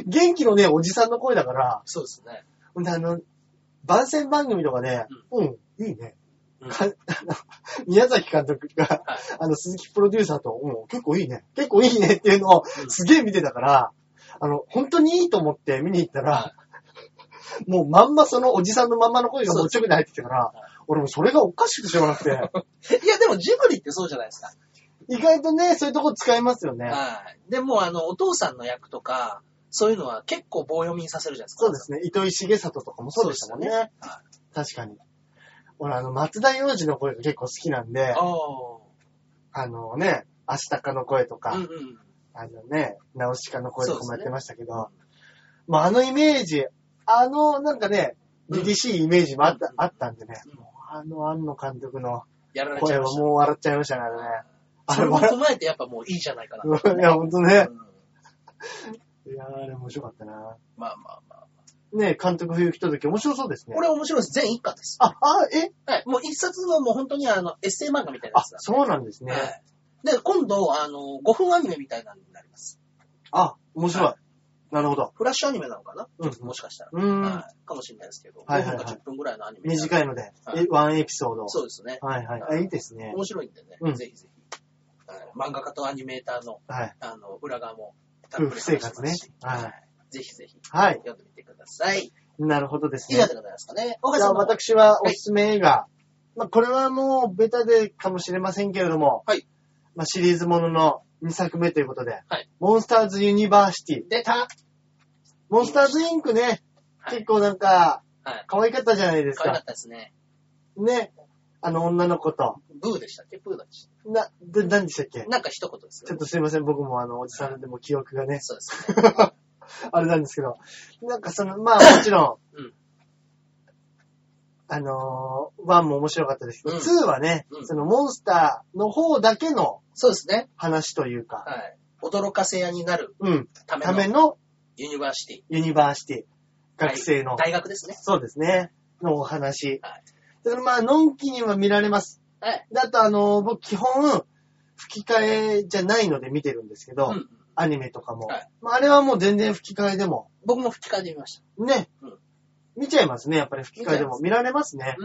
Speaker 1: 元気のね、おじさんの声だから、
Speaker 2: そうですね。
Speaker 1: ほんであの、番宣番組とかで、うん、いいね。
Speaker 2: うん
Speaker 1: かあの 宮崎監督が
Speaker 2: はい、
Speaker 1: あの、鈴木プロデューサーと、うん、結構いいね、結構いいねっていうのを
Speaker 2: うん
Speaker 1: すげえ見てたから、あの、本当にいいと思って見に行った
Speaker 2: は
Speaker 1: ら、もうまんまそのおじさんのまんまの声がもうちょくで入ってきたから
Speaker 2: そうです、
Speaker 1: 俺もそれがおかしくしょうがなくて、
Speaker 2: いや、でもジブリってそうじゃないですか。
Speaker 1: 意外とね、そういうとこ使いますよね。
Speaker 2: はい。でも、あの、お父さんの役とか、そういうのは結構棒読みにさせるじゃないですか。
Speaker 1: そうですね。糸井重里とかもそうでしたもんね。
Speaker 2: そうですよねは
Speaker 1: 確かに。俺、あの、松田洋二の声が結構好きなんで、あ
Speaker 2: あ
Speaker 1: のね、アシタカの声とか、
Speaker 2: あ。うんうん。
Speaker 1: あのね、ナウシカの声とかもやってました
Speaker 2: そ
Speaker 1: け
Speaker 2: う
Speaker 1: ど
Speaker 2: で、
Speaker 1: まあ、あのイメージ、あの、なんかね、
Speaker 2: うん
Speaker 1: 凛々しいイメージもあった,、
Speaker 2: うん
Speaker 1: あったんでね、
Speaker 2: うん
Speaker 1: もうあの、庵野監督の
Speaker 2: やられちゃ
Speaker 1: 声
Speaker 2: い
Speaker 1: は
Speaker 2: ました。
Speaker 1: もう笑っちゃいましたね、あれね。あ
Speaker 2: そ
Speaker 1: れ
Speaker 2: れも
Speaker 1: 笑
Speaker 2: 踏まえてやっぱもういいじゃないかな。
Speaker 1: う、いや、ほんと ね
Speaker 2: う。ん
Speaker 1: いやー、あれ面白かったな。
Speaker 2: まあまあまあ。
Speaker 1: ね、監督冬来た時面白そうですね
Speaker 2: こ。れ面白いです。全一巻です。
Speaker 1: あ、あ、え
Speaker 2: はい。もう一冊のもう本当にあの、エッセイ漫画みたいな
Speaker 1: あ
Speaker 2: やつ、だ。
Speaker 1: そうなんですね。
Speaker 2: はい。で、今度、あの、5分アニメみたいなのになります。
Speaker 1: あ、面白い。なるほど。
Speaker 2: フラッシュアニメなのかな
Speaker 1: うん
Speaker 2: もしかしたら。
Speaker 1: うーん。
Speaker 2: はい。かもしれないですけど、
Speaker 1: はい
Speaker 2: 5
Speaker 1: は
Speaker 2: 分
Speaker 1: いはい
Speaker 2: か10分ぐらいのアニメ。
Speaker 1: 短
Speaker 2: い。
Speaker 1: いので、
Speaker 2: はい
Speaker 1: えワンエピソード。
Speaker 2: そうですね。
Speaker 1: はいはい。あいいですね。
Speaker 2: 面白いんでね、
Speaker 1: うん
Speaker 2: ぜひぜひ。はい漫画家とアニメーターの
Speaker 1: はい。
Speaker 2: あの裏側もたっ
Speaker 1: 夫
Speaker 2: ぷり話し
Speaker 1: 婦生
Speaker 2: ます
Speaker 1: 活ね。は
Speaker 2: はい。ぜひぜひ、
Speaker 1: はい
Speaker 2: 読んでみてください。
Speaker 1: い。なるほどです
Speaker 2: 以
Speaker 1: ね。
Speaker 2: 上
Speaker 1: じ
Speaker 2: でございますかね。岡
Speaker 1: ゃ
Speaker 2: さ
Speaker 1: あ
Speaker 2: んも、
Speaker 1: 私はおすすめ映画。まあこれはもうベタでかもしれませんけれども、
Speaker 2: はい。
Speaker 1: まあシリーズものの2作目ということで、
Speaker 2: はい。
Speaker 1: モンスターズユニバーシティ。
Speaker 2: 出た
Speaker 1: モンスターズインクね、
Speaker 2: はい
Speaker 1: 結構なんか
Speaker 2: はい。
Speaker 1: 可愛かったじゃないです
Speaker 2: 可愛かっ
Speaker 1: か。
Speaker 2: たですね。
Speaker 1: ね。あの女の子と。
Speaker 2: ブーでしたっけブーだっけ
Speaker 1: な、で、何でしたっけ
Speaker 2: なんか一言です
Speaker 1: ちょ
Speaker 2: よ
Speaker 1: っ
Speaker 2: ね。
Speaker 1: とすいません、僕もあの、おじさんでも記憶がね、
Speaker 2: そうですね。
Speaker 1: あれなんですけど、なんかその、まあもちろん、
Speaker 2: うん
Speaker 1: あのー、1も面白かったですけど、
Speaker 2: うん
Speaker 1: 2はね、
Speaker 2: うん
Speaker 1: そのモンスターの方だけの
Speaker 2: そうですね。
Speaker 1: 話というか、
Speaker 2: はい。驚かせ屋になる
Speaker 1: うん、
Speaker 2: ため
Speaker 1: ため
Speaker 2: の
Speaker 1: の
Speaker 2: ユニバーシティ。
Speaker 1: ユニバーシティ、学生の、
Speaker 2: 大学ですね。
Speaker 1: そうですね、のお話。
Speaker 2: はい
Speaker 1: だからまあ、のんきには見られます。
Speaker 2: はい。
Speaker 1: だとあのー僕基本、吹き替えじゃないので見てるんですけど、
Speaker 2: うん。
Speaker 1: アニメとかも、
Speaker 2: はい
Speaker 1: まあ、あれはもう全然吹き替えでも、
Speaker 2: 僕も吹き替えで見ました。
Speaker 1: ね、
Speaker 2: うん
Speaker 1: 見ちゃいますね、やっぱり吹き替えでも見られますね。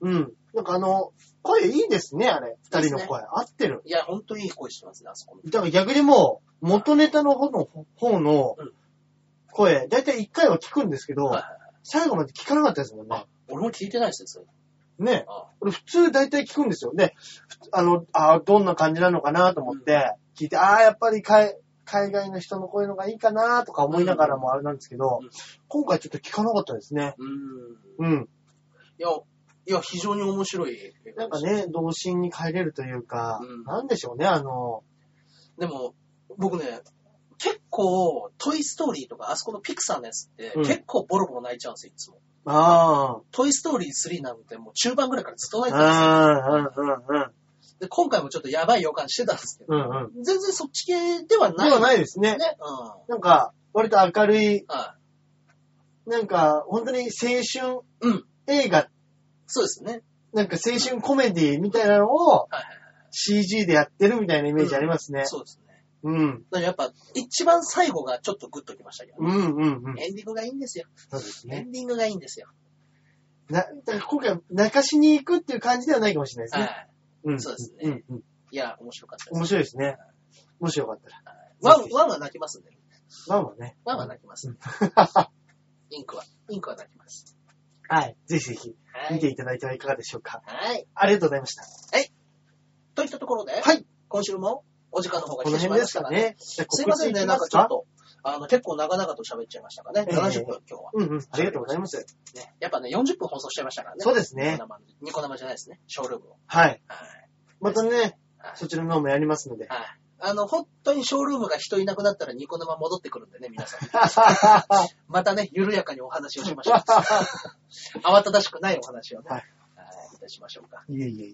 Speaker 2: うん。
Speaker 1: うん。なんかあの、声いいですね、あれ。二人の声、合ってる。
Speaker 2: いや、ほんといい声してますね、あそこの。
Speaker 1: だから逆にもう、元ネタの方の方の
Speaker 2: うん
Speaker 1: 声、だいたい一回は聞くんですけど、
Speaker 2: はいはいはい
Speaker 1: 最後まで聞かなかったですもんね
Speaker 2: あ。俺も聞いてないですね、それ。
Speaker 1: ね。
Speaker 2: あ
Speaker 1: 俺普通だいたい聞くんですよ。で、ふあの、あーどんな感じなのかなと思って、聞いて、ああ、やっぱり海海外の人の声のがいいかなとか思いながらもあれなんですけど、
Speaker 2: うん
Speaker 1: 今回ちょっと聞かなかったですね。
Speaker 2: うーん。
Speaker 1: うん。
Speaker 2: いや、いや、非常に面白い映
Speaker 1: な
Speaker 2: 画
Speaker 1: ん
Speaker 2: で
Speaker 1: か
Speaker 2: した。
Speaker 1: ね、童心に帰れるというか、
Speaker 2: うん
Speaker 1: なんでしょうね、あの、
Speaker 2: でも、僕ね、結構、トイストーリーとか、あそこのピクサーのやつって、
Speaker 1: うん
Speaker 2: 結構ボロボロ泣いちゃうんですよ、いつも。
Speaker 1: ああ、
Speaker 2: トイストーリー3なんてもう中盤ぐらいからずっと
Speaker 1: うんうんうん
Speaker 2: 泣いてるんですよ。
Speaker 1: う
Speaker 2: で、今回もちょっとやばい予感してたんですけど、
Speaker 1: んうんうん。
Speaker 2: 全然そっち系ではない。
Speaker 1: ではないですね。
Speaker 2: ね。う
Speaker 1: なんか、割と明るい、
Speaker 2: ん。はい。
Speaker 1: なんか、本当に青春
Speaker 2: うん。
Speaker 1: 映画、
Speaker 2: そうですね。
Speaker 1: なんか青春コメディみたいなのを
Speaker 2: はいはいは
Speaker 1: CG でやってるみたいなイメージありますね
Speaker 2: い。。そうですね。
Speaker 1: うん。
Speaker 2: だからやっぱ、一番最後がちょっとグッときましたけど、
Speaker 1: う
Speaker 2: ね
Speaker 1: んうんうん。
Speaker 2: エンディングがいいんですよ。
Speaker 1: そうです
Speaker 2: エ
Speaker 1: ね。
Speaker 2: ンディングがいいんですよ。
Speaker 1: な、だから今回、泣かしに行くっていう感じではないかもしれないです
Speaker 2: は
Speaker 1: ね。
Speaker 2: い。
Speaker 1: うん。
Speaker 2: そうですね
Speaker 1: うんうん。
Speaker 2: いや、面白かったです。
Speaker 1: 面白いですね。もしよかったら。
Speaker 2: ワン、ワンは泣きますんでね。
Speaker 1: ワンはね。
Speaker 2: ワンは泣きますんで。 インクは、インクは泣きます。
Speaker 1: はい。ぜひぜひ、
Speaker 2: は
Speaker 1: 見て
Speaker 2: い。
Speaker 1: いただいてはいかがでしょうか。
Speaker 2: はい。
Speaker 1: ありがとうございました。
Speaker 2: といったところで、
Speaker 1: はい。
Speaker 2: 今週もお時間の方が
Speaker 1: こ
Speaker 2: 来
Speaker 1: の
Speaker 2: てしま
Speaker 1: 辺
Speaker 2: い
Speaker 1: で
Speaker 2: まし
Speaker 1: す
Speaker 2: た
Speaker 1: か
Speaker 2: からね。
Speaker 1: ね。じゃあ
Speaker 2: すいませんね、なんかちょっ。と、あの、結構長々と喋っちゃいましたかね。
Speaker 1: ええ
Speaker 2: 70分、今日は。
Speaker 1: 告知いきますかうんうん。ありがとうございます。
Speaker 2: ね。やっぱね、40分放送しちゃいましたからね。
Speaker 1: そうですね
Speaker 2: ニコ生のニコ生じゃないですね。ショールームを。
Speaker 1: はい。
Speaker 2: はい。
Speaker 1: またね
Speaker 2: は、い
Speaker 1: そちらの方もやりますので。
Speaker 2: はい。あの、本当にショールームが人いなくなったらニコ生戻ってくるんでね、皆さん。 またね、緩やかにお話をしましょう。慌ただしくないお話をね。
Speaker 1: は
Speaker 2: はいい。いたしましょうか。
Speaker 1: いえいえい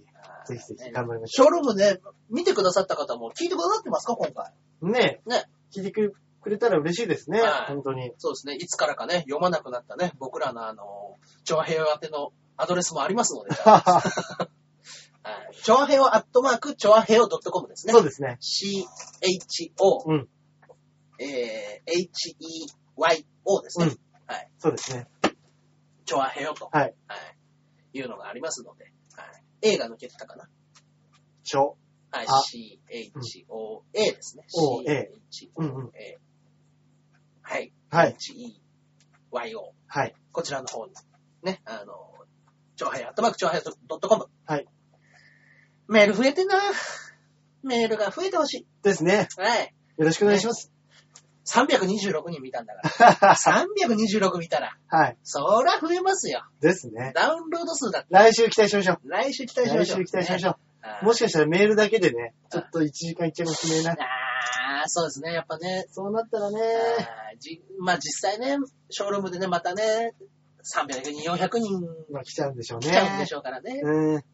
Speaker 1: ぜひぜひ頑張りまし
Speaker 2: ショールームね、見てくださった方も聞いてくださってますか、今回。
Speaker 1: え。ねえ。
Speaker 2: ね
Speaker 1: 聞いてくれたら嬉しいですね。
Speaker 2: はい
Speaker 1: 本当に。
Speaker 2: そうですね。いつからかね、読まなくなったね、僕らのあの、長平和宛てのアドレスもありますの で、はい。チョアヘオアットマーク、チョアヘオ .com ですね。
Speaker 1: そうですね。
Speaker 2: CHO、
Speaker 1: うん
Speaker 2: えー、HEYO ですね。
Speaker 1: うん
Speaker 2: はい。
Speaker 1: そうですね。
Speaker 2: チョアヘオと、
Speaker 1: はい。
Speaker 2: い、うのがありますので、はい、A が抜けてたかな。
Speaker 1: ちょ。
Speaker 2: はい、
Speaker 1: あ
Speaker 2: CHOA ですね。
Speaker 1: O A
Speaker 2: CHOA
Speaker 1: うんうん
Speaker 2: はい。
Speaker 1: はい。
Speaker 2: HEYO。
Speaker 1: はい。
Speaker 2: こちらの方に、ね、あの、超配アットマーク超配ドットコム。
Speaker 1: はい。
Speaker 2: メール増えてんなメールが増えてほしい。
Speaker 1: ですね。
Speaker 2: はい。
Speaker 1: よろしくお願いします。
Speaker 2: 326人見たんだから。
Speaker 1: は
Speaker 2: 326見たら、
Speaker 1: い。
Speaker 2: そりゃ増えますよ。
Speaker 1: ですね。
Speaker 2: ダウンロード数だって。
Speaker 1: 来週期待しましょう。
Speaker 2: 来週期待しま
Speaker 1: 来
Speaker 2: し
Speaker 1: 週
Speaker 2: ょう。
Speaker 1: 期待しまし
Speaker 2: ょ
Speaker 1: ょう。
Speaker 2: う
Speaker 1: も
Speaker 2: し、
Speaker 1: しかしたらメールだけでね、ちょっと1時間いっちゃうかもしれないな。
Speaker 2: あー、そうですね。やっぱね、
Speaker 1: そうなったらね、
Speaker 2: あーじまあ実際ね、ショールームでね、またね、300人、400人
Speaker 1: まあ来ちゃうんでしょうね。
Speaker 2: 来ちゃうんでしょうからね。
Speaker 1: うん。
Speaker 2: あー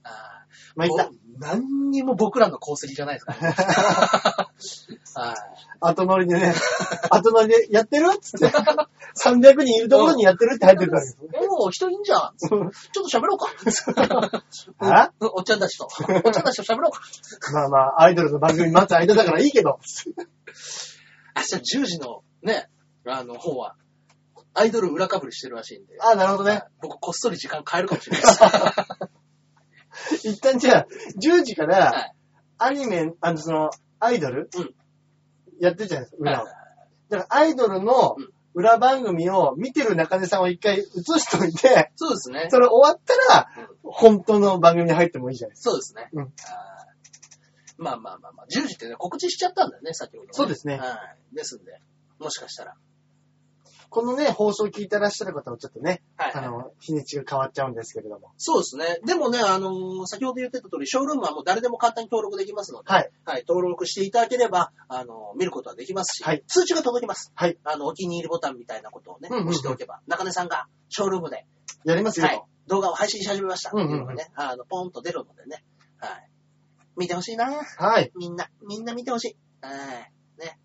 Speaker 1: まあいった
Speaker 2: も。う何にも僕らの功績じゃないですからね。 はい
Speaker 1: 後乗りで ね、後乗りでやってるっ つって。300人いるところにやってるって入ってるからです。
Speaker 2: おー人いいんじゃん。ちょっと喋ろうか。
Speaker 1: あ
Speaker 2: うんおっちゃんたちと。おっちゃんたちと喋ろうか。
Speaker 1: まあまあ、アイドルの番組待つ間だからいいけど。
Speaker 2: 明日10時のね、あの、方は、アイドル裏かぶりしてるらしいんで。
Speaker 1: ああ、なるほどね。
Speaker 2: 僕、こっそり時間変えるかもしれないです。
Speaker 1: 一旦じゃあ、10時か
Speaker 2: は
Speaker 1: ら
Speaker 2: い、
Speaker 1: アニメ、あの、その、アイドル、
Speaker 2: うん
Speaker 1: やってるじゃないですか、裏を
Speaker 2: は。
Speaker 1: だから、アイドルの
Speaker 2: うん
Speaker 1: 裏番組を見てる中根さんを一回映しといて、
Speaker 2: そうですね。
Speaker 1: それ終わったら
Speaker 2: うん、
Speaker 1: 本当の番組に入ってもいいじゃないです
Speaker 2: そうですね。
Speaker 1: うん
Speaker 2: あーまあまあまあまあ、10時ってね、告知しちゃったんだよね、先ほど、ね。
Speaker 1: そうですね
Speaker 2: はい。ですんで、もしかしたら。
Speaker 1: か。このね、放送を聞いてらっしゃる方はちょっとね、
Speaker 2: はい、
Speaker 1: あの、日にちが変わっちゃうんですけれども。
Speaker 2: そうですね。でもね、あのー先ほど言ってた通り、ショールームはもう誰でも簡単に登録できますので、
Speaker 1: はい。
Speaker 2: はい、登録していただければ、あのー見ることはできますし、
Speaker 1: はい
Speaker 2: 通知が届きます。
Speaker 1: はい。
Speaker 2: あの、お気に入りボタンみたいなことをね、
Speaker 1: うんうんうん
Speaker 2: 押しておけば、中根さんがショールームで、
Speaker 1: やりますよ。
Speaker 2: はい、動画を配信し始めましたっていうのがね、あの、ポンと出るのでね、はい。見てほしいな
Speaker 1: はい。
Speaker 2: みんな、みんな見てほしい。はい。ね。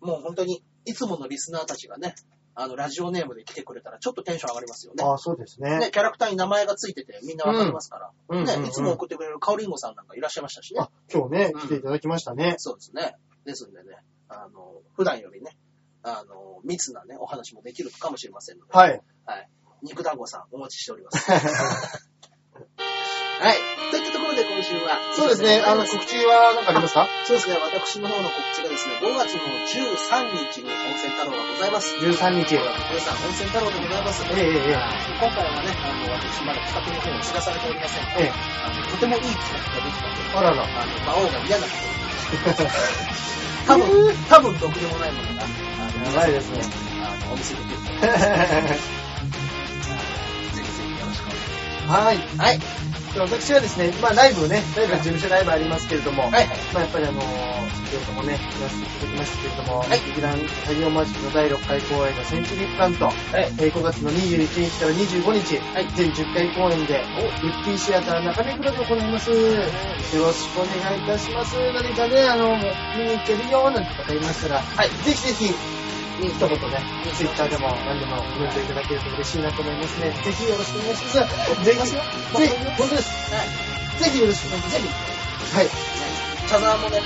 Speaker 2: もう本当に、いつものリスナーたちがね、あの、ラジオネームで来てくれたら、ちょっとテンション上がりますよね。
Speaker 1: ああ、そうですね。
Speaker 2: ね、キャラクターに名前がついてて、みんなわかりますから。
Speaker 1: うんうんうん
Speaker 2: ね、いつも送ってくれるカオリンゴさんなんかいらっしゃいましたしね。
Speaker 1: あ、今日ね、
Speaker 2: うん
Speaker 1: 来ていただきましたね。
Speaker 2: そうですね。ですんでね、あの、普段よりね、あの、密なね、お話もできるかもしれませんので、
Speaker 1: はい。
Speaker 2: 肉団子さんお待ちしており ます。はい。といったところで今週は、
Speaker 1: そうですね。あの、告知は何かありますか
Speaker 2: そうですね、私の方の告知がですね、5月の13日に温泉太郎がございます。
Speaker 1: ?13 日。
Speaker 2: 皆さん、温泉太郎でございます。
Speaker 1: ええええええ
Speaker 2: 今回はね、あの、私まだ企画の方に知らされておりませんが、
Speaker 1: え
Speaker 2: あ
Speaker 1: え
Speaker 2: のとてもいい企画ができたので、
Speaker 1: あらら。
Speaker 2: あの、馬王が嫌なことを言ってます。多分、多分、どくでもないものが、あ
Speaker 1: やばいですね。
Speaker 2: の、あのお店で出てるので、ぜひぜひよろしくお願いし
Speaker 1: はい。
Speaker 2: ます。はい。
Speaker 1: で私はですね、まあライブね、ライブは事務所ライブありますけれども、
Speaker 2: はい。
Speaker 1: まあやっぱりあのー、先ほどもね、やらせていただきましたけれども、
Speaker 2: はい
Speaker 1: 劇団作業マジックの第6回公演のセンチュリープラント、
Speaker 2: はい。
Speaker 1: えー5月の21日から25日、
Speaker 2: はい
Speaker 1: 全10回公演で、ウッディシアター中目黒で行います。よろしくお願いいたします。何かね、あの、見に行けるよ、なんて方いましたら、
Speaker 2: はい。
Speaker 1: ぜひぜひ、一
Speaker 2: う
Speaker 1: 言ね、
Speaker 2: ん
Speaker 1: ツイッターでも何でもコメントいただけると嬉しいなと思いますね。ぜひよろしくお願いします。ぜひ、ぜひ、本当です。
Speaker 2: はい。
Speaker 1: ぜひよろしくお願いし
Speaker 2: ぜひ、ね、
Speaker 1: ます。はい。
Speaker 2: 茶沢もね、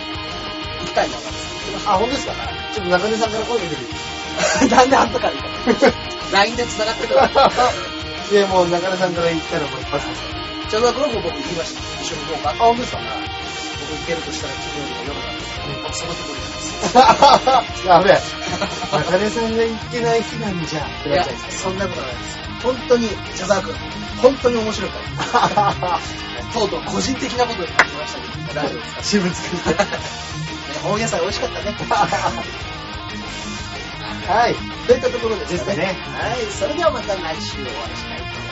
Speaker 2: 行きたいなと
Speaker 1: あ、本当ですかちょっと中根さんから声かけていい
Speaker 2: 思って。 なんであんたから言ったの ?LINE で繋がってくる。
Speaker 1: いや、もう中根さんから言ったらもう一発です。
Speaker 2: 茶沢君はもう僕言いました。一緒に行こうか。あ、本当ですか僕行けるとしたら金曜日の夜なんですけど、僕その日無理なんです。
Speaker 1: やべえ。中根さんが言ってない日なんじゃん。って
Speaker 2: い
Speaker 1: な
Speaker 2: や
Speaker 1: っちゃい、ます
Speaker 2: そんなことないです。本当に、茶沢君、本当に面白いから。とうとう個人的なことになりましたけど、大丈夫ですか
Speaker 1: 私 物作っ
Speaker 2: ね温野菜美味しかったね。
Speaker 1: て。 はい。
Speaker 2: といったところです
Speaker 1: です
Speaker 2: かね。
Speaker 1: ね。
Speaker 2: はい、それではまた来週お会いしたいと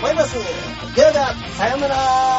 Speaker 2: 思います。ではでは、
Speaker 1: さようなら